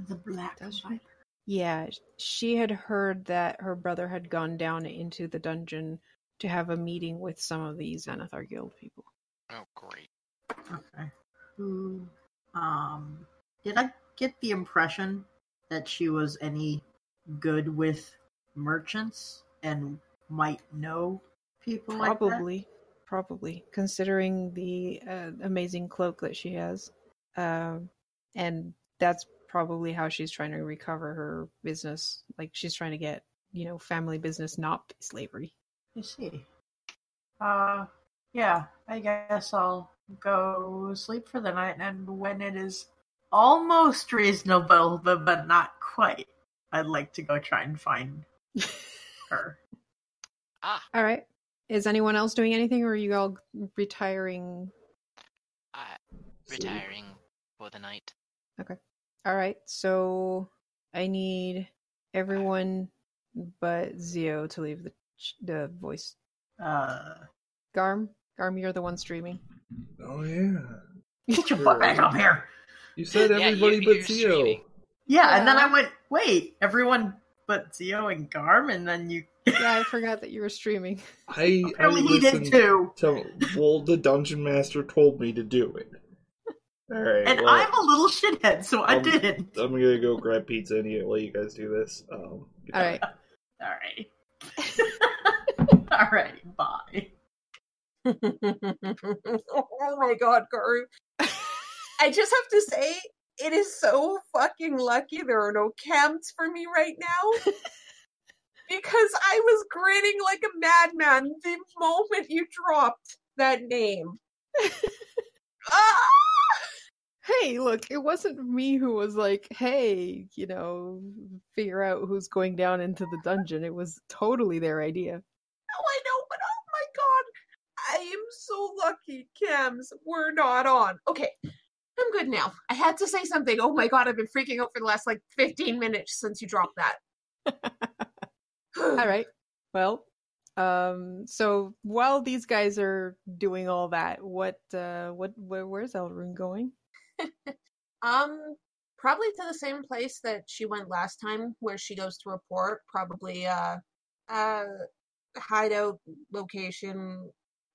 The Black
Does she?
Viper.
yeah, she had heard that her brother had gone down into the dungeon to have a meeting with some of the Xanathar Guild people.
Oh, great.
Okay. Who? Um, did I get the impression that she was any good with merchants and might know people like that?
probably probably considering the uh, amazing cloak that she has um and that's probably how she's trying to recover her business like she's trying to get you know family business not slavery
I see. Uh, yeah, I guess I'll go sleep for the night, and when it is almost reasonable, but, but not quite, I'd like to go try and find her.
Ah,
all right is anyone else doing anything or are you all retiring
I, retiring for the night.
all right so i need everyone but zio to leave the the voice
Uh,
garm garm you're the one streaming
Oh yeah.
get your butt back up here!
You said
Yeah, you-
everybody
you're
but Theo.
streaming.
Yeah, and then
Yeah.
I went, wait, everyone but Zio and Garm, and then you
yeah i forgot that you were streaming
I I
apparently he did
listened
too.
to well the dungeon master told me to do it. All right.
And
well,
I'm a little shithead, so I
Um,
didn't.
I'm gonna go grab pizza and eat it while you guys do this. Um,
all right
Alright. Alright, bye.
oh my god, Garu. I just have to say, it is so fucking lucky there are no cams for me right now. because I was grinning like a madman the moment you dropped that name. ah!
hey, look, it wasn't me who was like, hey, you know, figure out who's going down into the dungeon. It was totally their idea.
No, I know, but oh my god, I am so lucky. Cams were not on. Okay, I'm good now. I had to say something. Oh my god, I've been freaking out for the last like 15 minutes since you dropped that.
All right. Well, um, so while these guys are doing all that, what, uh, what, where, where's Elrune going?
Um, probably to the same place that she went last time, where she goes to report. Probably uh, uh, hideout location,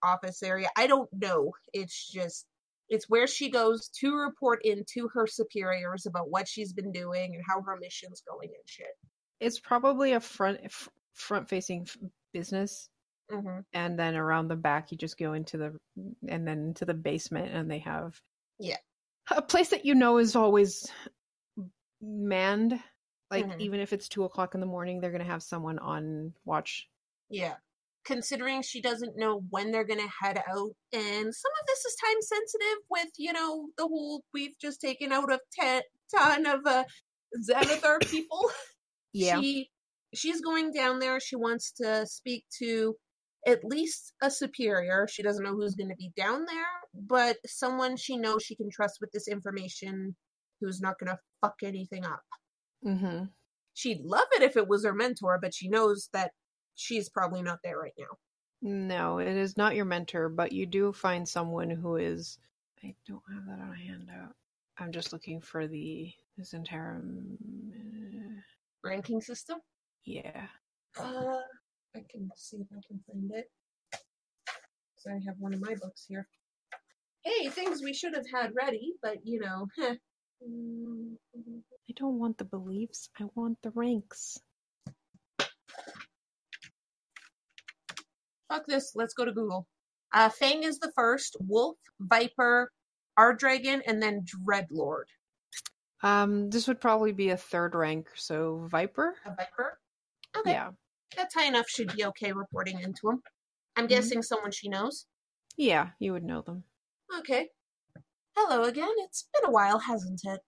office area. I don't know. It's just it's where she goes to report in to her superiors about what she's been doing and how her mission's going and shit.
It's probably a front, f- front facing business.
Mm-hmm.
And then around the back, you just go into the, and then into the basement and they have.
Yeah.
A place that you know is always manned. Like
Mhm.
even if it's two o'clock in the morning, they're gonna have someone on watch.
Yeah. Considering she doesn't know when they're going to head out, and some of this is time sensitive with, you know, the whole we've just taken out of ten, ton of uh, Xanathar people. She she's going down there. She wants to speak to at least a superior. She doesn't know who's going to be down there, but someone she knows she can trust with this information who's not going to fuck anything up.
Mm-hmm.
She'd love it if it was her mentor, but she knows that she's probably not there right now.
No, it is not your mentor, but you do find someone who is. I don't have that on a handout. I'm just looking for the this entire.
Ranking system?
Yeah.
Uh, I can see if I can find it. So I have one of my books here. Hey, things we should have had ready, but you know. heh. Mm,
I don't want the beliefs. I want the ranks.
Fuck this. Let's go to Google. Uh, Fang is the first. Wolf, Viper, Ardragon, and then Dreadlord.
Um, this would probably be a third rank, so Viper.
A Viper. Okay,
Yeah.
that's high enough. Should be okay reporting into him. I'm guessing someone she knows.
Yeah, you would know them.
Okay. Hello again. It's been a while, hasn't it?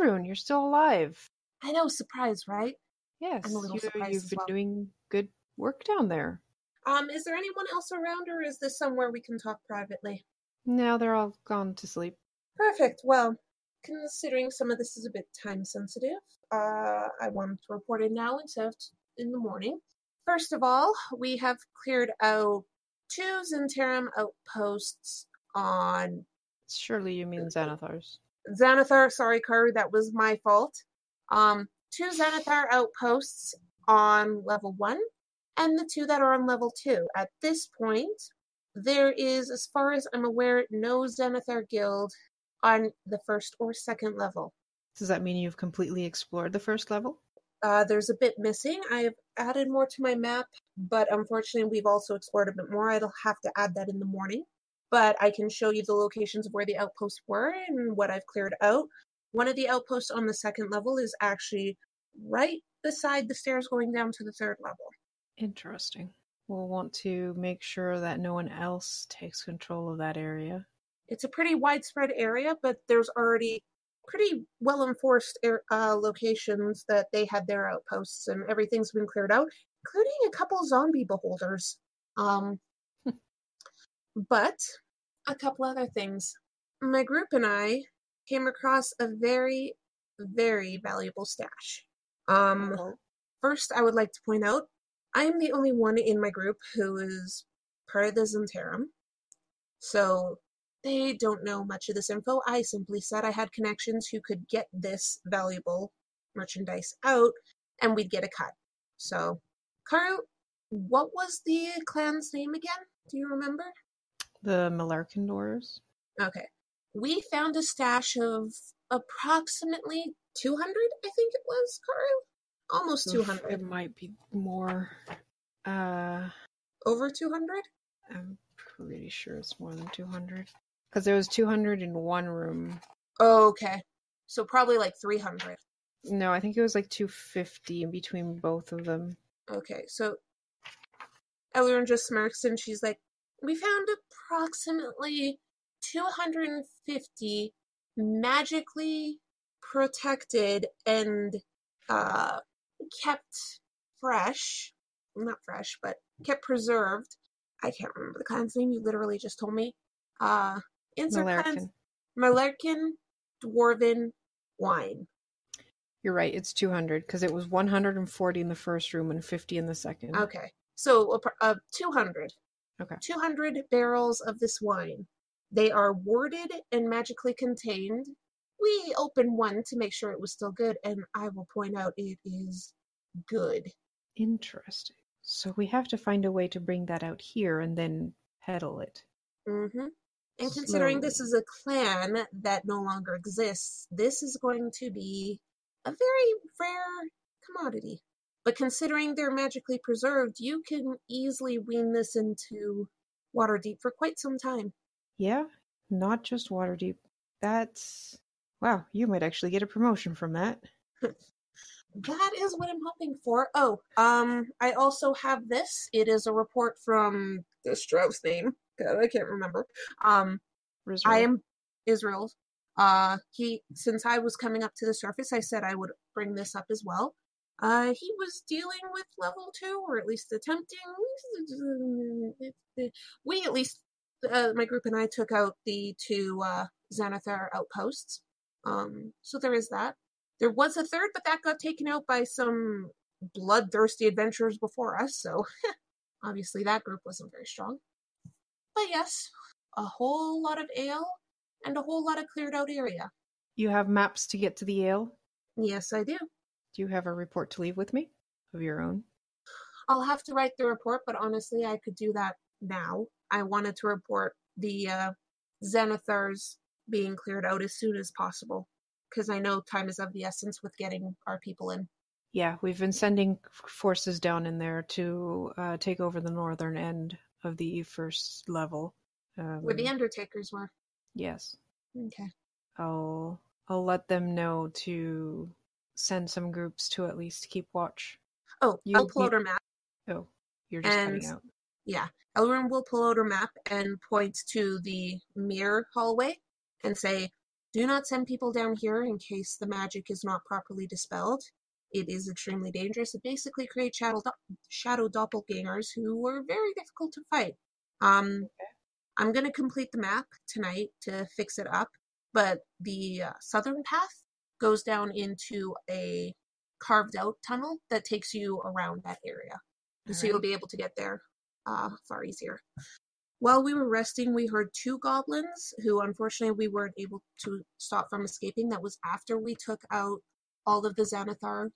Elrune, you're still alive.
I know. Surprise, right?
Yes,
I'm a little
you,
surprised
you've
as
been
well.
doing good work down there.
Um, is there anyone else around, or is this somewhere we can talk privately?
Now they're all gone to sleep.
Perfect. Well, considering some of this is a bit time sensitive, uh, I wanted to report it now instead of t- in the morning. First of all, we have cleared out two Zentarum outposts on
Surely you mean Xanathar's.
Xanathar. Sorry, Karu, that was my fault. Um, two Xanathar outposts on level one, and the two that are on level two. At this point, there is, as far as I'm aware, no Xanathar guild on the first or second level.
Does that mean you've completely explored the first level?
Uh, there's a bit missing. I have added more to my map, but unfortunately, we've also explored a bit more. I'll have to add that in the morning. But I can show you the locations of where the outposts were and what I've cleared out. One of the outposts on the second level is actually right beside the stairs going down to the third level.
Interesting. We'll want to make sure that no one else takes control of that area.
It's a pretty widespread area, but there's already pretty well enforced air, uh, locations that they had their outposts, and everything's been cleared out, including a couple zombie beholders. Um, but a couple other things. My group and I came across a very, very valuable stash. Um, first, I would like to point out I am the only one in my group who is part of the Zentarum. So they don't know much of this info. I simply said I had connections who could get this valuable merchandise out and we'd get a cut. So, Karu, what was the clan's name again? Do you remember?
The Malarkin doors?
Okay. We found a stash of approximately 200, I think it was, Karu? Almost
Oof, It
200.
might be more. Uh,
Over 200?
I'm pretty sure it's more than 200. Because there was 200 in one room.
Oh, Okay. So probably like 300.
No, I think it was like 250 in between both of them.
Okay, so Elrond just smirks and she's like, We found approximately 250 magically protected and uh, kept fresh. Not fresh, but kept preserved. I can't remember the clan's name. You literally just told me. Uh, insert clan's
Malarkin.
Malarkin Dwarven Wine.
You're right. It's 200 because it was 140 in the first room and 50 in the second.
Okay. So a, pr- uh, 200.
Mm-hmm. Okay.
200 barrels of this wine. They are warded and magically contained. We opened one to make sure it was still good, and I will point out it is good.
Interesting. So we have to find a way to bring that out here and then peddle it.
Mm-hmm. And considering this is a clan that no longer exists, this is going to be a very rare commodity. But considering they're magically preserved, you can easily wean this into Waterdeep for quite some time.
Yeah, not just Waterdeep. That's. Wow, you might actually get a promotion from that.
That is what I'm hoping for. Oh, um, I also have this. It is a report from the Strove's name. God, I can't remember. Um, I
Rizzo.
am Israel. Uh, he since I was coming up to the surface, I said I would bring this up as well. Uh, he was dealing with level two, or at least attempting. We, at least, uh, my group and I took out the two uh, Xanathar outposts. Um, so there is that. There was a third, but that got taken out by some bloodthirsty adventurers before us. So obviously that group wasn't very strong. But yes, a whole lot of ale and a whole lot of cleared out area.
You have maps to get to the Yale.
Yes, I do.
Do you have a report to leave with me of your own?
I'll have to write the report, but honestly, I could do that now. I wanted to report the uh, Xanathars being cleared out as soon as possible because I know time is of the essence with getting our people in.
Yeah, we've been sending forces down in there to uh, take over the northern end of the first level. Um,
Where the Undertakers were.
Yes,
Okay.
I'll I'll let them know to send some groups to at least keep watch.
Oh,
You
I'll pull out
need-
her map.
Oh, you're just cutting
And-
out.
Yeah. Elrin will pull out her map and point to the mirror hallway and say, Do not send people down here in case the magic is not properly dispelled. It is extremely dangerous. It basically creates shadow, do- shadow doppelgangers who were very difficult to fight. Um, I'm going to complete the map tonight to fix it up, but the uh, southern path goes down into a carved out tunnel that takes you around that area. so you'll
Alright.
be able to get there uh, far easier. While we were resting, we heard two goblins who, unfortunately, we weren't able to stop from escaping. That was after we took out all of the Xanathar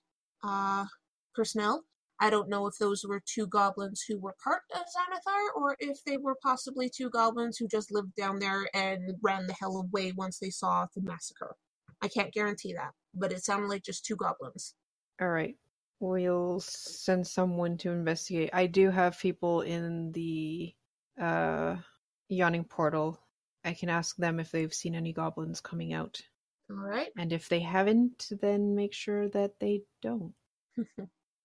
uh, personnel. I don't know if those were two goblins who were part of Xanathar or if they were possibly two goblins who just lived down there and ran the hell away once they saw the massacre. I can't guarantee that, but it sounded like just two goblins.
All right. We'll send someone to investigate. I do have people in the uh, yawning portal. I can ask them if they've seen any goblins coming out.
All right.
And if they haven't, then make sure that they don't.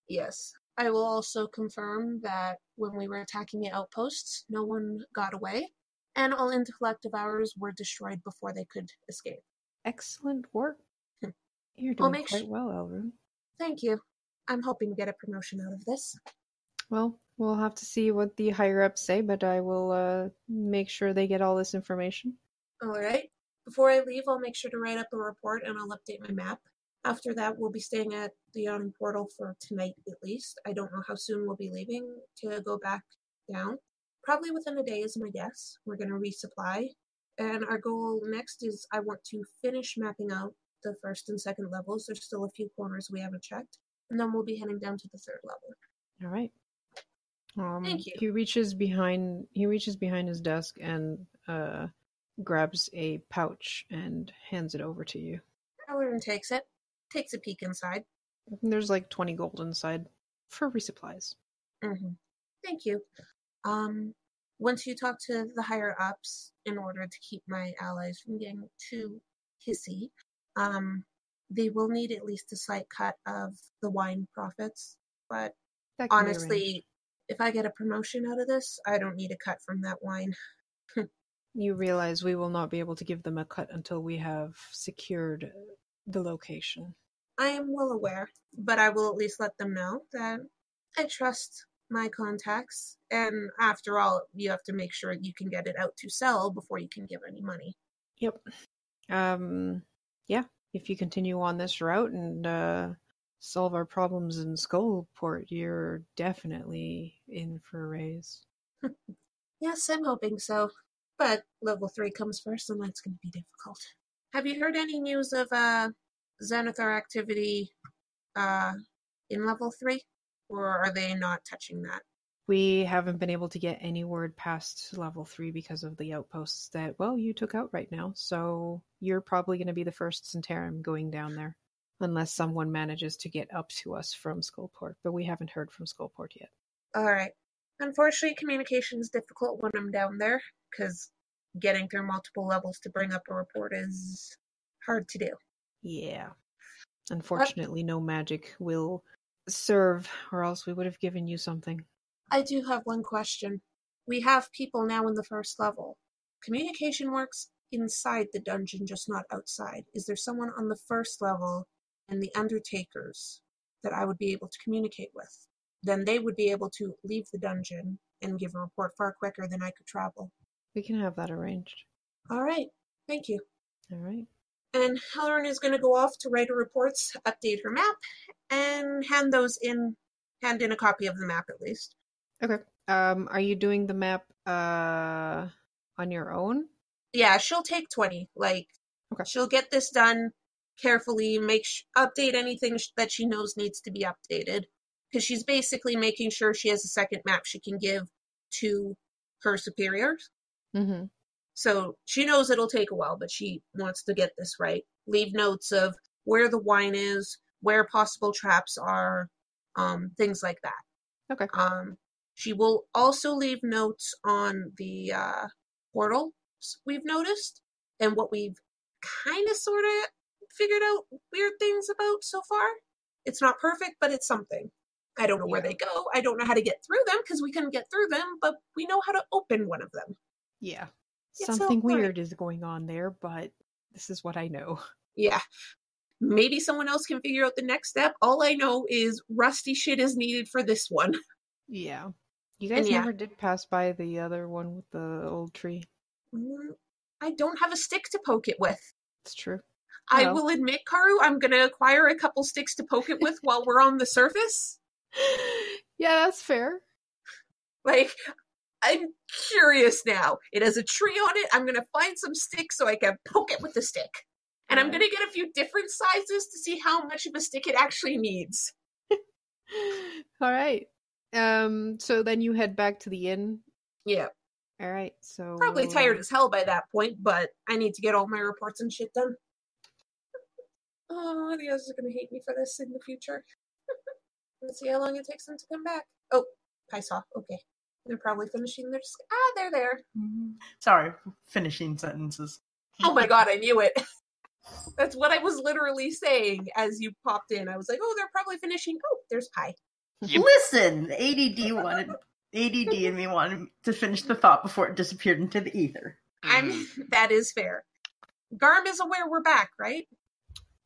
Yes. I will also confirm that when we were attacking the outposts, no one got away, and all intellect of ours were destroyed before they could escape.
Excellent work.
Hmm.
You're
Well,
doing
make
quite
su-
well, Elrune.
Thank you. I'm hoping to get a promotion out of this.
Well, we'll have to see what the higher ups say, but I will uh, make sure they get all this information.
All right. Before I leave, I'll make sure to write up a report and I'll update my map. After that, we'll be staying at the Yawning Portal for tonight at least. I don't know how soon we'll be leaving to go back down. Probably within a day is my guess. We're going to resupply. And our goal next is I want to finish mapping out the first and second levels. There's still a few corners we haven't checked. And then we'll be heading down to the third level.
All right. Um,
Thank you.
He reaches behind. He reaches behind his desk and uh, grabs a pouch and hands it over to you.
Halloran takes it, takes a peek inside.
There's like twenty gold inside for resupplies.
hmm Thank you. Um, once you talk to the higher ups, in order to keep my allies from getting too hissy, um, they will need at least a slight cut of the wine profits. But
That can be arranged.
honestly, if I get a promotion out of this, I don't need a cut from that wine.
you realize we will not be able to give them a cut until we have secured the location.
I am well aware, but I will at least let them know that I trust my contacts. And after all, you have to make sure you can get it out to sell before you can give any money.
Yep. Um. Yeah. If you continue on this route and uh, solve our problems in Skullport, you're definitely in for a raise.
Yes, I'm hoping so. But level three comes first, and that's going to be difficult. Have you heard any news of uh, Xanathar activity uh, in level three, or are they not touching that?
We haven't been able to get any word past level three because of the outposts that, well, you took out right now. So you're probably going to be the first Centaurum going down there, unless someone manages to get up to us from Skullport. But we haven't heard from Skullport yet.
All right. Unfortunately, communication is difficult when I'm down there because getting through multiple levels to bring up a report is hard to do.
Yeah. Unfortunately, no magic will serve, or else we would have given you something.
I do have one question. We have people now in the first level. Communication works inside the dungeon, just not outside. Is there someone on the first level and the Undertakers that I would be able to communicate with. Then they would be able to leave the dungeon and give a report far quicker than I could travel.
We can have that arranged.
All right, thank you.
All right.
And Halloran is going to go off to write her reports, update her map, and hand those in, hand in a copy of the map at least.
Um, are you doing the map uh on your own?
Yeah, she'll take 20. Like,
Okay.
she'll get this done carefully, make sh- update anything sh- that she knows needs to be updated. Because she's basically making sure she has a second map she can give to her superiors.
Mm-hmm.
So she knows it'll take a while, but she wants to get this right. Leave notes of where the wine is, where possible traps are, um, things like that.
Okay.
Um, she will also leave notes on the uh, portals we've noticed and what we've kind of sort of figured out weird things about so far. It's not perfect, but it's something. I don't know where they go. I don't know how to get through them because we couldn't get through them, but we know how to open one of them.
Yeah.
It's
Something
alright.
weird is going on there, but this is what I know.
Yeah. Maybe someone else can figure out the next step. All I know is rusty shit is needed for this one.
Yeah. You
And
guys
yeah.
never did pass by the other one with the old tree.
Mm, I don't have a stick to poke it with.
It's true.
I
Well.
will admit, Karu, I'm going to acquire a couple sticks to poke it with while we're on the surface.
yeah, that's fair.
Like, I'm curious now. It has a tree on it. I'm going to find some sticks so I can poke it with the stick. And I'm
Alright.
going to get a few different sizes to see how much of a stick it actually needs.
All right. Um so then you head back to the inn.
Yeah,
All right. So
probably
we'll,
tired
um,
as hell by that point, but I need to get all my reports and shit done. Oh, the others are gonna hate me for this in the future. Let's see how long it takes them to come back. Oh, I saw. Okay, they're probably finishing their. Disc- ah, they're there.
Mm-hmm.
Mhm. Sorry, finishing sentences.
Oh my god, I knew it. That's what I was literally saying as you popped in. I was like, oh, they're probably finishing. Oh, there's pie.
You,
Listen, ADD wanted ADD and me wanted to finish the thought before it disappeared into the ether.
Hmm,
I'm. That is fair. Garm is aware we're back, right?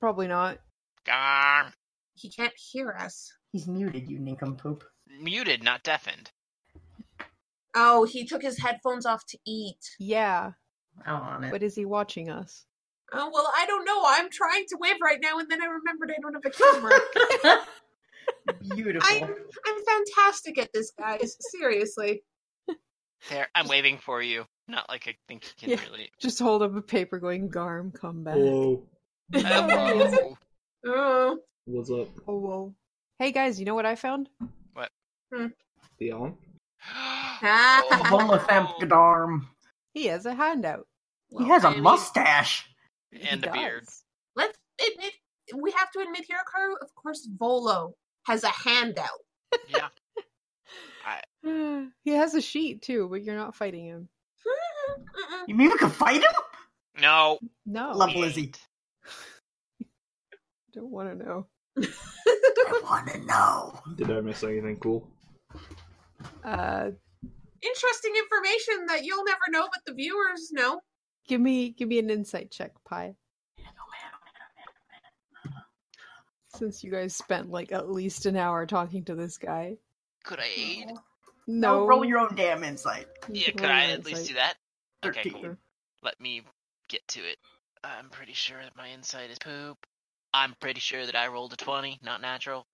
probably not.
Garm.
He can't hear us.
He's muted, you nincompoop.
Muted, not deafened.
Oh, he took his headphones off to eat.
Yeah,
I want it.
but is he watching us?
Oh, well, I don't know. I'm trying to wave right now, and then I remembered I don't have a camera.
Beautiful.
I'm, I'm fantastic at this, guys. Seriously.
There, I'm waving for you. Not like I think you can
Yeah.
really.
Just hold up a paper going Garm come back.
Whoa,
Yes.
Oh,
Oh,
what's up,
Oh whoa. Hey guys, you know what I found?
the elm?
Oh.
Volothamp Gadarm.
He has a handout.
He has
a
a mustache.
And a beard.
Let's admit, we have to admit here, Karu, of course, Volo has a handout.
Yeah.
beard. he has a sheet too, but you're not fighting him.
Mm-mm.
You mean we could fight him?
No.
No.
Love Lizzie.
Don't want to know.
I want to know.
Did I miss anything cool?
Uh,
Interesting information that you'll never know, but the viewers know.
give me give me an insight check, Pi. Since you guys spent like at least an hour talking to this guy.
Could I aid?
No.
roll your own damn insight.
you
Yeah,
can
could
roll
I
your
at least do
insight.
that? Okay,
Thirteen.
cool. Let me get to it. I'm pretty sure that my insight is poop. I'm pretty sure that I rolled a 20, not natural.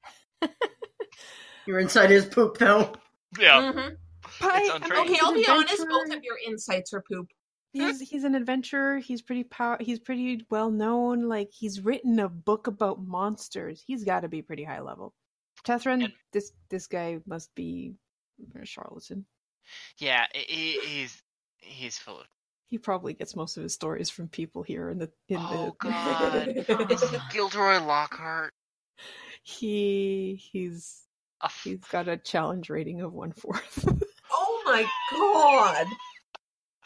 Your insight is poop, though.
Yeah.
Mhm.
Pi,
It's
I mean,
untrained.
Okay,
he's
I'll
an
be honest.
adventurer.
Both of your insights are poop.
he's he's an adventurer. He's pretty power. He's pretty well known. Like he's written a book about monsters. He's got to be pretty high level. Tethran,
And-
this this guy must be a charlatan.
Yeah, i- i- he's he's full of.
He probably gets most of his stories from people here in the in
Oh,
the.
God. Is he Gilderoy Lockhart?
He he's
A f-
he's got a challenge rating of one fourth.
oh my god.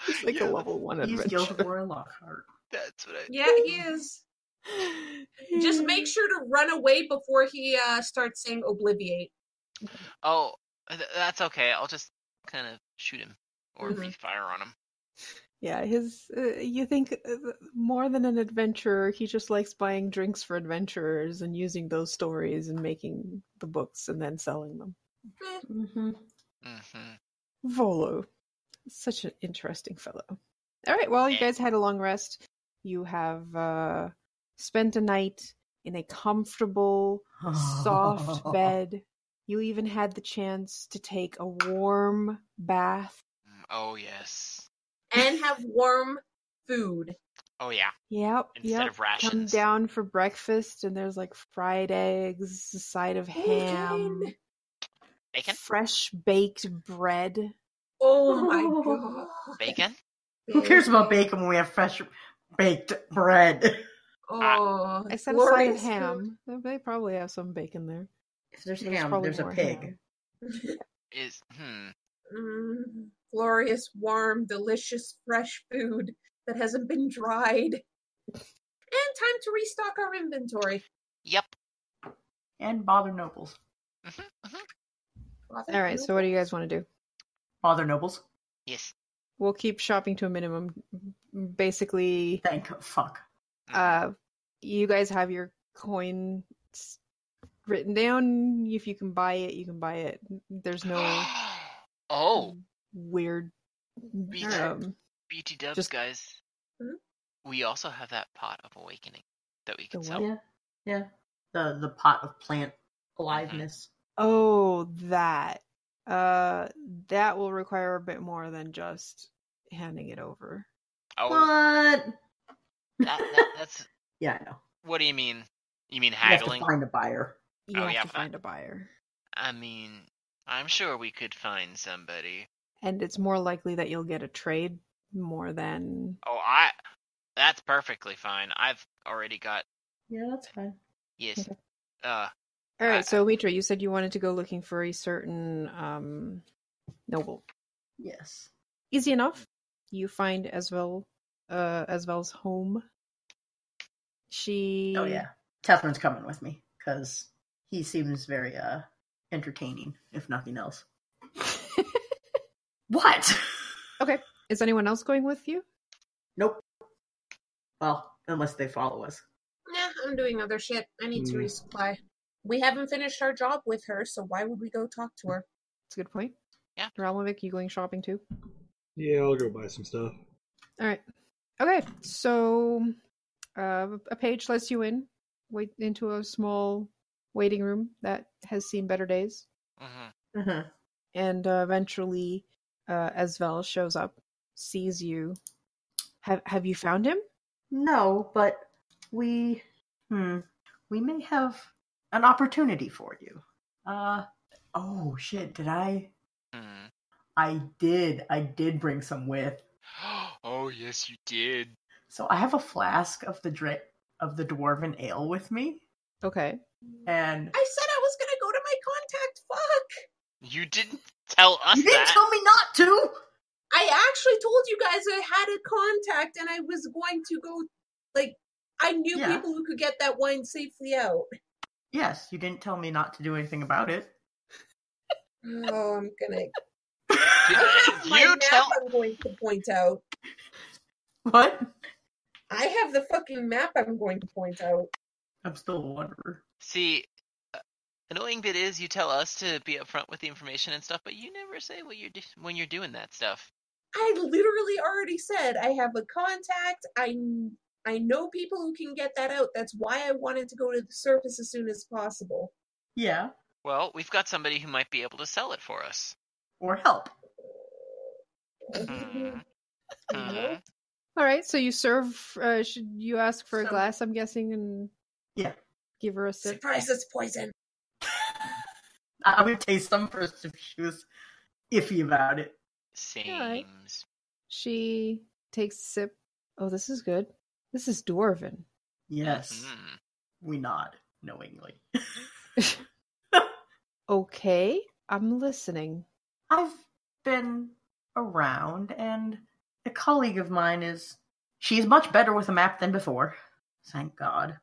It's like
Yeah,
a level one
He's
adventure.
Gilderoy Lockhart.
That's what I.
Yeah, he is. Just make sure to run away before he uh, starts saying obliviate.
uh, Oh, th- that's okay. I'll just kind of shoot him or
Mm-hmm.
Mhm.
fire on him.
Yeah, his. Uh, you think uh, more than an adventurer, he just likes buying drinks for adventurers and using those stories and making the books and then selling them.
Eh,
Mm-hmm.
Mm-hmm.
Volo, such an interesting fellow. All right, well, you guys had a long rest. You have uh, spent a night in a comfortable, soft bed. You even had the chance to take a warm bath.
Oh yes.
and have warm food.
Oh yeah.
Yep.
Instead
yep.
of rations.
Come down for breakfast, and there's like fried eggs, a side of ham,
Bacon.
Bacon.
fresh baked bread.
Oh my god.
Bacon.
Who cares about bacon when we have fresh baked bread?
Oh,
I said a side of
glorious
ham. They probably have some bacon there.
If there's
There's
ham,
probably
there's a
more
pig.
ham.
food.
Is hmm.
Mm, glorious, warm, delicious, fresh food that hasn't been dried. And time to restock our inventory.
Yep.
And Bother Nobles.
hmm
Father,
All right.
no-
So, what do you guys want to do?
Bother Nobles.
Yes.
We'll keep shopping to a minimum. Basically,
Thank fuck.
mm-hmm.
uh, you guys have your coins written down. If you can buy it, you can buy it. There's no Mm,
oh,
weird.
Beat.
Um,
BT dubs,
Just- Mm-hmm.
guys.
Hmm?
We also have that pot of awakening that we can
The
sell.
what?
Yeah, yeah. The the pot of plant aliveness.
oh, that. Uh, that will require a bit more than just handing it over.
Oh,
What?
that, that, that's.
yeah, I know.
What do you mean? You mean
You have to
haggling?
find a buyer.
You
Oh,
have
yeah,
to
but-
find a buyer,
I mean, I'm sure we could find somebody.
and it's more likely that you'll get a trade more than
Oh, I. That's perfectly fine. I've already got.
Yeah, that's fine.
Yes.
Okay.
Uh,
All right,
I-
so Mitra, you said you wanted to go looking for a certain um, noble.
Yes.
Easy enough. You find Asvel, uh, Asvel's home. She.
Oh yeah. Tetherin's coming with me because he seems very uh entertaining, if nothing else. What?
Is anyone else going with you?
nope. Well, unless they follow us.
Nah, I'm doing other shit. I need to
Hmm.
Mm.
resupply. We haven't finished our job with her, so why would we go talk to her?
It's a good point.
Yeah.
Ralmovic, you going shopping too?
Yeah, I'll go buy some stuff.
All right. Okay, so uh, a page lets you in, wait into a small waiting room that has seen better days.
mhm.
Uh-huh.
and uh, eventually uh, Esvel shows up, sees you. Have Have you found him?
No, but we hmm, we may have an opportunity for you. Uh oh shit, did I
Hmm.
I did. I did bring some with.
Oh yes, you did.
So I have a flask of the dra- of the dwarven ale with me
Okay.
and
I said I was gonna go to my contact. Fuck!
You didn't tell us
You didn't
that.
tell me not to.
I actually told you guys I had a contact and I was going to go, like, I knew
Yeah.
people who could get that wine safely out.
Yes, you didn't tell me not to do anything about it.
Oh, I'm gonna.
Did-
My
you
map
tell.
I'm going to point out.
What?
I have the fucking map I'm going to point out.
I'm still a wanderer.
See, uh, annoying bit is you tell us to be upfront with the information and stuff, but you never say what you do when you're doing that stuff.
I literally already said I have a contact. I kn- I know people who can get that out. That's why I wanted to go to the surface as soon as possible.
Yeah,
Well, we've got somebody who might be able to sell it for us.
or help.
Mm-hmm.
Hmm. Hmm.
Uh-huh.
Nope.
All right. So you serve. Uh, should you ask for a
So-
glass? I'm guessing, and
Yeah.
give her a sip.
Surprise! It's poison.
I would taste some first if she was iffy about it.
right.
Mm, Seems.
She takes a sip. Oh, this is good. This is dwarven.
Yes,
Hmm.
we nod knowingly.
Okay, I'm listening.
I've been around, and a colleague of mine is. She's much better with a map than before. Thank God.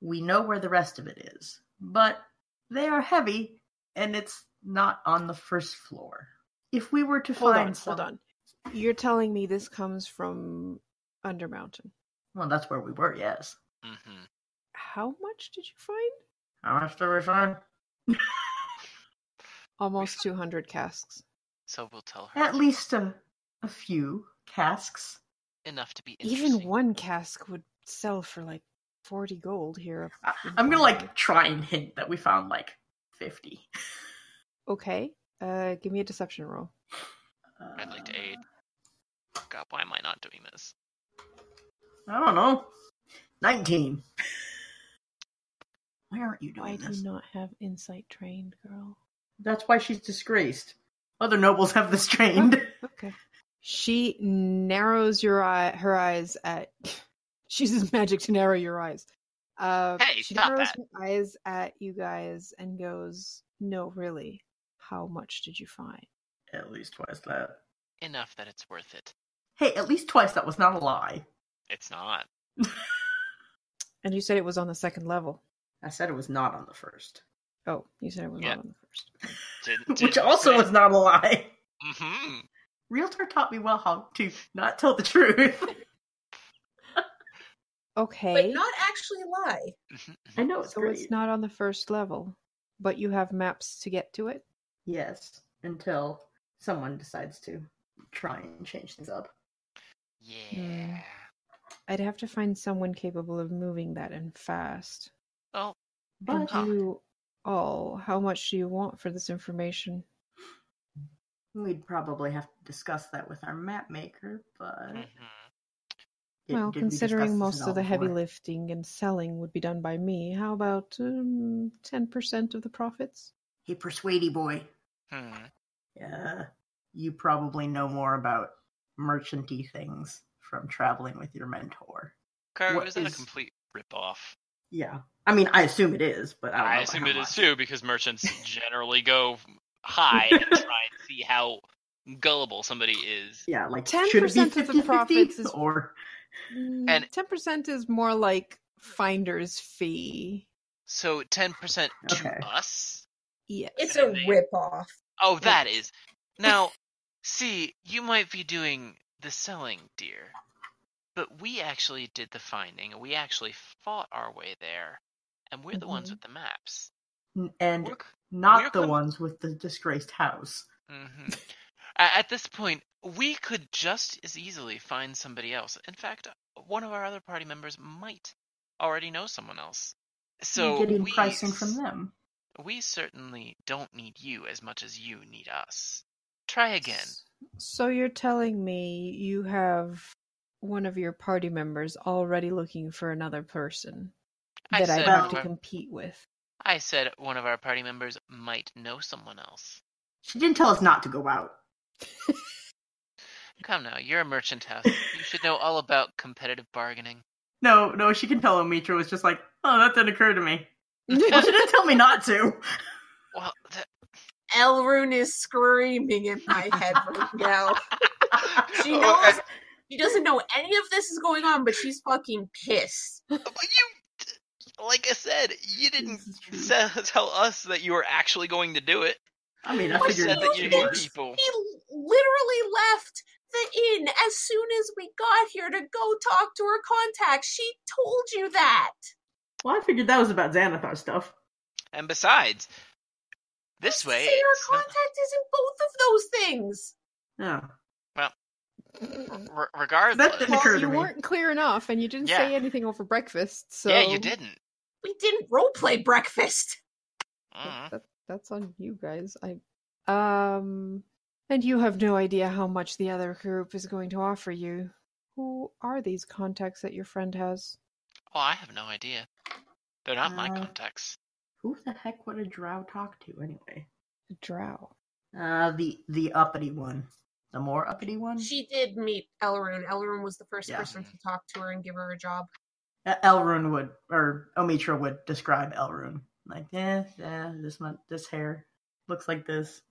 we know where the rest of it is, but they are heavy, and it's not on the first floor. If we were to
Hold
find
on.
some-
Hold on. You're telling me this comes from Undermountain.
Well, that's where we were, yes.
Mm-hmm.
How much did you find?
How much did we find?
Almost 200 casks.
So we'll tell her
At least a, a few casks.
enough to be
Even
interesting.
one cask would sell for like 40 gold here. up
Ah,
I,
in
I'm gonna
Bombay.
like try and hint that we found like 50.
Okay. Uh, give me a deception roll.
I'd
Um,
like to aid. God, why am I not doing this?
I don't know. 19. Why aren't you
Why
doing
do
this?
you not have insight trained, girl?
That's why she's disgraced. Other nobles have this trained.
Okay. She narrows your eye, her eyes at. She uses magic to narrow your eyes. Uh,
Hey,
she
stop
narrows
that.
her eyes at you guys and goes, "No, really. How much did you find?"
at least twice that.
Enough that it's worth it.
Hey, at least twice that was not a lie.
It's not.
And you said it was on the second level.
I said it was not on the first,
Oh, you said it was
Yeah.
not on the first.
Didn't,
which also was not a lie.
hmm
Realtor taught me well how to not tell the truth.
Okay,
But not actually lie.
Mm-hmm.
I know it's
so
great.
it's not on the first level, but you have maps to get to it.
Yes, until someone decides to try and change things up.
Yeah.
I'd have to find someone capable of moving that and fast.
Oh,
But
But
Huh.
you all, how much do you want for this information?
we'd probably have to discuss that with our map maker. But
hmm
Did-
well,
did we discuss this
considering most
at
of the
all
heavy
before?
lifting and selling would be done by me, how about um, 10% of the profits?
Hey, persuady boy.
hmm
Yeah, you probably know more about merchanty things from traveling with your mentor.
Kara,
What
is that a
is-
complete ripoff?
Yeah, I mean, I assume it is, but I, don't
I
know
assume
how
it is
much.
too, because merchants generally go high and try and see how gullible somebody is.
Yeah, like
10% of the
50
profits is-
or
And
And-
10% Mm, is more like finder's fee.
So ten percent to
Okay.
us.
Yes.
It's a ripoff.
Oh, that is now. See, you might be doing the selling, dear, but we actually did the finding. and We actually fought our way there, and we're the ones
Mhm.
with the maps.
and
We're, we're
not the
com-
ones with the disgraced house.
hmm At this point, we could just as easily find somebody else. In fact, one of our other party members might already know someone else. So
getting
we,
pricing from them.
we certainly don't need you as much as you need us. Try again.
So you're telling me you have one of your party members already looking for another person
I
that I'd have
said,
to
one of our-
compete with?
I said one of our party members might know someone else.
She didn't tell us not to go out.
Come now, you're a merchant house. You should know all about competitive bargaining.
No, no, she can tell Omitra was just like, oh, that didn't occur to me. well, she didn't tell me not to.
Well, th-
Elrune is screaming in my head right now. She
Oh,
knows
uh,
she doesn't know any of this is going on, but she's fucking pissed.
you, like I said, you didn't
This is true.
se- tell us that you were actually going to do it.
I mean, I
I
Why
figured
said that you
it
knew
was.
people.
He l- literally left the inn as soon as we got here to go talk to her contact. She told you that.
Well, I figured that was about Xanathar stuff.
And besides, this way.
Say her
it's not-
contact isn't both of those things.
Yeah.
re- regardless,
That didn't
Well,
occur to
you
me.
weren't clear enough, and you didn't
Yeah.
say anything over breakfast. So
yeah, you didn't.
We didn't roleplay breakfast.
Mm.
That- that's on you guys. I um, and you have no idea how much the other group is going to offer you. Who are these contacts that your friend has?
Oh, I have no idea. They're not my
Uh,
contacts.
Who the heck would a drow talk to anyway?
A drow.
Uh, the the uppity one, the more uppity one.
She did meet Elrune. Elrune was the first
Um, Yeah.
person to talk to her and give her a job.
Uh, Elrune would, or Omitra would describe Elrune like, eh, eh, this mon- this hair looks like this.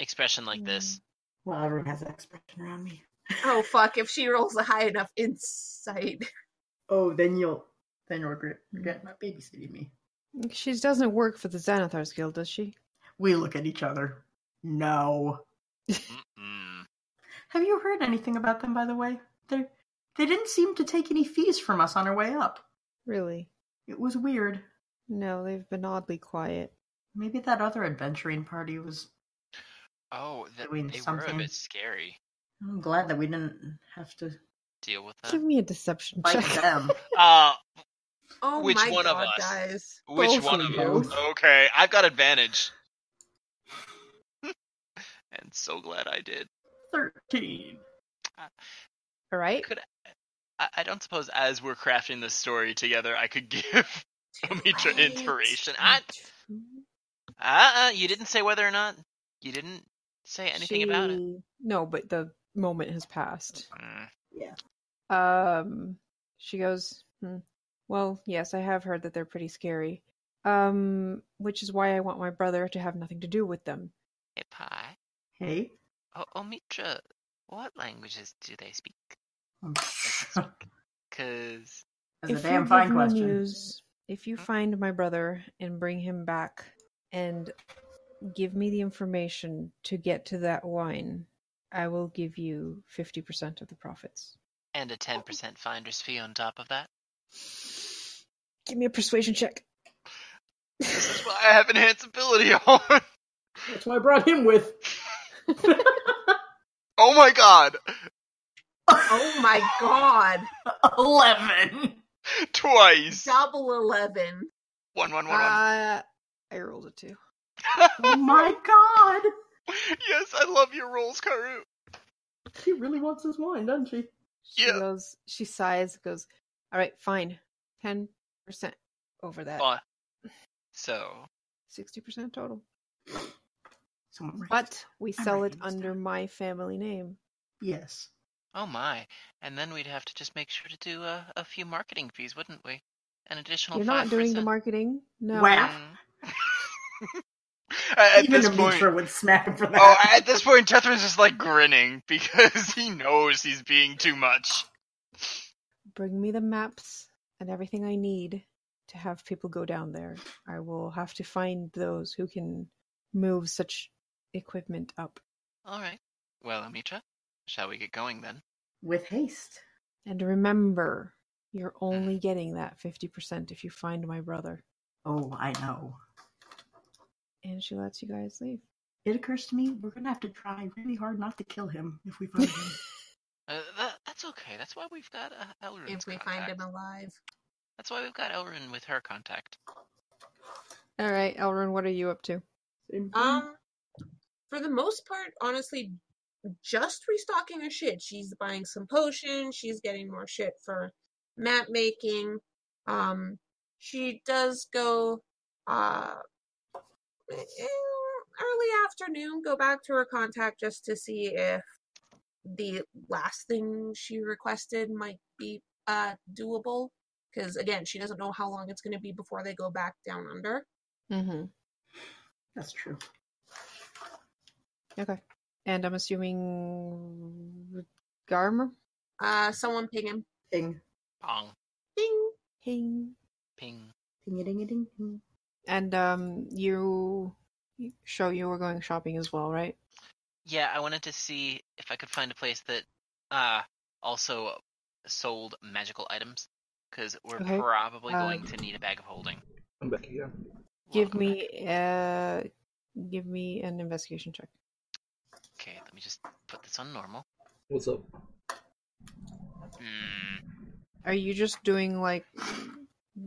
Expression like this.
Well, everyone has that expression around me.
Oh fuck! If she rolls a high enough insight,
Oh, then you'll then you'll regret regret not babysitting me.
She doesn't work for the Xanathar's Guild, does she?
We look at each other. No,
Mm-mm.
Have you heard anything about them, by the way? They they didn't seem to take any fees from us on our way up.
Really?
It was weird.
No, they've been oddly quiet.
Maybe that other adventuring party was.
Oh, th-
Doing
they were
something.
a bit scary.
I'm glad that we didn't have to
Deal with
Give
that.
me a deception
fight
check.
them.
Uh,
Oh
Which
my
one of
god,
us?
guys.
which
Both
one
of
of
you.
us? Okay, I've got advantage. and so glad I did.
Thirteen.
All right.
Could I, I don't suppose as we're crafting this story together, I could give Omitra
Right.
inspiration. I, uh, uh, you didn't say whether or not. You didn't say anything about it.
She- No, but the moment has passed.
Mm.
Um, she goes, hmm, Well, yes, I have heard that they're pretty scary. Um, which is why I want my brother to have nothing to do with them.
Hey, Pi.
Hey.
Oh, Omitra, what languages do they speak?
I'm
Because
That's a
you
damn
give
fine
me
question.
news, if you find my brother and bring him back and give me the information to get to that wine, I will give you 50% of the profits.
and a ten percent finder's fee on top of that.
Give me a persuasion check.
That's why I have enhanced ability on.
That's what I brought him with.
Oh my god,
Oh my god.
Eleven.
twice.
Double 11.
One, one, one, one.
Uh, I rolled a two.
Oh my god.
yes, I love your rolls, Karu.
She really wants his wine, doesn't she?
She
Yeah.
goes. She sighs. Goes. All right, fine. Ten percent over that.
Fine. So,
Sixty percent total.
Someone raised-
But we
I'm
sell it
writing this
under
down.
my family name.
Yes.
oh my, and then we'd have to just make sure to do uh, a few marketing fees, wouldn't we? An additional.
You're not doing the
5%.
marketing. No.
Wow.
Mm. at
Even
this point,
Amitra would smack him for that.
oh, at this point, Tetherin's just like grinning because he knows he's being too much.
Bring me the maps and everything I need to have people go down there. I will have to find those who can move such equipment up.
All right. Well, Amitra, shall we get going then?
with haste.
And remember, you're only getting that fifty percent if you find my brother.
Oh, I know.
And she lets you guys leave.
It occurs to me we're gonna have to try really hard not to kill him if we find him.
Uh, that, that's okay. That's why we've got uh, Elrin's
If we
contact.
find him alive.
That's why we've got Elrin with her contact.
All right, Elrin, what are you up to?
Same thing.
Um, for the most part, honestly, just restocking her shit. She's buying some potions. She's getting more shit for map making. Um, she does go, uh, eh, early afternoon. Go back to her contact just to see if the last thing she requested might be uh doable. Because again, she doesn't know how long it's going to be before they go back down under.
Mm-hmm.
That's true.
Okay. And I'm assuming Garm?
Uh, someone ping him.
Ding,
Pong,
Ding.
Ping.
ping.
ding, ding, ding, ding.
And um you show you were going shopping as well, right?
Yeah, I wanted to see if I could find a place that uh also sold magical items because we're
Okay.
probably
Uh,
going to need a bag of holding.
I'm back again.
Give
Welcome back.
me uh give me an investigation check.
Okay, let me just put this on normal.
What's up?
Mm,
Are you just doing like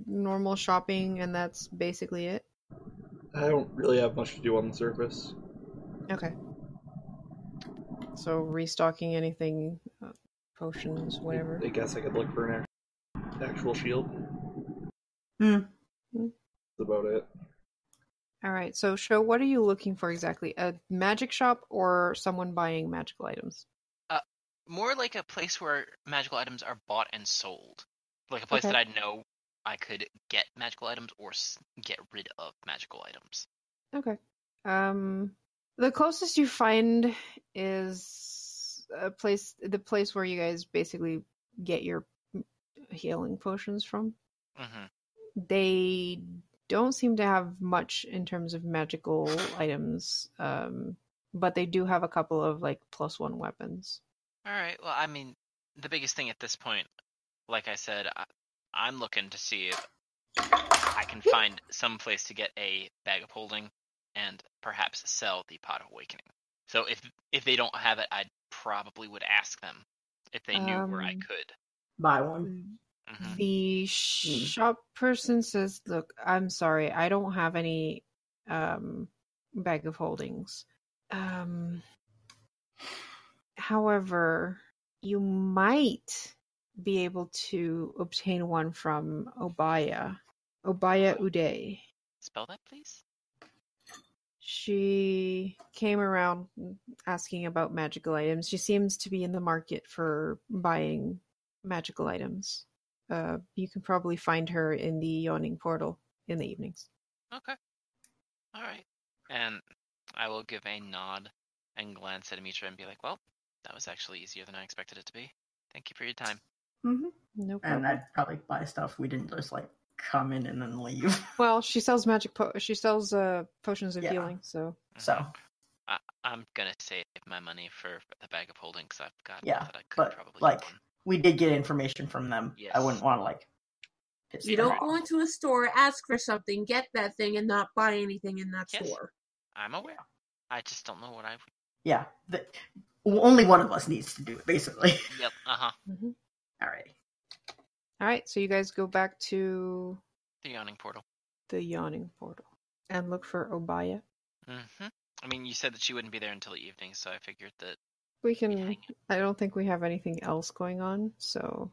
normal shopping and that's basically it?
I don't really have much to do on the surface.
Okay. So restocking anything uh, potions, whatever.
I guess I could look for an act- actual shield.
Hmm.
That's about it.
All right. So, show what are you looking for exactly? A magic shop or someone buying magical items?
more like a place where magical items are bought and sold, like a place
Okay.
that I know I could get magical items or s- get rid of magical items.
Okay. Um, the closest you find is a place, the place where you guys basically get your healing potions from.
hmm
They don't seem to have much in terms of magical items, um, but they do have a couple of like plus one weapons.
All right. Well, I mean, the biggest thing at this point, like I said, I, I'm looking to see if I can find some place to get a bag of holding and perhaps sell the pot of awakening. So if if they don't have it, I probably would ask them if they knew where I
Um,
could.
Buy one.
Mhm.
The shop person says, "Look, I'm sorry, I don't have any um, bag of holdings. Um, however, you might be able to obtain one from Obaya, Obaya Uday.
Spell that, please.
She came around asking about magical items. She seems to be in the market for buying magical items. Uh, you can probably find her in the yawning portal in the evenings.
Okay. All right. And I will give a nod and glance at Amitra and be like, "Well, that was actually easier than I expected it to be. Thank you for your time."
Mm-hmm.
hmm
No
And
problem.
I'd probably buy stuff. We didn't just like come in and then leave.
Mm-hmm.
Well, she sells magic. Po- she sells uh, potions of
Yeah.
healing. So
Mm-hmm.
so
I, I'm gonna save my money for the bag of holding because I've got
Yeah,
that I could
but,
probably
like,
get one.
we did get information from them. I
Yes.
wouldn't want to like piss
You
them
don't
off.
go into a store, ask for something, get that thing, and not buy anything in that
Yes.
store.
I'm aware. I just don't know what I. would-
Yeah. The, only one of us needs to do it, basically.
Yep. Uh huh.
Mhm.
All right.
all right. So you guys go back to
The yawning portal.
the yawning portal and look for Obaya.
Mm-hmm. I mean, you said that she wouldn't be there until the evening, so I figured that.
We
we'd
can.
hang
I don't think we have anything else going on. So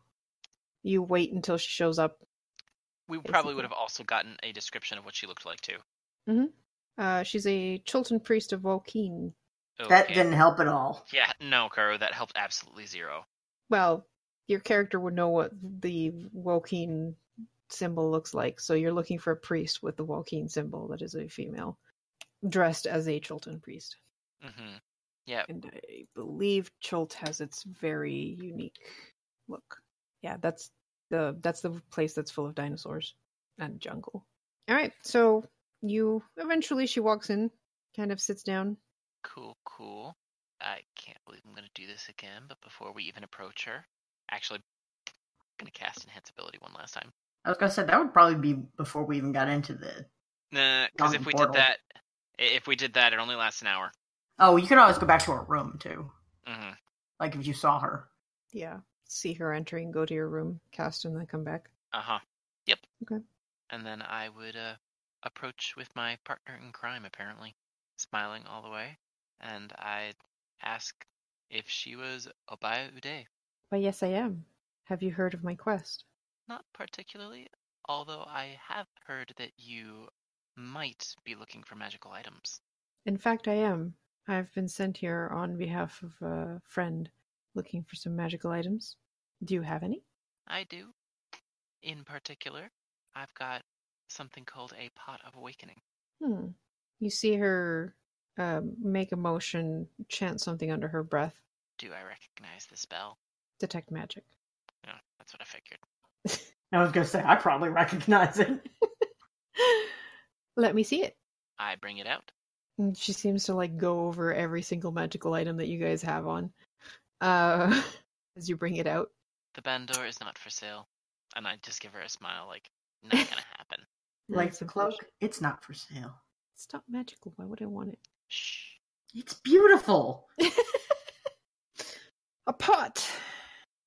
you wait until she shows up
We probably
Basically.
would have also gotten a description of what she looked like too.
Uh, she's a Chilton priest of Volkeen.
That
Okay.
didn't help at all.
Yeah, no, Karo, that helped absolutely zero.
Well, your character would know what the Volkeen symbol looks like, so you're looking for a priest with the Volkeen symbol that is a female dressed as a Chilton priest.
Mm-hmm. Yeah,
And I believe Chult has its very unique look. Yeah, that's the that's the place that's full of dinosaurs and jungle. All right, so you eventually she walks in, kind of sits down.
cool, cool. I can't believe I'm gonna do this again, but before we even approach her, actually, gonna cast Enhance Ability one last time.
I was gonna say that would probably be before we even got into the.
Nah, because if
Yawning
we
portal.
did that, i- if we did that, it only lasts an hour.
Oh, you could always go back to our room too.
Mm-hmm.
Like if you saw her.
Yeah, see her entering, go to your room, cast, and then come back.
Uh huh. Yep.
Okay.
And then I would uh, approach with my partner in crime, apparently, smiling all the way, and I ask if she was Obaya Uday.
Why, yes, I am. Have you heard of my quest?
Not particularly, although I have heard that you might be looking for magical items.
In fact, I am. I've been sent here on behalf of a friend looking for some magical items. Do you have any?
I do. In particular, I've got something called a pot of awakening.
Hmm. You see her um, make a motion, chant something under her breath,
Do I recognize the spell?
detect magic.
No, that's what I figured.
I was gonna say I probably recognize it.
Let me see it.
I bring it out.
And she seems to like go over every single magical item that you guys have on uh, as you bring it out.
The bandor is not for sale. And I just give her a smile, like, not gonna happen.
Like
It's
the
a
cloak,
fish.
it's not for sale.
It's not magical. Why would I want it?
Shh.
It's beautiful.
a pot.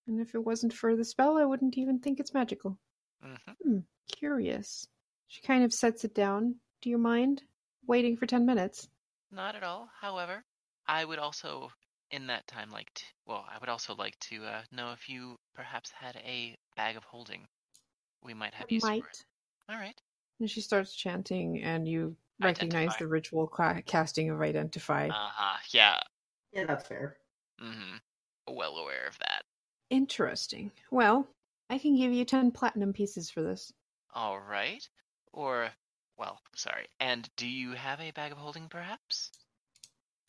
And if it wasn't for the spell, I wouldn't even think it's magical.
hmm
Curious. She kind of sets it down. Do you mind waiting for 10 minutes?
Not at all. However, I would also, in that time, like to, well, I would also like to uh, know if you perhaps had a bag of holding. We might have use
Might.
for it. All right.
And she starts chanting, and you recognize
Identify.
the ritual ca- casting of Identify.
Uh huh. Yeah.
Yeah, that's fair.
Mm-hmm. Well aware of that.
Interesting. Well, I can give you 10 platinum pieces for this.
All right. Or, well, sorry. And do you have a bag of holding, perhaps?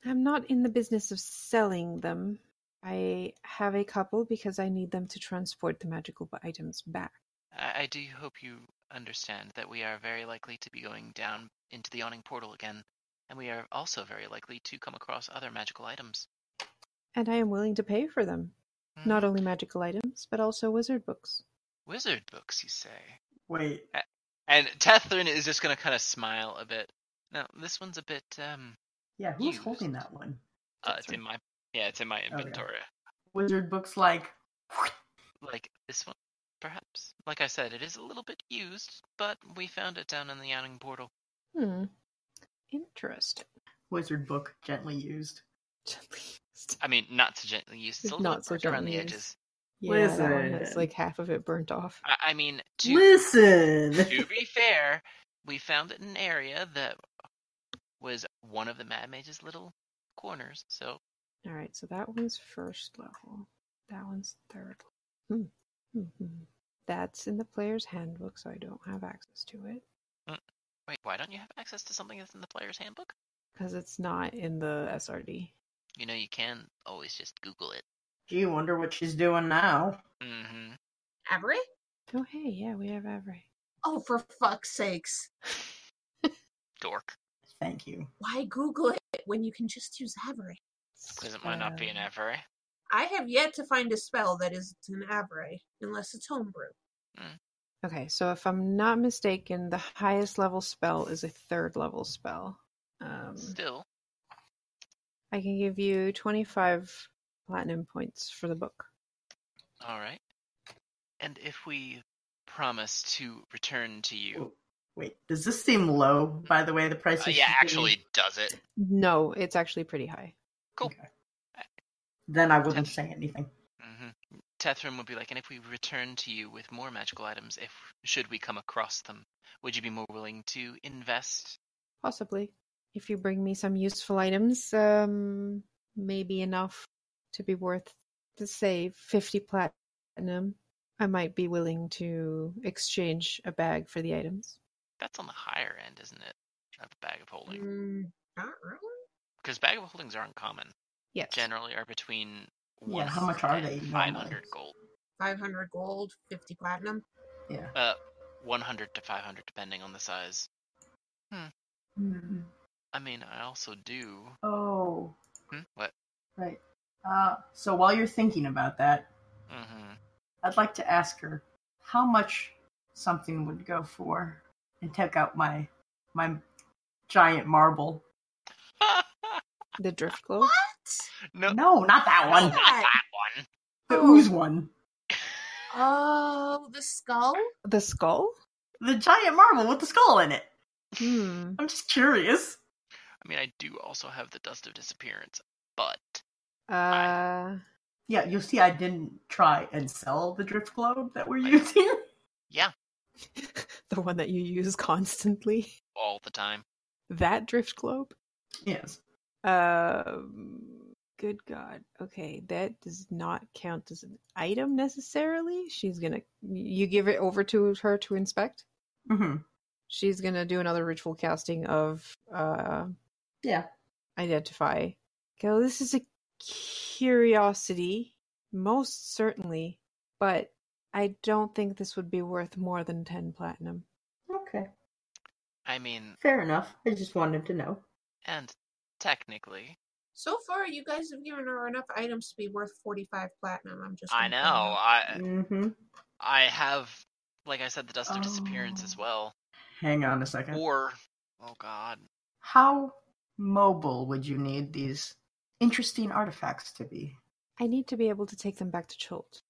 I'm not in the business of selling them. I have a couple because I need them to transport the magical items back.
I, I do hope you understand that we are very likely to be going down into the yawning portal again, and we are also very likely to come across other magical items.
and I am willing to pay for them. Not only magical items, but also wizard books.
Hmm, Wizard books, you say?
Wait,
And Tethrin is just gonna kind of smile a bit. Now this one's a bit um.
yeah, who's
You-
holding that one?
Uh, it's in my yeah, it's in
Oh,
my
yeah.
inventory.
Wizard books like
Like this one, perhaps. Like I said, it is a little bit used, but we found it down in the Yawning Portal.
Hmm. Interesting.
wizard book gently used.
I mean, not so gently used. It's
It's
a little
not
bit
so
burnt around the
gently used.
edges.
Yeah, that one has
Listen.
like half of it burnt off.
I, I mean, to
Listen,
to be fair, we found an area that was one of the Mad Mage's little corners. So
All right, so that one's first level. That one's third. level. Hmm. Mhm. That's in the player's handbook, so I don't have access to it
wait, why don't you have access to something that's in the player's handbook?
because it's not in the SRD.
You know, you can always just Google it.
gee, wonder what she's doing now.
Mm-hmm.
Avery?
Oh, hey, yeah, we have Avery.
Oh, for fuck's sakes.
Dork.
Thank you.
Why Google it when you can just use Avery?
Because it might not be an
Uh,
Avery.
I have yet to find a spell that is an Avery, unless it's homebrew.
Okay, so if I'm not mistaken, the highest level spell is a third level spell. Um,
Still,
I can give you 25 platinum points for the book.
all right. And if we promise to return to you,
Ooh, Wait, does this seem low? By the way, the price.
Uh,
is
yeah, actually does it.
No, it's actually pretty high.
Then I wouldn't say anything.
Mm-hmm. Tethrin would be like, and if we return to you with more magical items, if should we come across them, would you be more willing to invest?
Possibly. If you bring me some useful items, um, maybe enough to be worth, to say, 50 platinum, I might be willing to exchange a bag for the items.
That's on the higher end, isn't it? Of a bag of holding,
Mm, not really.
because bag of holdings aren't common.
Yes.
Generally, are between
Yeah, how much are they
Five hundred
normally?
gold.
500 gold, 50 platinum.
Uh, one hundred to five hundred, depending on the size. I mean, I also do.
Mm-hmm. Oh,
Hmm? What?
right. Uh, so while you're thinking about that,
Mm-hmm.
I'd like to ask her how much something would go for, and take out my my giant marble.
The drift glow.
What?
no,
No, not that
no,
one.
not that one.
The ooze one.
Oh, the skull?
The skull?
The giant marble with the skull in it.
Hmm.
I'm just curious.
I mean, I do also have the dust of disappearance, but
Uh,
Yeah, you'll see. I didn't try and sell the drift globe that we're using.
yeah,
the one that you use constantly.
all the time.
That drift globe?
yes.
Um, good God. Okay, that does not count as an item necessarily. She's gonna. You give it over to her to inspect.
hmm
She's gonna do another ritual casting of uh,
Yeah.
identify. Go. This is a curiosity, most certainly, but I don't think this would be worth more than ten platinum.
Okay.
I mean,
Fair enough. I just wanted to know.
and technically,
So far, you guys have given her enough items to be worth 45 platinum. I'm just.
I
gonna
know.
point out.
I
Mm-hmm.
I have, like I said, the dust of disappearance as
Oh.
well.
Hang on a second.
Or, oh god,
How mobile would you need these interesting artifacts to be?
I need to be able to take them back to Chult.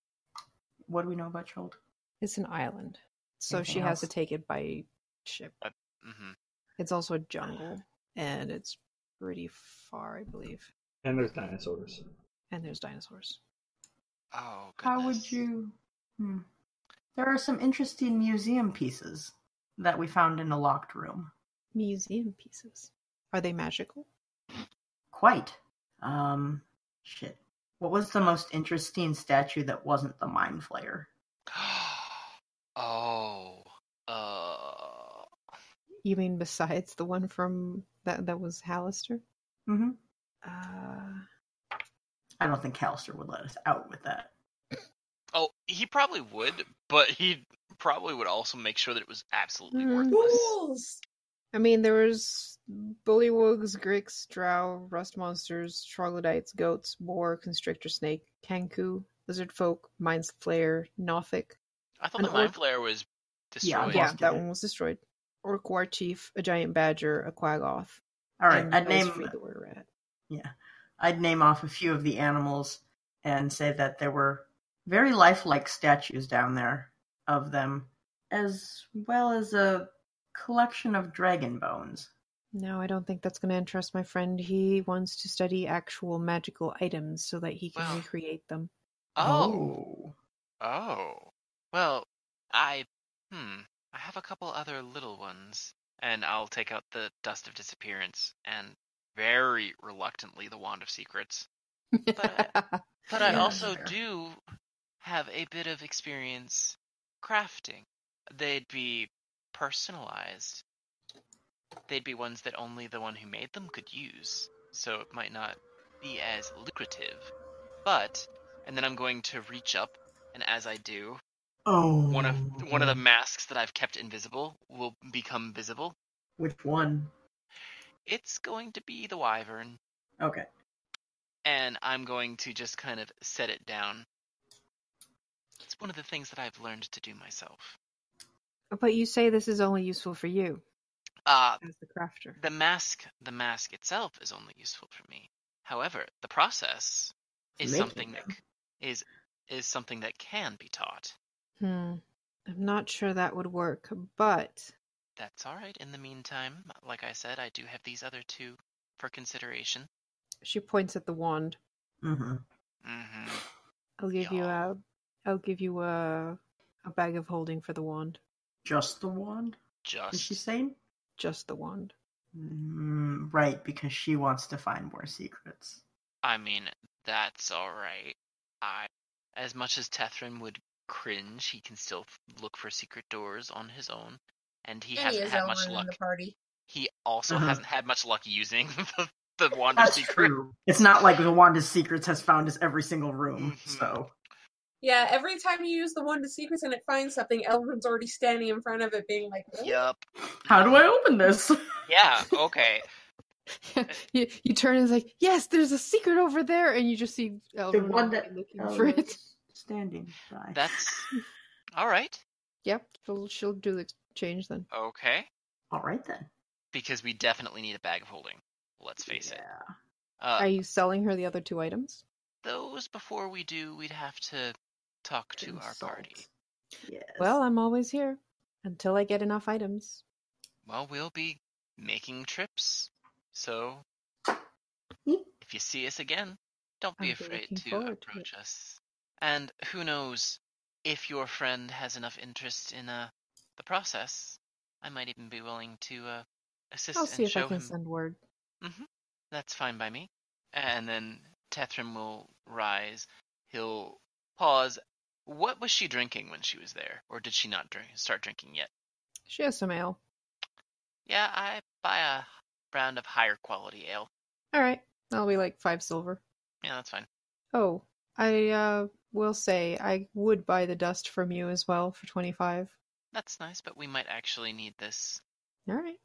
What do we know about Child?
It's an island. So
Anything
she has
else?
to take it by ship.
hmm
It's also a jungle and it's pretty far, I believe.
And there's dinosaurs.
And there's dinosaurs.
oh goodness.
How would you? Hmm. There are some interesting museum pieces that we found in a locked room.
Museum pieces. Are they magical?
Quite. Um, shit. What was the most interesting statue that wasn't the mind flayer?
oh, uh,
You mean besides the one from that that was Hallister? Mm-hmm.
hmm
Uh
I don't think Callister would let us out with that.
oh, he probably would, but he probably would also make sure that it was absolutely
Mhm.
Mm.
worthless.
Rules!
I mean, there was bullywugs, gricks, drow, rust monsters, troglodytes, goats, boar, constrictor snake, kanku, lizard folk, mind flayer, nothic.
I thought
An
the mind
orc-
flare was destroyed.
yeah,
lost
that
it.
one was destroyed. Orc war chief, a giant badger, a quagoth.
All right,
and
I'd
ice
name
free the were rat.
I'd name off a few of the animals and say that there were very lifelike statues down there of them, as well as a collection of dragon bones.
No, I don't think that's going to interest my friend. He wants to study actual magical items so that he can
Wow.
recreate them.
Oh, Oh. Well, I hmm. I have a couple other little ones, and I'll take out the dust of disappearance and very reluctantly the wand of secrets. But- But I
Yeah,
also
fair.
do have a bit of experience crafting. They'd be personalized. They'd be ones that only the one who made them could use, so it might not be as lucrative. But and then I'm going to reach up and as I do,
Oh.
one of one of the masks that I've kept invisible will become visible.
Which one?
It's going to be the wyvern,
Okay.
and I'm going to just kind of set it down. It's one of the things that I've learned to do myself.
but you say this is only useful for you
Uh
as the crafter.
the mask the mask itself is only useful for me. However, the process is
Making
something that
them.
c- is is something that can be taught.
Hmm. I'm not sure that would work, but
That's all right. In the meantime, like I said, I do have these other two for consideration.
she points at the wand.
Mm-hmm.
Mhm.
I'll give you
Yeah.
a I'll give you a a bag of holding for the wand.
Just the wand? Is
Just
she saying?
Just the wand.
Mm, right, because she wants to find more secrets.
I mean, that's alright. I as much as Tethrin would cringe, he can still f- look for secret doors on his own. And he
and he
hasn't
is
had much
Elrond in
luck.
the party.
He also
Uh-huh.
hasn't had much luck using the, the wand of
That's
secret.
true. It's not like the wand of secrets has found us every single room.
Mhm.
So
Yeah, every time you use the wand of secrets and it finds something, Elrond's already standing in front of it, being like, "What?"
Yup.
how do I open this?
Yeah, okay.
you, you turn and it's like, yes, there's a secret over there, and you just see Elrond
wand that-
looking for it.
Standing by.
That's alright.
Yep, she'll she'll do the change then.
Okay.
all right then.
Because we definitely need a bag of holding. Let's face it.
Yeah.
Uh,
Are you selling her the other two items?
those before we do, we'd have to talk to our
Consult.
party.
Yes.
Well, I'm always here until I get enough items.
Well, we'll be making trips, so
Yeep.
if you see us again, don't be
Hmm? I'll be
afraid
looking
to
forward to it.
approach us. And who knows if your friend has enough interest in uh, the process, I might even be willing to uh, assist
I'll
and
see if
show
I can
him.
send word.
That's fine by me. And then Tethrim will rise. He'll pause. What was she drinking when she was there, or did she not drink, start drinking yet?
She has some ale.
Yeah, I buy a round of higher quality ale.
All right, that'll be like five silver.
Yeah, that's fine.
Oh, I uh, will say I would buy the dust from you as well for twenty five.
That's nice, but we might actually need this.
All right.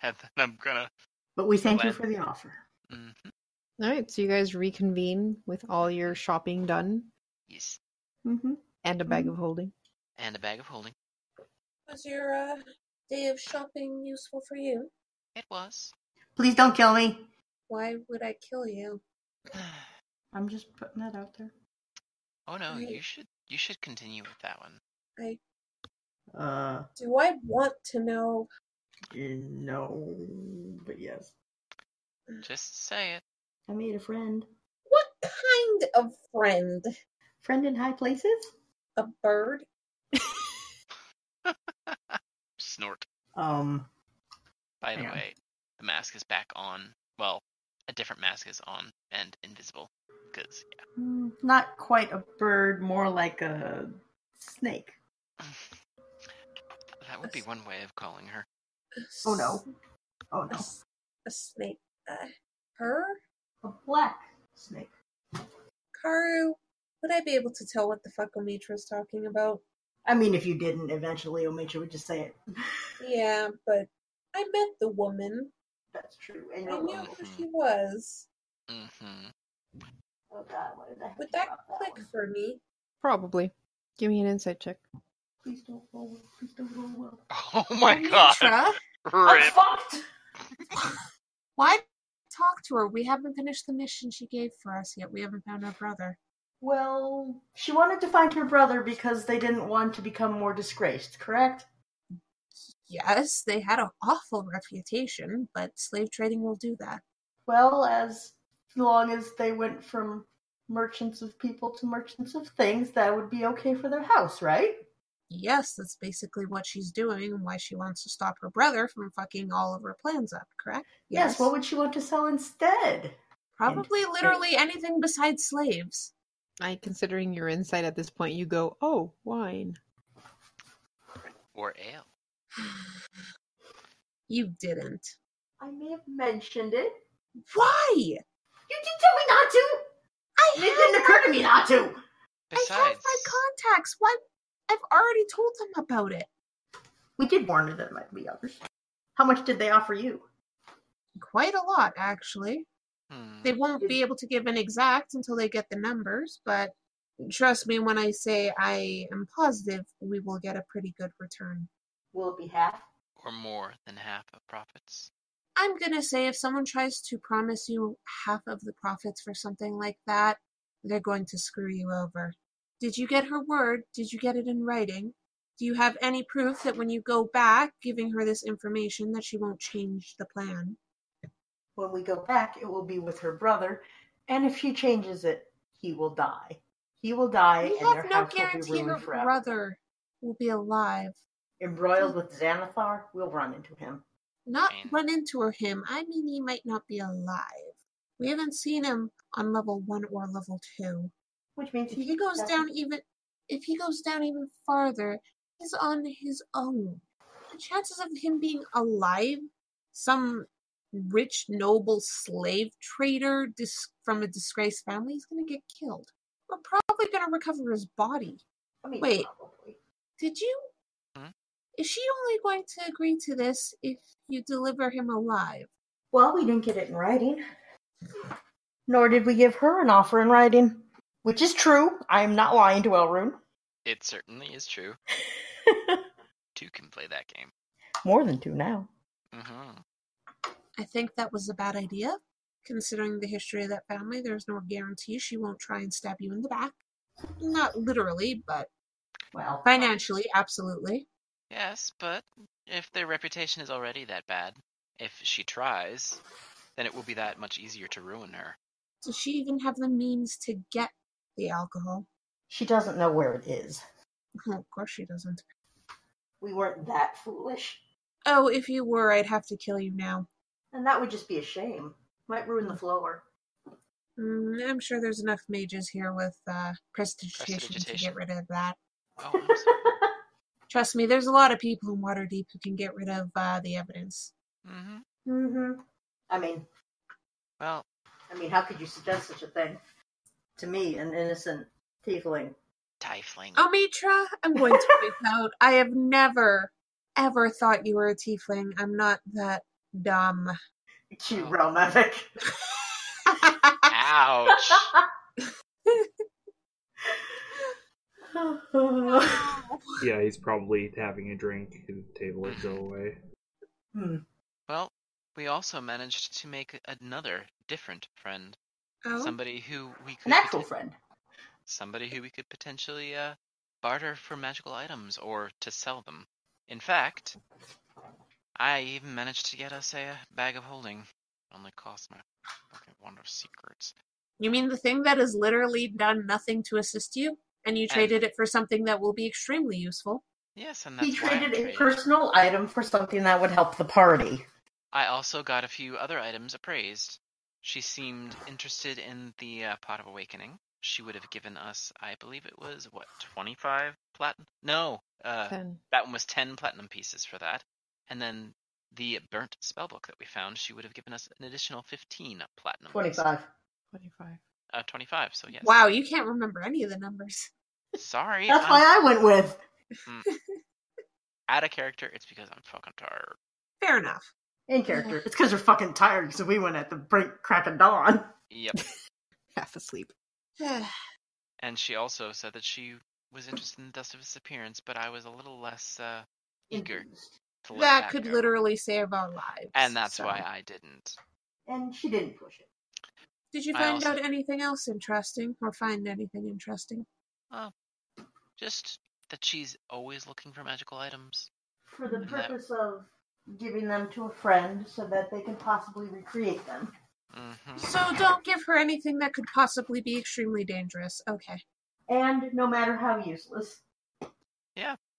And then I'm gonna.
but we thank you
Well-
for the offer.
Mm,
All right, so you guys reconvene with all your shopping done
yes,
Mm-hmm.
and a bag of holding.
and a bag of holding.
Was your uh, day of shopping useful for you?
It was.
Please don't kill me.
Why would I kill you?
I'm just putting that out there.
Oh no,
Right.
you should you should continue with that one.
Uh,
Do I want to know?
no, but yes.
Mm.
Just say it.
I made a friend.
What kind of friend?
Friend in high places?
A bird?
Snort.
Um,
By the
Yeah.
way, the mask is back on. Well, a different mask is on and invisible. Cause
mm, not quite a bird, more like a snake.
that would be one way of calling her.
A
Oh no.
s-
Oh
A,
no.
s- a snake? Uh, her?
A black snake.
Karu? Would I be able to tell what the fuck Omitra is talking about?
I mean, if you didn't, eventually Omitra would just say it.
Yeah, but I met the woman.
That's true. And
I
you're
knew
like,
who
Mm-hmm.
she was.
hmm
oh god, what did I
Would that
about
click
one?
for me?
Probably. Give me an insight check.
Please don't roll. well, Please don't roll well.
Oh my god.
Mitra,
I'm
Rip.
fucked.
why talk to her? We haven't finished the mission she gave for us yet. We haven't found our brother.
Well, she wanted to find her brother because they didn't want to become more disgraced, correct?
Yes, they had an awful reputation, but slave trading will do that.
Well, as long as they went from merchants of people to merchants of things, that would be okay for their house, right?
Yes, that's basically what she's doing and why she wants to stop her brother from fucking all of her plans up, correct?
Yes. what would she want to sell instead?
probably literally anything besides slaves.
I, considering your insight at this point, you go, oh, wine.
Oh,
Or ale.
You didn't.
I may have mentioned it.
Why? I
You did tell me not to.
have,
It didn't occur to me not to.
I have
Besides,
my contacts. Why? I've already told them about it.
We did warn her there might be others. How much did they offer you?
Quite a lot, actually.
hmm,
They won't be able to give an exact until they get the numbers, but trust me when I say I am positive we will get a pretty good return.
Will it be half?
or more than half of profits.
I'm going to say if someone tries to promise you half of the profits for something like that, they're going to screw you over. Did you get her word? Did you get it in writing? Do you have any proof that when you go back giving her this information that she won't change the plan?
When we go back, it will be with her brother, and if she changes it, he will die. He will die,
We
and
have
their
no
house will be
guarantee her
ruined forever.
brother will be alive.
Embroiled with Xanathar, we'll run into him.
Not
Man.
run into or him. I mean, he might not be alive. We haven't seen him on level one or level two.
Which means
if he goes down even if he goes down even farther he's on his own the chances of him being alive some rich noble slave trader dis- from a disgraced family is going to get killed we're probably going to recover his body
I mean,
wait.
probably.
did you
Hmm?
is she only going to agree to this if you deliver him alive
Well, we didn't get it in writing. Nor did we give her an offer in writing. Which is true. I am not lying to Elrune.
It certainly is true. Two can play that game.
More than two now.
hmm
i think that was a bad idea considering the history of that family there's no guarantee she won't try and stab you in the back not literally but
Well,
Financially, absolutely.
Yes, but if their reputation is already that bad, if she tries, then it will be that much easier to ruin her.
Does she even have the means to get the alcohol?
she doesn't know where it is.
Oh, of course she doesn't.
We weren't that foolish.
Oh, if you were, I'd have to kill you now.
And that would just be a shame. Might ruin the floor.
Mm, I'm sure there's enough mages here with uh, prestidigitation to
Prestidigitation.
get rid of that.
Oh, I'm so-
Trust me, there's a lot of people in Waterdeep who can get rid of uh, the evidence.
Mhm.
hmm I mean,
Well,
I mean, how could you suggest such a thing to me, an innocent tiefling?
Tifling.
Oh, Mitra, I'm going to freak out. I have never, ever thought you were a tiefling. I'm not that dumb.
Cute
Oh.
realm epic.
Ouch.
Oh.
Yeah, he's probably having a drink at the table or so away.
Hmm.
well, we also managed to make another different friend.
oh,
Somebody who we could
An actual
poten-
friend.
somebody who we could potentially uh, barter for magical items or to sell them. In fact, I even managed to get us a uh, bag of holding. Only cost my fucking one of secrets.
You mean the thing that has literally done nothing to assist you, and you traded it for something that will be extremely useful?
Yes, and that's
He
why I
traded a
traded.
personal item for something that would help the party.
I also got a few other items appraised. She seemed interested in the uh, Pot of Awakening. She would have given us, I believe it was, what, 25 platinum? No, uh,
Ten.
that one was 10 platinum pieces for that. And then the burnt spellbook that we found, she would have given us an additional 15 platinum. pieces.
Twenty-five.
25.
Uh, 25, so yes.
Wow, you can't remember any of the numbers.
Sorry.
That's
I'm-
why I went with.
out of character, it's because I'm fucking tired.
Fair enough.
In character. It's because you're fucking tired because we went at the break crack of dawn.
Yep.
half asleep.
and she also said that she was interested in the dust of his appearance, but I was a little less uh, eager to let that,
that could
go.
literally save our lives.
And that's
so.
why I didn't.
And she didn't push it.
Did you
I
find
also-
out anything else interesting, or find anything interesting?
Just that she's always looking for magical items.
For the
No.
purpose of giving them to a friend so that they can possibly recreate them.
hmm
So don't give her anything that could possibly be extremely dangerous. Okay.
And no matter how useless.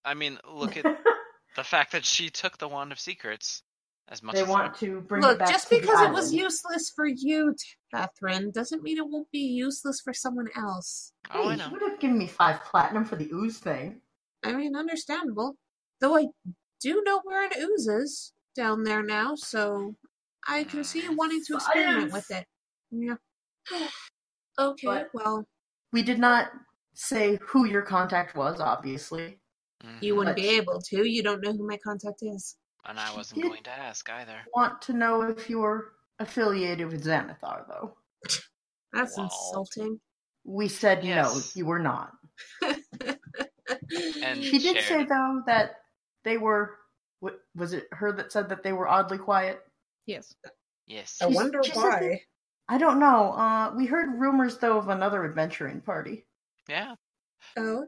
I mean, look at the fact that she took the wand of secrets as much
they
as
want to bring it
Look,
back
just
to the
because it was
island.
useless for you, Catherine, doesn't mean it won't be useless for someone else.
Oh, I
Hey,
know.
you would have given me five platinum for the ooze thing.
I mean, understandable. Though I do know where an ooze is down there now, so I can see you wanting to experiment
Science!
with it. Yeah. okay,
But-
well,
We did not say who your contact was, obviously.
you
Mhm.
wouldn't
But-
be able to. You don't know who my contact is.
And I wasn't
did-
going to ask either.
Want to know if you're affiliated with Xanathar, though.
That's
Wow.
insulting.
We said
Yes.
no, you were not.
And
She did say,
shared.
though, that they were. What, was it her that said that they were oddly quiet?
Yes.
Yes.
I
She's-
wonder
she said
why.
I don't know. Uh, we heard rumors, though, of another adventuring party.
Yeah.
Oh,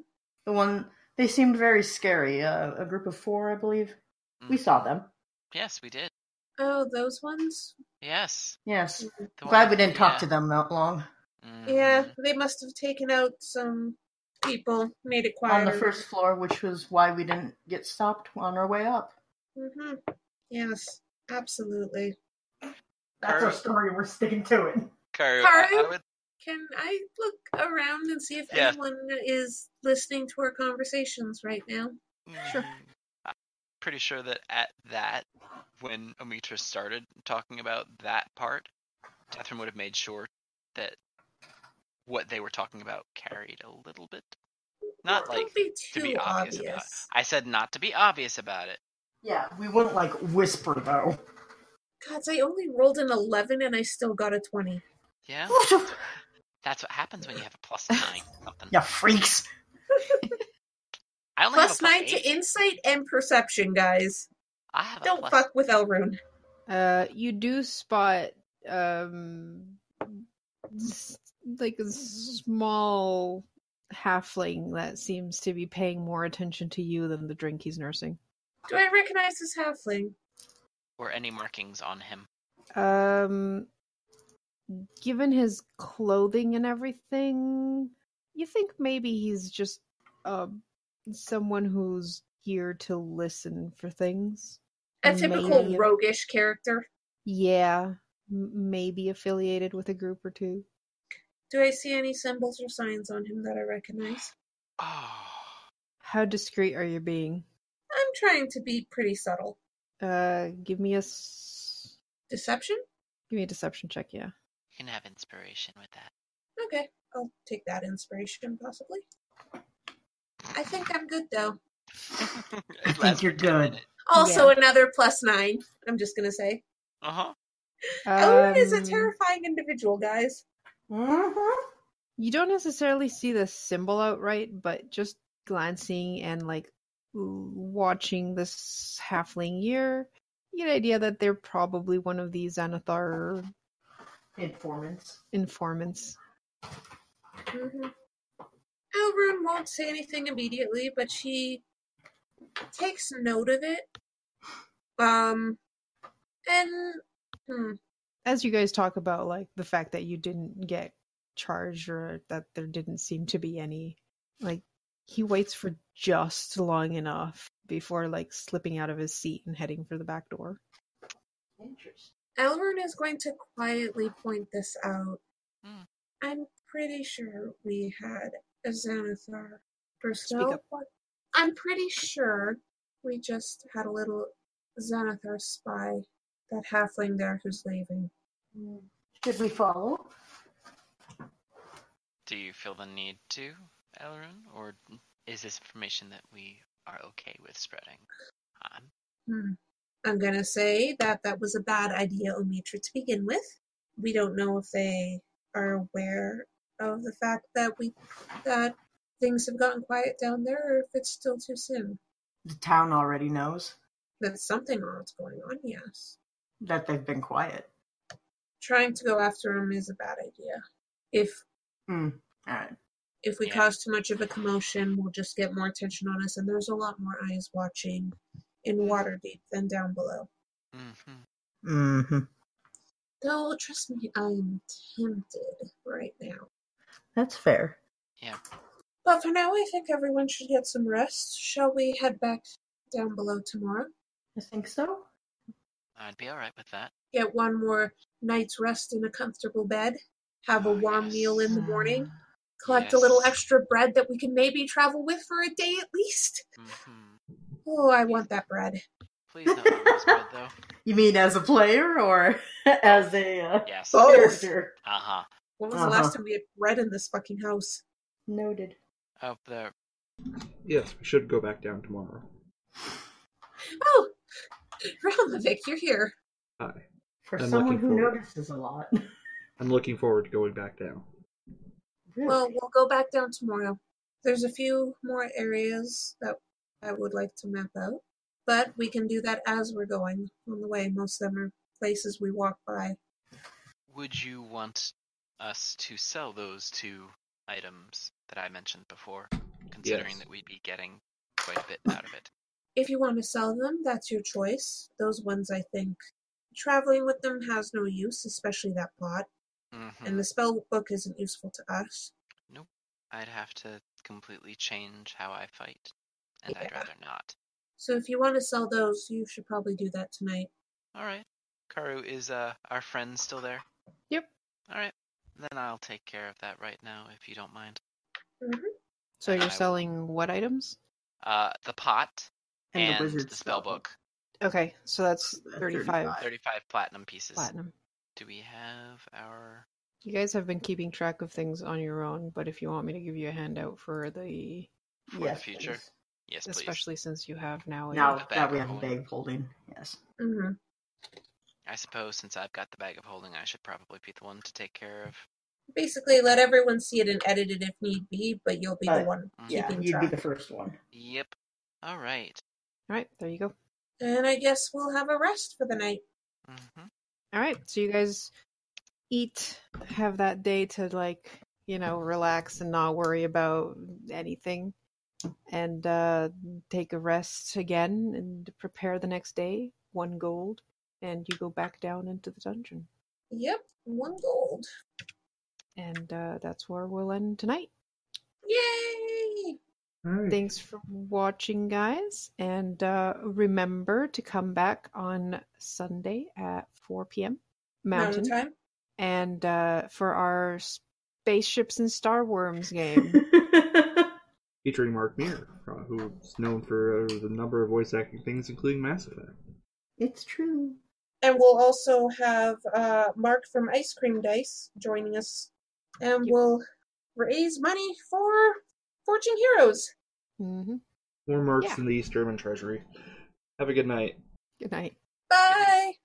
The one. They seemed very scary. Uh, a group of four, I believe. We
Mhm.
saw them.
Yes, we did.
oh, those ones.
Yes.
Yes.
The
Glad
one-
we didn't talk
yeah.
to them that long.
Yeah,
Mhm.
they must have taken out some people, made it
on
quieter.
the first floor, which was why we didn't get stopped on our way up.
hmm Yes, absolutely.
That's our
story. We're sticking to it.
Karu, I, I
Karu?
would.
Can I look around and see if
Yeah.
anyone is listening to our conversations right now? Sure.
Mm, I'm pretty sure that at that, when Omitra started talking about that part, Catherine would have made sure that what they were talking about carried a little bit. Not
Don't
like
be
to
too
be obvious,
obvious.
about. it. I said not to be obvious about it.
Yeah, we wouldn't like whisper though.
Gods, I only rolled an eleven and I still got a twenty.
Yeah. That's what happens when you have a plus nine. Something.
you freaks.
I only
Plus
have a
nine
eight.
to insight and perception, guys.
I have a
Don't
plus-
fuck with Elrune.
Uh, you do spot um, s- like a small halfling that seems to be paying more attention to you than the drink he's nursing.
Do I recognize this halfling?
or any markings on him.
Um, given his clothing and everything, you think maybe he's just uh, someone who's here to listen for things.
A typical
Maybe.
roguish character.
Yeah, m- maybe affiliated with a group or two.
Do I see any symbols or signs on him that I recognize?
Oh.
How discreet are you being?
I'm trying to be pretty subtle.
Uh, give me a s-
Deception?
give me a deception check. Yeah,
You can have inspiration with that.
Okay, I'll take that inspiration possibly. I think I'm good though.
I
think you're good.
Also, another plus nine. I'm just gonna say,
Uh huh.
Elrond Oh, is a
Um,
terrifying individual, guys.
Mm-hmm.
You don't necessarily see the symbol outright, but just glancing and like l- watching this halfling year, you get an idea that they're probably one of these Anathar
Informants.
informants.
Mm-hmm. Elrond won't say anything immediately, but she takes note of it. Um, and hmm,
As you guys talk about like the fact that you didn't get charged or that there didn't seem to be any, like he waits for just long enough before like slipping out of his seat and heading for the back door.
Interesting.
Elrond is going to quietly point this out.
Hmm.
I'm pretty sure we had a Xanathar.
Speak
Bristol?
up.
I'm pretty sure we just had a little Xanathar spy, that halfling there who's leaving.
Should we follow?
Do you feel the need to, Elrune, or is this information that we are okay with spreading? Um,
Hmm. I'm going to say that that was a bad idea, Omitra, to begin with. We don't know if they are aware of the fact that we that things have gotten quiet down there, or if it's still too soon.
The town already knows
That something odd's going on. Yes,
that they've been quiet.
trying to go after him is a bad idea. If
All right.
if we
Yeah.
cause too much of a commotion, we'll just get more attention on us, and there's a lot more eyes watching in
Mm-hmm.
Waterdeep than down below.
mhm.
Mm-hmm.
Though, trust me, I'm tempted right now.
That's fair.
But for now, I think everyone should get some rest. Shall we head back down below tomorrow?
I think so.
I'd be all right with that.
Get one more night's rest in a comfortable bed. Have a
Oh,
warm
yes.
meal in the morning. Collect a
Yes.
little extra bread that we can maybe travel with for a day at least.
Mhm.
Oh, I want that bread.
Please don't lose bread, though.
You mean as a player or as a uh,
Yes.
Oh.
character?
Uh huh.
When was the
Uh-huh.
last time we had bread in this fucking house?
Noted.
Oh, the
Yes, we should go back down tomorrow.
Oh, Ramovic, you're here.
Hi.
For
I'm
someone
looking
who
forward.
notices a lot.
I'm looking forward to going back down.
Really.
Well, we'll go back down tomorrow. There's a few more areas that I would like to map out, but we can do that as we're going on the way. Most of them are places we walk by.
would you want us to sell those two items that I mentioned before, considering
Yes.
that we'd be getting quite a bit out of it?
If you want to sell them, that's your choice. Those ones, I think, traveling with them has no use, especially that pot,
Mhm.
and the spell book isn't useful to us.
I'd have to completely change how I fight, and I'd
Yeah.
rather not.
So if you want to sell those, you should probably do that tonight.
All right. Karu, is uh, our friend still there?
Yep.
All right. Then I'll take care of that right now, if you don't mind.
Mm-hmm.
So
I
you're
will-
selling what items?
Uh, the pot and, the,
wizard's
spell book.
Okay, so that's
Uh,
35
35.
35 platinum pieces.
platinum.
Do we have our.
You guys have been keeping track of things on your own, but if you want me to give you a handout for the
for the future?
please.
Yes, please.
especially since you have now a-
Now
The
that
bag
we
of
have a
holding.
bag of holding. Yes.
Mm-hmm.
I suppose since I've got the bag of holding, I should probably be the one to take care of.
Basically, let everyone see it and edit it if need be, but you'll be the
Right.
one
Mhm.
Yeah,
keeping
you'd be
track.
the first one.
Yep. All right.
All right, there you go.
And I guess we'll have a rest for the night.
Mm-hmm.
All right, so you guys eat, have that day to like, you know, relax and not worry about anything, and uh, take a rest again and prepare the next day. One gold, and you go back down into the dungeon,
Yep, one gold.
and uh, that's where we'll end tonight.
Yay!
Thanks for watching, guys, and uh, remember to come back on Sunday at 4 p.m. Mountain.
Mountain time.
and uh, for our spaceships and star worms game.
Yay!
Featuring Mark Meer, uh, who's known for uh, the number of voice acting things, including Mass Effect.
it's true.
And we'll also have uh, Mark from Ice Cream Dice joining us. And we'll raise money for Fortune Heroes.
hmm
More marks
Yeah.
in the East German Treasury. Have a good night.
Good night.
Bye!